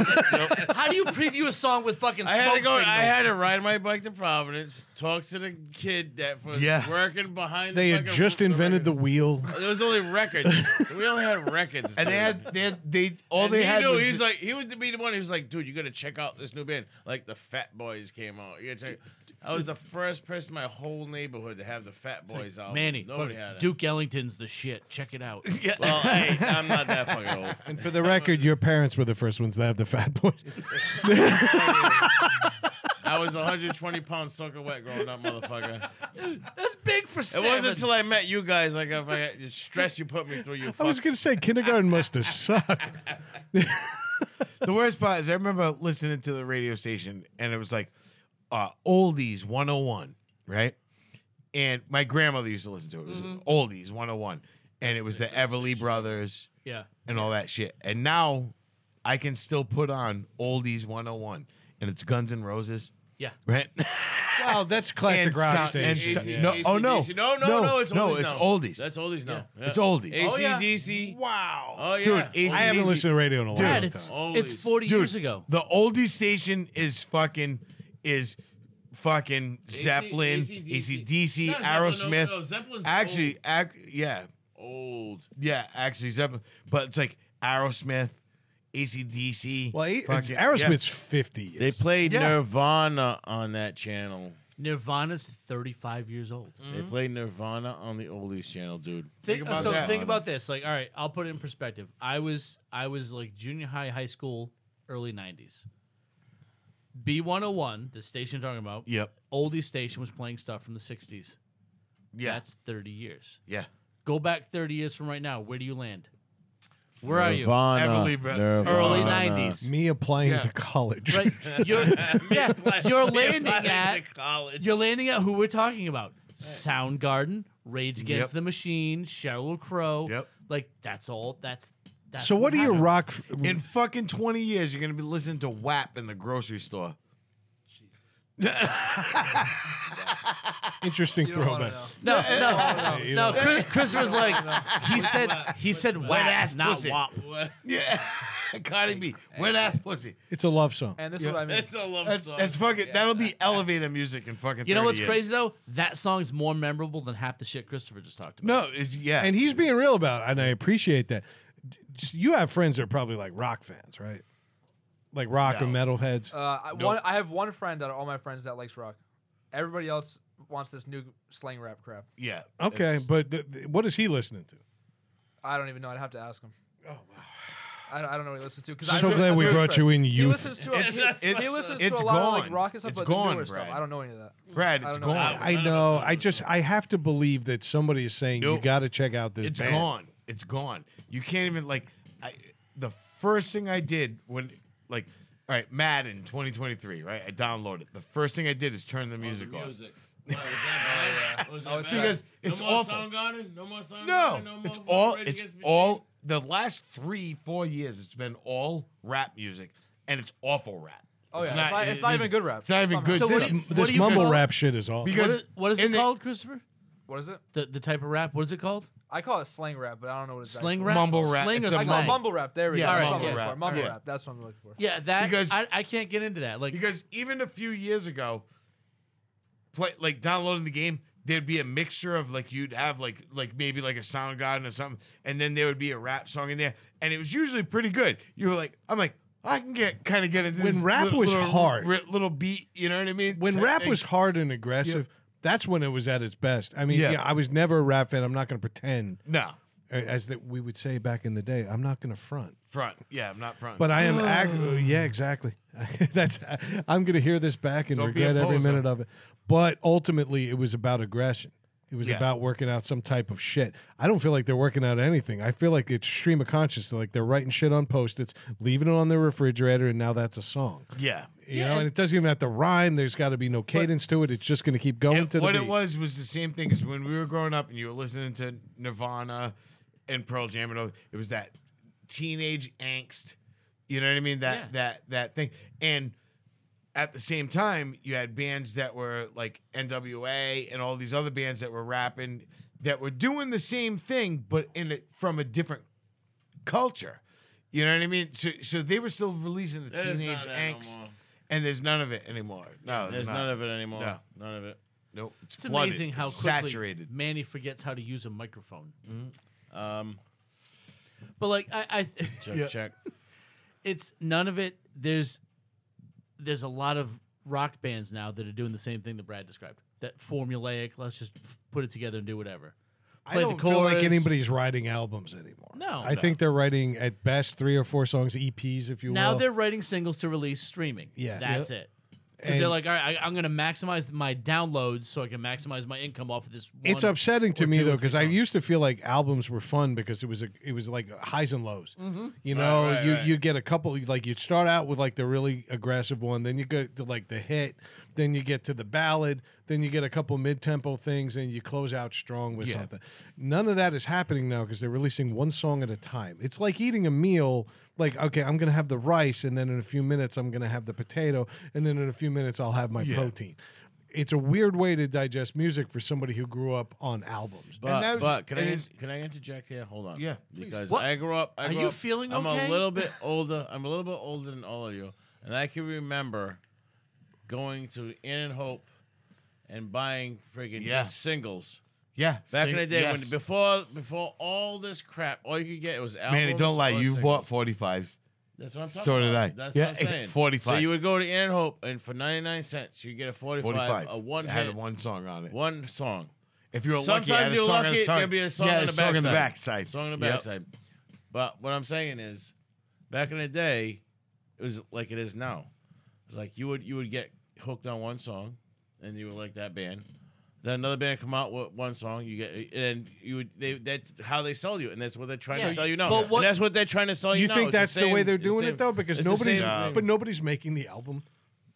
Speaker 2: How do you preview a song with fucking
Speaker 4: I
Speaker 2: smoke
Speaker 4: had to go.
Speaker 2: signals?
Speaker 4: I had to ride my bike to Providence. Talk to the kid that was
Speaker 1: Yeah.
Speaker 4: working behind.
Speaker 3: They
Speaker 4: the
Speaker 3: had
Speaker 4: fucking-
Speaker 3: just invented the
Speaker 4: record-
Speaker 3: wheel.
Speaker 4: There was only records. we only had records.
Speaker 1: And they
Speaker 4: dude.
Speaker 1: had, they had, they all
Speaker 4: And
Speaker 1: they
Speaker 4: he
Speaker 1: had
Speaker 4: knew,
Speaker 1: was
Speaker 4: he was like he would be the one. He was like, dude, you gotta check out this new band. Like the Fat Boys came out. You gotta check. I was the first person in my whole neighborhood to have the Fat Boys out. album.
Speaker 2: Oh, Manny,
Speaker 4: nobody
Speaker 2: fucking
Speaker 4: had it.
Speaker 2: Duke Ellington's the shit. Check it out.
Speaker 4: Well, hey, I'm not that fucking old.
Speaker 3: And for the record, your parents were the first ones to have the Fat Boys.
Speaker 4: I was a 120 pound soaker wet growing up, motherfucker.
Speaker 2: That's big for
Speaker 4: It
Speaker 2: seven.
Speaker 4: wasn't until I met you guys like if I the stress you put me through. You.
Speaker 3: I was
Speaker 4: fucks.
Speaker 3: gonna say kindergarten must have sucked.
Speaker 1: the worst part is I remember listening to the radio station and it was like uh, oldies 101, right? And my grandmother used to listen to it. It was oldies 101, and it was the Everly Brothers.
Speaker 2: yeah.
Speaker 1: and all that shit. And now I can still put on oldies 101 and it's Guns N' Roses,
Speaker 2: Yeah.
Speaker 1: right?
Speaker 3: Wow, that's
Speaker 1: And sound- and
Speaker 3: station.
Speaker 1: so-
Speaker 4: AC/DC.
Speaker 1: no, oh, no.
Speaker 4: no, no, no,
Speaker 1: No,
Speaker 4: it's oldies.
Speaker 1: no, it's
Speaker 4: now.
Speaker 1: oldies.
Speaker 4: That's oldies now. Yeah.
Speaker 1: It's oldies.
Speaker 2: Oh, yeah.
Speaker 4: ACDC.
Speaker 1: Wow.
Speaker 4: Oh, yeah.
Speaker 1: Dude, AC/DC
Speaker 3: I haven't listened to radio in a long
Speaker 2: Brad,
Speaker 3: time.
Speaker 2: it's
Speaker 4: Always.
Speaker 2: it's 40 years ago.
Speaker 1: The oldies station is fucking is fucking Zeppelin,
Speaker 4: AC/DC.
Speaker 1: ACDC,
Speaker 4: Not Zeppelin, no,
Speaker 1: Aerosmith.
Speaker 4: no, Zeppelin's
Speaker 1: actually, ac- yeah,
Speaker 4: old.
Speaker 1: yeah, actually Zeppelin, but it's like Aerosmith, ACDC.
Speaker 3: Well, it-
Speaker 1: fucking- yeah.
Speaker 3: Aerosmith's 50 years.
Speaker 4: They played
Speaker 1: Yeah.
Speaker 4: Nirvana on that channel.
Speaker 2: Nirvana's 35 years old.
Speaker 4: They
Speaker 1: Mm-hmm.
Speaker 4: played Nirvana on the oldies channel, dude.
Speaker 2: Think,
Speaker 1: about
Speaker 2: so
Speaker 1: that.
Speaker 2: think about this. Like, all right, I'll put it in perspective. I was I was like junior high, high school, early '90s. B101, the station you're talking about,
Speaker 1: Yep.
Speaker 2: oldie station was playing stuff from the '60s.
Speaker 1: Yeah.
Speaker 2: That's 30 years.
Speaker 1: yeah.
Speaker 2: Go back 30 years from right now. Where do you land? Where are you?
Speaker 4: Nirvana,
Speaker 1: Everly Bra-
Speaker 4: Nirvana.
Speaker 2: Early '90s.
Speaker 3: Me applying
Speaker 1: Yeah.
Speaker 3: to college.
Speaker 2: Right. You're, yeah, you're landing
Speaker 4: Nirvana
Speaker 2: at
Speaker 4: to college.
Speaker 2: You're landing at who we're talking about. Soundgarden, Rage Against
Speaker 1: Yep.
Speaker 2: the Machine, Sheryl Crow.
Speaker 1: Yep.
Speaker 2: Like that's all. That's. that's
Speaker 3: So what do you
Speaker 2: happens.
Speaker 3: rock? f-
Speaker 1: In fucking 20 years, you're going to be listening to WAP in the grocery store.
Speaker 3: Interesting
Speaker 6: You don't wanna
Speaker 3: throwback.
Speaker 6: know.
Speaker 2: No, no,
Speaker 3: you
Speaker 2: no.
Speaker 3: know.
Speaker 2: Chris, Chris was like, he said, he said, wet ass, not
Speaker 1: pussy."
Speaker 2: wop.
Speaker 4: What?
Speaker 1: Yeah. Cardi B. Wet ass pussy.
Speaker 3: It's a love song.
Speaker 6: And this is what I mean.
Speaker 4: That's a love
Speaker 1: That's,
Speaker 4: song.
Speaker 1: that's fucking, that'll be elevator music in fucking
Speaker 2: You know
Speaker 1: 30
Speaker 2: what's
Speaker 1: years.
Speaker 2: crazy though? That song's more memorable than half the shit Christopher just talked about.
Speaker 1: No, it's, yeah.
Speaker 3: And he's being real about it, and I appreciate that. Just- You have friends that are probably like rock fans, right? Like rock or metal heads.
Speaker 6: Uh, I, one, I have one friend out of all my friends that likes rock. Everybody else wants this new slang rap crap.
Speaker 1: yeah.
Speaker 3: okay,
Speaker 1: it's-
Speaker 3: but th- th- what is he listening to?
Speaker 6: I don't even know. I'd have to ask him. Oh wow. I don't, I don't know what he listens to. Cause
Speaker 3: So
Speaker 6: I'm
Speaker 3: glad we brought you in,
Speaker 6: He
Speaker 3: youth.
Speaker 6: listens to a,
Speaker 1: It's-
Speaker 6: he,
Speaker 1: it's-
Speaker 6: he listens
Speaker 1: it's
Speaker 6: to a lot of like
Speaker 1: gone.
Speaker 6: rock and stuff,
Speaker 1: It's
Speaker 6: but the
Speaker 1: gone,
Speaker 6: newer stuff.
Speaker 1: Brad.
Speaker 6: I don't know any of that.
Speaker 1: Brad,
Speaker 6: I
Speaker 1: it's
Speaker 6: don't know.
Speaker 1: gone.
Speaker 4: I-
Speaker 3: I
Speaker 4: None of
Speaker 3: know.
Speaker 4: us know.
Speaker 3: I just I have to believe that somebody is saying you
Speaker 1: Nope.
Speaker 3: got to check out this.
Speaker 1: It's
Speaker 3: band.
Speaker 1: gone. It's gone. You can't even like. I, the first thing I did when like, all right, Madden 2023, right? I downloaded. The first thing I did is turn the music,
Speaker 4: music. Oh, is that bad? Oh, is that
Speaker 6: it's
Speaker 4: bad?
Speaker 1: because
Speaker 4: no
Speaker 1: it's
Speaker 4: more
Speaker 1: awful.
Speaker 4: Soundgarden? No more Soundgarden?
Speaker 1: off. No,
Speaker 4: more
Speaker 1: it's
Speaker 4: fucking
Speaker 1: all.
Speaker 4: Rage
Speaker 1: It's
Speaker 4: Against the
Speaker 1: all. The last three, four years, it's been all rap music, and it's awful rap.
Speaker 6: Oh, yeah. It's not- it's not
Speaker 1: it
Speaker 6: even
Speaker 1: isn't-
Speaker 6: good rap.
Speaker 1: It's not even
Speaker 6: It's not
Speaker 1: good.
Speaker 2: So what
Speaker 1: this,
Speaker 2: do you- what
Speaker 3: This
Speaker 2: do you
Speaker 3: mumble
Speaker 2: call-
Speaker 3: rap shit is all.
Speaker 1: Because-
Speaker 2: What is, what is it
Speaker 1: in the-
Speaker 2: called, Christopher?
Speaker 6: What is it?
Speaker 2: The the type of rap. What is it called?
Speaker 6: I call it slang rap, but I don't know what it's
Speaker 2: Slang
Speaker 6: actually-
Speaker 2: rap.
Speaker 1: Mumble rap.
Speaker 2: Sling or
Speaker 1: It's a
Speaker 6: I
Speaker 2: slang?
Speaker 6: call it mumble rap. There we
Speaker 1: Yeah,
Speaker 6: go. That's
Speaker 2: alright,
Speaker 6: what I'm
Speaker 2: yeah.
Speaker 6: looking for. Mumble
Speaker 1: Yeah.
Speaker 6: rap. That's what I'm looking for.
Speaker 2: Yeah, that
Speaker 1: Because-
Speaker 2: I, I can't get into that. Like
Speaker 1: because even a few years ago, play like downloading the game, there'd be a mixture of like you'd have like like maybe like a Soundgarden or something, and then there would be a rap song in there, and it was usually pretty good. You were like, I'm like, I can get kind of get into
Speaker 3: When
Speaker 1: this
Speaker 3: rap
Speaker 1: little-
Speaker 3: was
Speaker 1: little,
Speaker 3: hard.
Speaker 1: ri- little beat. You know what I mean?
Speaker 3: when
Speaker 1: Type
Speaker 3: rap
Speaker 1: thing.
Speaker 3: was hard and aggressive, that's when it was at its best. I mean,
Speaker 1: Yeah.
Speaker 3: yeah. I was never a rap fan. I'm not going to pretend,
Speaker 1: no
Speaker 3: uh, as that we would say back in the day. I'm not going to front,
Speaker 1: front, yeah, I'm not front,
Speaker 3: but I am. Ag- uh, yeah, exactly. that's. I'm going to hear this back and
Speaker 1: Don't be a
Speaker 3: regret every
Speaker 1: poser.
Speaker 3: minute of it. But ultimately, it was about aggression. It was
Speaker 1: Yeah.
Speaker 3: about working out some type of shit. I don't feel like they're working out anything. I feel like it's stream of consciousness. Like they're writing shit on post-its, leaving it on their refrigerator, and now that's a song.
Speaker 1: yeah.
Speaker 3: You
Speaker 2: Yeah,
Speaker 3: know, and,
Speaker 2: and-
Speaker 3: it doesn't even have to rhyme. There's got to be no cadence to it. It's just going to keep going
Speaker 1: And
Speaker 3: to the
Speaker 1: what
Speaker 3: beat.
Speaker 1: it was was the same thing as when we were growing up and you were listening to Nirvana and Pearl Jam and all. It was that teenage angst. You know what I mean? That
Speaker 2: Yeah.
Speaker 1: that that thing. And at the same time, you had bands that were like NWA and all these other bands that were rapping that were doing the same thing, but in it from a different culture. You know what I mean? So, so they were still releasing the
Speaker 4: There is
Speaker 1: teenage
Speaker 4: none of that no
Speaker 1: angst,
Speaker 4: more.
Speaker 1: and there's none of it anymore. No,
Speaker 4: There's
Speaker 1: not.
Speaker 4: none of it anymore.
Speaker 1: No.
Speaker 4: None of it.
Speaker 1: Nope, it's,
Speaker 2: it's
Speaker 1: flooded.
Speaker 2: amazing how
Speaker 1: It's
Speaker 2: quickly
Speaker 1: saturated.
Speaker 2: Manny forgets how to use a microphone.
Speaker 4: Um,
Speaker 2: But like I, I th-
Speaker 4: check, check.
Speaker 2: it's none of it. There's there's a lot of rock bands now that are doing the same thing that Brad described. That formulaic. Let's just put it together and do whatever.
Speaker 3: I
Speaker 2: Play
Speaker 3: don't
Speaker 2: the
Speaker 3: feel
Speaker 2: chorus.
Speaker 3: like anybody's writing albums anymore.
Speaker 2: No.
Speaker 3: I think they're writing at best three or four songs, EPs, if you
Speaker 2: now
Speaker 3: will.
Speaker 2: they're writing singles to release streaming.
Speaker 3: Yeah.
Speaker 2: that's it. Because
Speaker 3: And-
Speaker 2: they're like, all right, I, I'm going to maximize my downloads so I can maximize my income off of this. One
Speaker 3: it's upsetting to
Speaker 2: or
Speaker 3: me
Speaker 2: two
Speaker 3: though
Speaker 2: or three
Speaker 3: because I
Speaker 2: songs.
Speaker 3: used to feel like albums were fun because it was a, it was like highs and lows. You know,
Speaker 4: right,
Speaker 3: you
Speaker 4: right.
Speaker 3: you get a couple like you start out with like the really aggressive one, then you get to like the hit, then you get to the ballad, then you get a couple mid tempo things, and you close out strong with something. None of that is happening now because they're releasing one song at a time. It's like eating a meal. Like okay, I'm gonna have the rice, and then in a few minutes I'm gonna have the potato, and then in a few minutes I'll have my protein it's a weird way to digest music for somebody who grew up on albums.
Speaker 4: But,
Speaker 1: that was-
Speaker 4: but can I
Speaker 1: it is-
Speaker 4: in- can I interject here? Hold on.
Speaker 1: Yeah, please.
Speaker 4: Because
Speaker 2: What?
Speaker 4: I grew up. I
Speaker 2: Are
Speaker 4: grew
Speaker 2: you
Speaker 4: up-
Speaker 2: feeling
Speaker 4: I'm
Speaker 2: okay?
Speaker 4: a little bit older. I'm a little bit older than all of you, and I can remember going to In and Hope and buying friggin'
Speaker 1: Yeah.
Speaker 4: just singles.
Speaker 1: Yeah,
Speaker 4: Back
Speaker 1: sing-
Speaker 4: in the day,
Speaker 1: yes.
Speaker 4: when before before all this crap, all you could get was albums.
Speaker 1: Manny, don't lie.
Speaker 4: or
Speaker 1: You
Speaker 4: singles.
Speaker 1: bought forty fives.
Speaker 4: That's what I'm talking
Speaker 1: So did
Speaker 4: about.
Speaker 1: I.
Speaker 4: That's
Speaker 1: Yeah,
Speaker 4: what I'm saying.
Speaker 1: 45.
Speaker 4: So you would go to Ann Hope, and for 99 cents, you get a 45,
Speaker 1: 45.
Speaker 4: a one
Speaker 1: It had
Speaker 4: hit,
Speaker 1: one song on it.
Speaker 4: one song.
Speaker 1: If you're
Speaker 4: Sometimes
Speaker 1: lucky, it had a
Speaker 4: you're
Speaker 1: song on
Speaker 4: lucky,
Speaker 1: the side.
Speaker 4: there'll be a song
Speaker 1: yeah,
Speaker 4: on the
Speaker 1: song on the
Speaker 4: backside.
Speaker 1: backside.
Speaker 4: Song on the
Speaker 1: Yep.
Speaker 4: backside. But what I'm saying is, back in the day, it was like it is now. It's like you would you would get hooked on one song, and you would like that band. Then another band come out with one song, you get, and you would they that's how they sell you, and that's what they're trying
Speaker 2: Yeah.
Speaker 4: to sell you now.
Speaker 2: But what-
Speaker 4: and that's what they're trying to sell you.
Speaker 3: You
Speaker 4: now.
Speaker 3: think
Speaker 4: It's
Speaker 3: that's the,
Speaker 4: same-
Speaker 3: way they're
Speaker 4: it's the
Speaker 3: doing
Speaker 4: same-
Speaker 3: it though? Because
Speaker 4: it's the
Speaker 3: nobody's
Speaker 4: same thing.
Speaker 3: but nobody's making the album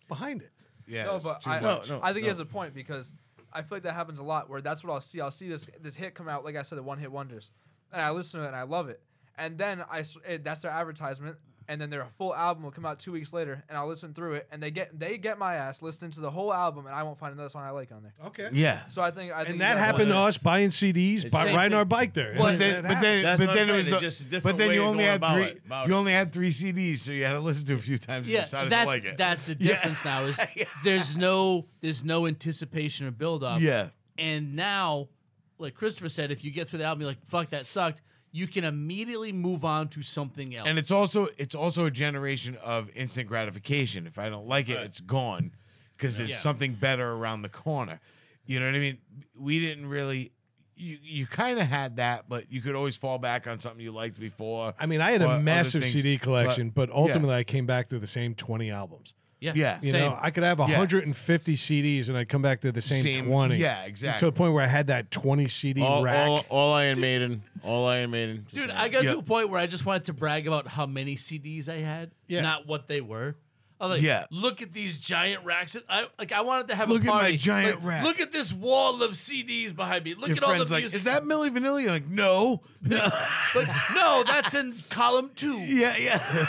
Speaker 3: behind it.
Speaker 1: Yeah,
Speaker 6: No,
Speaker 1: it's
Speaker 6: but
Speaker 1: too
Speaker 6: I,
Speaker 1: much.
Speaker 4: No, no,
Speaker 6: I think he
Speaker 4: no.
Speaker 6: has a point because I feel like that happens a lot. Where that's what I'll see. I'll see this this hit come out, like I said, the one hit wonders, and I listen to it and I love it. And then I s- it, that's their advertisement, and then their full album will come out two weeks later, and I'll listen through it, and they get they get my ass listening to the whole album, and I won't find another song I like on there.
Speaker 3: Okay.
Speaker 1: Yeah.
Speaker 6: So I think I think
Speaker 3: And
Speaker 6: you
Speaker 3: that
Speaker 6: got a
Speaker 3: happened to
Speaker 6: point.
Speaker 3: us buying CDs, by
Speaker 2: same
Speaker 3: riding
Speaker 2: thing.
Speaker 3: our bike there.
Speaker 2: Well,
Speaker 1: But
Speaker 3: And
Speaker 1: then,
Speaker 3: that
Speaker 1: but then,
Speaker 4: That's
Speaker 1: but
Speaker 4: what
Speaker 1: then
Speaker 4: I'm
Speaker 1: it was
Speaker 4: saying,
Speaker 1: the,
Speaker 4: it's just a different
Speaker 1: but then
Speaker 4: way
Speaker 1: you
Speaker 4: of
Speaker 1: only
Speaker 4: going
Speaker 1: had
Speaker 4: about
Speaker 1: three.
Speaker 4: it, about
Speaker 1: you
Speaker 4: it.
Speaker 1: only had three CDs, so you had to listen to a few times and
Speaker 2: Yeah,
Speaker 1: decided
Speaker 2: that's
Speaker 1: to like it.
Speaker 2: that's the
Speaker 1: Yeah.
Speaker 2: difference now. Is
Speaker 1: Yeah.
Speaker 2: there's no there's no anticipation or build up.
Speaker 1: yeah.
Speaker 2: And now, like Christopher said, if you get through the album, you're like, "Fuck, that sucked." You can immediately move on to something else.
Speaker 1: And it's also it's also a generation of instant gratification. If I don't like it, it's gone because there's something better around the corner. You know what I mean? We didn't really. You you kind of had that, but you could always fall back on something you liked before.
Speaker 3: I mean, I had
Speaker 1: or
Speaker 3: a
Speaker 1: other
Speaker 3: massive
Speaker 1: things.
Speaker 3: CD
Speaker 1: But-
Speaker 3: collection, but, ultimately I came back to the same 20 albums.
Speaker 2: yeah,
Speaker 1: yeah.
Speaker 3: You
Speaker 2: same.
Speaker 3: know, I could have 150 CDs and I'd come back to the same,
Speaker 1: Same-
Speaker 3: 20.
Speaker 1: yeah,
Speaker 3: To
Speaker 1: exactly.
Speaker 3: the point where I had that 20 CD
Speaker 4: All,
Speaker 3: rack.
Speaker 4: all, all Iron Maiden, all Iron Maiden. Just
Speaker 2: Dude,
Speaker 4: saying.
Speaker 2: I got
Speaker 1: Yeah.
Speaker 2: to a point where I just wanted to brag about how many CDs I had,
Speaker 3: Yeah.
Speaker 2: not what they were. I was like,
Speaker 1: Yeah.
Speaker 2: look at these giant racks. I like I wanted to have
Speaker 1: Look
Speaker 2: a
Speaker 1: at
Speaker 2: party.
Speaker 1: my giant
Speaker 2: Like,
Speaker 1: rack.
Speaker 2: Look at this wall of CDs behind me. Look
Speaker 1: Your
Speaker 2: at all the
Speaker 1: friends like,
Speaker 2: music.
Speaker 1: is that Millie Vanilli? Like, no.
Speaker 2: But no, that's in column two.
Speaker 1: Yeah, yeah.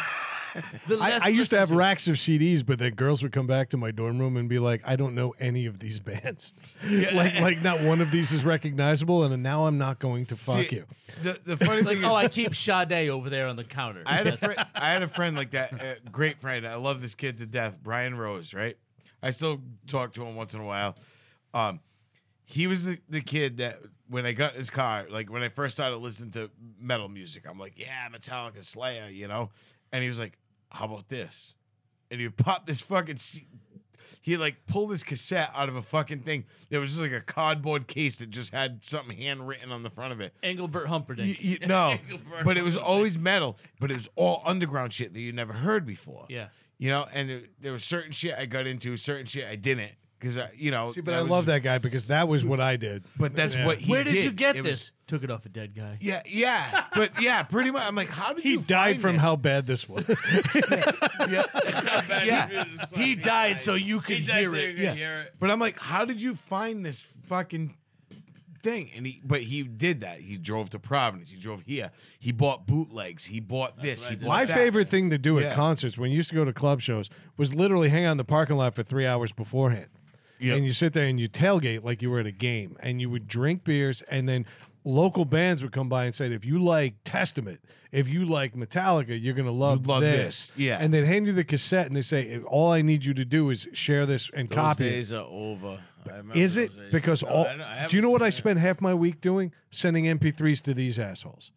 Speaker 2: The
Speaker 3: I,
Speaker 2: less
Speaker 3: I used to
Speaker 2: listened
Speaker 3: have racks of CDs, but the girls would come back to my dorm room and be like, "I don't know any of these bands. like, like not one of these is recognizable." And now I'm not going to fuck
Speaker 1: See,
Speaker 3: you.
Speaker 1: The the funny
Speaker 2: Like,
Speaker 1: thing is,
Speaker 2: oh, I keep Sade over there on the counter.
Speaker 1: I had a
Speaker 2: That's-
Speaker 1: friend. I had a friend like that. A great friend. I love this kid to death. Brian Rose. Right. I still talk to him once in a while. Um, he was the, the kid that when I got in his car, like when I first started listening to metal music, I'm like, yeah, Metallica, Slayer, you know. And he was like, how about this? And he would pop this fucking. C- he like pulled this cassette out of a fucking thing. There was just like a cardboard case that just had something handwritten on the front of it.
Speaker 2: Engelbert Humperdinck.
Speaker 1: You- you- no, but it was always metal, but it was all underground shit that you never heard before.
Speaker 2: Yeah.
Speaker 1: You know, and there, there was certain shit I got into, certain shit I didn't. Because, you know.
Speaker 3: See, but I, love that guy because that was what I did.
Speaker 1: oh, But that's
Speaker 3: Yeah.
Speaker 1: what he
Speaker 2: Where did, you get
Speaker 1: It
Speaker 2: this?
Speaker 1: was-
Speaker 2: Took it off a dead guy.
Speaker 1: yeah, yeah. But yeah, pretty much. I'm like, how did
Speaker 3: He
Speaker 1: you
Speaker 3: died
Speaker 1: find
Speaker 3: from
Speaker 1: this?
Speaker 3: how bad this was.
Speaker 1: Yeah.
Speaker 2: He died so you could
Speaker 4: He died
Speaker 2: hear
Speaker 4: so you
Speaker 2: it.
Speaker 4: could
Speaker 1: Yeah.
Speaker 4: hear it.
Speaker 1: But I'm like, how did you find this fucking thing? And he, but he did that. He drove to Providence. He drove here. He bought bootlegs. He bought this.
Speaker 4: what
Speaker 1: He
Speaker 4: I did.
Speaker 1: bought
Speaker 3: My
Speaker 1: that.
Speaker 3: favorite thing to do
Speaker 1: Yeah.
Speaker 3: at concerts when you used to go to club shows was literally hang out in the parking lot for three hours beforehand. And you sit there and you tailgate like you were at a game and you would drink beers and then local bands would come by and say, if you like Testament, if you like Metallica, you're going to love,
Speaker 1: You'd love
Speaker 3: this.
Speaker 1: this. Yeah.
Speaker 3: And they'd hand you the cassette and they say, all I need you to do is share this and
Speaker 4: Those
Speaker 3: copy it.
Speaker 4: days are over. I remember
Speaker 3: Is it
Speaker 4: those days.
Speaker 3: because
Speaker 4: No,
Speaker 3: all?
Speaker 4: I don't- I haven't
Speaker 3: do you know what
Speaker 4: seen
Speaker 3: I
Speaker 4: it.
Speaker 3: spent half my week doing? Sending MP3s to these assholes.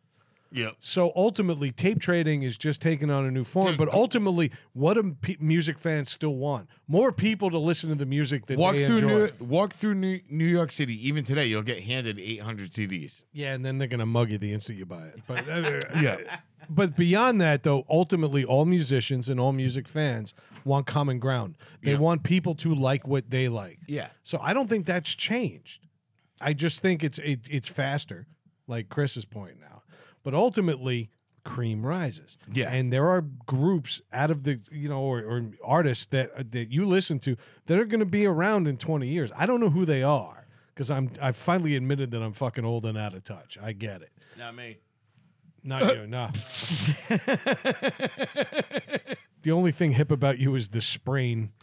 Speaker 1: Yep.
Speaker 3: So ultimately, tape trading is just taking on a new form. but ultimately, what do pe- music fans still want? More people to listen to the music that
Speaker 1: Walk
Speaker 3: they
Speaker 1: through
Speaker 3: enjoy.
Speaker 1: New, walk through New, New York City. Even today, you'll get handed 800 CDs.
Speaker 3: yeah, and then they're gonna mug you the instant you buy it. But uh,
Speaker 1: Yeah,
Speaker 3: but beyond that, though, ultimately, all musicians and all music fans want common ground. They
Speaker 1: Yeah.
Speaker 3: want people to like what they like.
Speaker 1: yeah.
Speaker 3: So I don't think that's changed. I just think it's it, it's faster, like Chris's point now. But ultimately, cream rises.
Speaker 1: Yeah.
Speaker 3: and there are groups out of the you know or, or artists that uh, that you listen to that are going to be around in twenty years. I don't know who they are because I'm I finally admitted that I'm fucking old and out of touch. I get it.
Speaker 4: Not me.
Speaker 3: Not you, nah. the only thing hip about you is the sprain.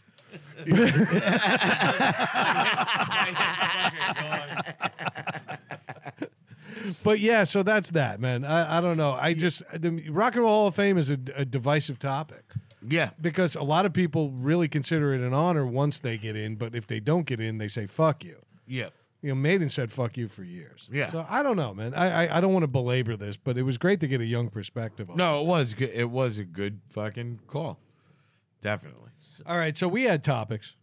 Speaker 3: But yeah, so that's that, man. I, I don't know. I just the Rock and Roll Hall of Fame is a, a divisive topic
Speaker 1: Yeah.
Speaker 3: because a lot of people really consider it an honor once they get in, but if they don't get in, they say fuck you.
Speaker 1: Yeah.
Speaker 3: you know, Maiden said "fuck you" for years.
Speaker 1: Yeah.
Speaker 3: So I don't know, man. I I, I don't want to belabor this, but it was great to get a young perspective on.
Speaker 1: No,
Speaker 3: this.
Speaker 1: it was good. It was a good fucking call. Definitely.
Speaker 3: All right, so we had topics,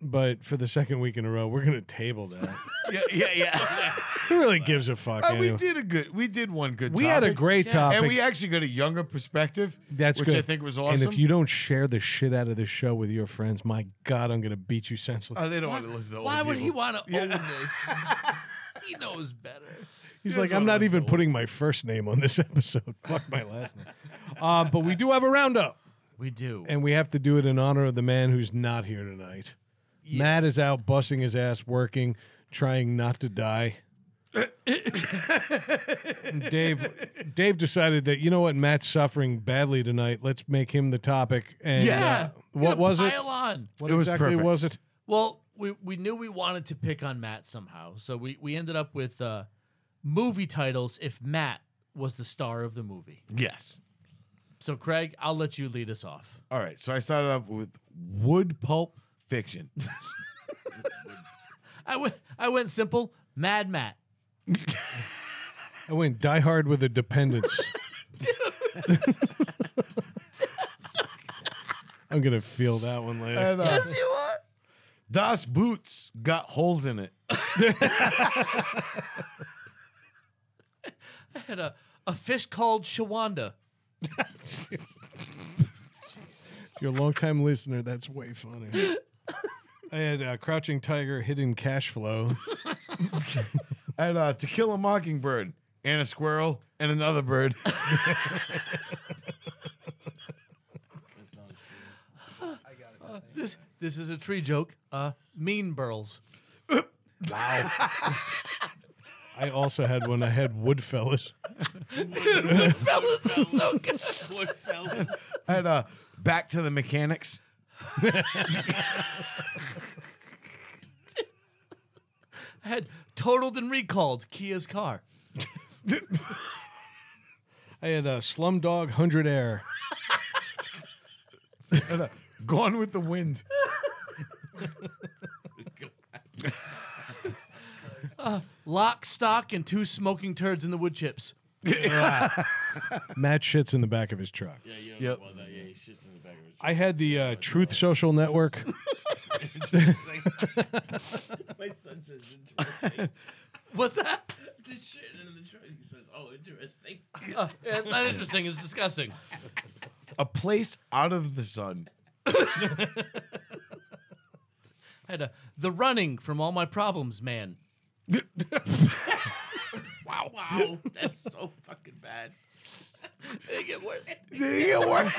Speaker 3: but for the second week in a row, we're gonna table that.
Speaker 1: Yeah, yeah, yeah.
Speaker 3: Who really gives a fuck?
Speaker 1: Uh, we
Speaker 3: anyway?
Speaker 1: did a good. We did one good.
Speaker 3: We had a
Speaker 1: topic.
Speaker 3: great topic.
Speaker 1: and we actually got a younger perspective.
Speaker 3: That's
Speaker 1: which
Speaker 3: good.
Speaker 1: I think was awesome.
Speaker 3: And if you don't share the shit out of this show with your friends, my God, I'm gonna beat you senseless.
Speaker 1: oh, they don't want to listen to.
Speaker 2: Why
Speaker 1: old
Speaker 2: would he
Speaker 1: people.
Speaker 2: want to own this? he knows better.
Speaker 3: He's
Speaker 1: Here's
Speaker 3: like, I'm
Speaker 1: what
Speaker 3: not
Speaker 1: I
Speaker 3: even
Speaker 1: thought."
Speaker 3: putting my first name on this episode. Fuck my last name. Uh, but we do have a roundup,
Speaker 2: We do.
Speaker 3: and we have to do it in honor of the man who's not here tonight. Matt is out busting his ass, working, trying not to die. And Dave, Dave decided that you know what, Matt's suffering badly tonight. Let's make him the topic. And uh,
Speaker 2: yeah. We're
Speaker 3: what
Speaker 2: gonna
Speaker 3: was it?
Speaker 2: Pile on.
Speaker 3: What
Speaker 1: It was
Speaker 3: exactly
Speaker 1: perfect.
Speaker 3: was it?
Speaker 2: Well, we, we knew we wanted to pick on Matt somehow, so we, we ended up with uh, movie titles if Matt was the star of the movie.
Speaker 1: Yes.
Speaker 2: So, Craig, I'll let you lead us off.
Speaker 1: All right. So I started off with wood pulp fiction.
Speaker 2: I went I went simple. Mad Matt.
Speaker 3: I went Die Hard with a dependence. I'm gonna feel that one later.
Speaker 1: And, uh,
Speaker 2: you are.
Speaker 1: Das boots got holes in it.
Speaker 2: I had a, a fish called Shawanda.
Speaker 3: If you're a longtime listener, that's way funny. I had uh, Crouching Tiger, Hidden Cash Flow.
Speaker 1: And uh, to kill a mockingbird and a squirrel and another bird.
Speaker 2: This this is a tree joke. Uh, mean burls.
Speaker 3: I also had one. I had Woodfellas.
Speaker 2: Fellas are so good.
Speaker 1: And uh, back to the mechanics.
Speaker 2: I had totaled and recalled Kia's car.
Speaker 3: I had uh, Slumdog, Hundred Air.
Speaker 1: And, uh, gone with the wind.
Speaker 2: Lock, stock, and two smoking turds in the wood chips.
Speaker 3: Matt shits in the back of his truck.
Speaker 4: Yeah, you don't want that. Yeah, he shits in the back of his
Speaker 3: I had the uh, Truth Social Network.
Speaker 4: My son says interesting.
Speaker 2: What's that?
Speaker 4: the shit in the truck. He says, "Oh, interesting."
Speaker 2: Uh, yeah, it's not interesting. It's disgusting.
Speaker 1: A place out of the sun.
Speaker 2: I had a, the running from all my problems, man.
Speaker 4: Wow, wow, that's so fucking bad.
Speaker 2: They get worse.
Speaker 1: Yeah, what?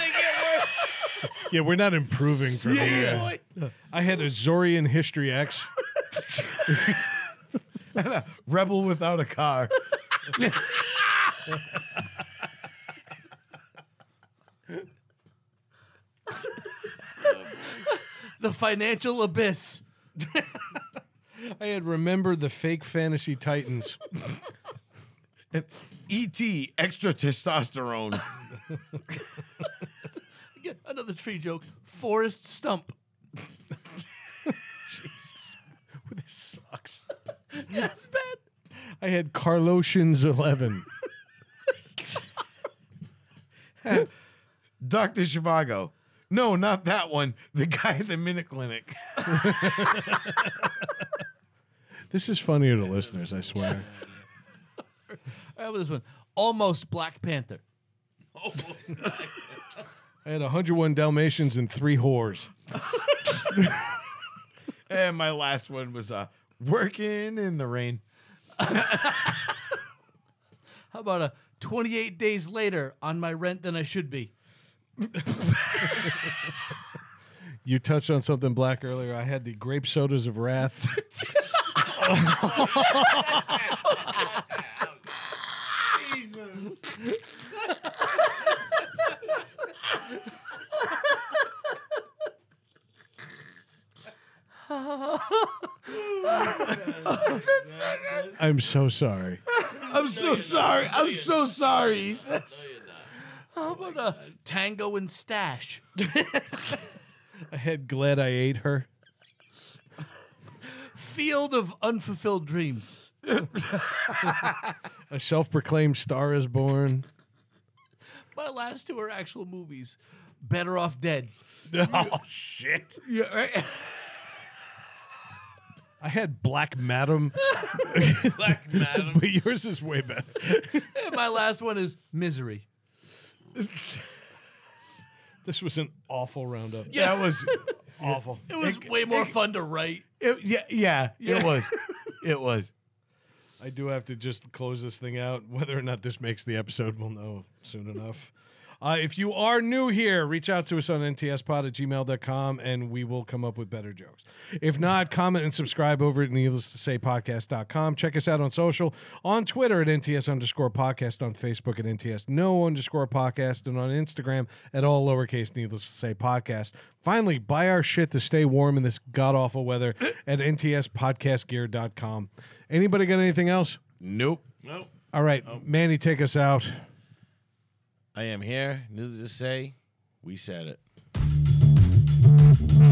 Speaker 3: Yeah, we're not improving from here. I had a Zorian History X.
Speaker 1: uh, Rebel without a car.
Speaker 2: The financial abyss.
Speaker 3: I had remembered the fake fantasy titans.
Speaker 1: E.T. E extra testosterone.
Speaker 2: Again, Another tree joke. Forest stump.
Speaker 3: this sucks.
Speaker 2: Yeah, it's bad.
Speaker 3: I had Carlosians eleven.
Speaker 1: Dr. Shivago. No, not that one. The guy at the Minute Clinic.
Speaker 3: This is funnier to listeners, I swear.
Speaker 2: All right, with this one. Almost Black Panther.
Speaker 3: I had 101 Dalmatians and three whores.
Speaker 1: And my last one was uh, working in the rain.
Speaker 2: How about a 28 days later on my rent than I should be?
Speaker 3: You touched on something black earlier. I had the grape sodas of wrath.
Speaker 4: Jesus.
Speaker 3: I'm so sorry.
Speaker 1: I'm so sorry. I'm so sorry. He says.
Speaker 2: How about a Tango and Stash?
Speaker 3: I had glad I ate her.
Speaker 2: field of unfulfilled dreams.
Speaker 3: A self-proclaimed star is born.
Speaker 2: My last two are actual movies. Better Off Dead.
Speaker 3: oh shit!
Speaker 1: Yeah,
Speaker 3: I had Black Madam,
Speaker 4: Black Madam.
Speaker 3: but yours is way better.
Speaker 2: And my last one is Misery.
Speaker 3: This was an awful roundup.
Speaker 1: that was
Speaker 3: Awful.
Speaker 2: It was way more fun to write.
Speaker 1: it, yeah, yeah, it was. It was.
Speaker 3: I do have to just close this thing out. Whether or not this makes the episode, we'll know soon enough. Uh, if you are new here, reach out to us on ntspod at gmail.com and we will come up with better jokes. If not, comment and subscribe over at needless to say podcast.com. Check us out on social on Twitter at NTS underscore podcast, on Facebook at NTS no underscore podcast, and on Instagram at all lowercase needless to say podcast. Finally, buy our shit to stay warm in this god awful weather at ntspodcastgear.com. Anybody got anything else?
Speaker 1: Nope.
Speaker 4: Nope.
Speaker 3: All right, Manny, take us out.
Speaker 4: I am here. Needless to say, we said it.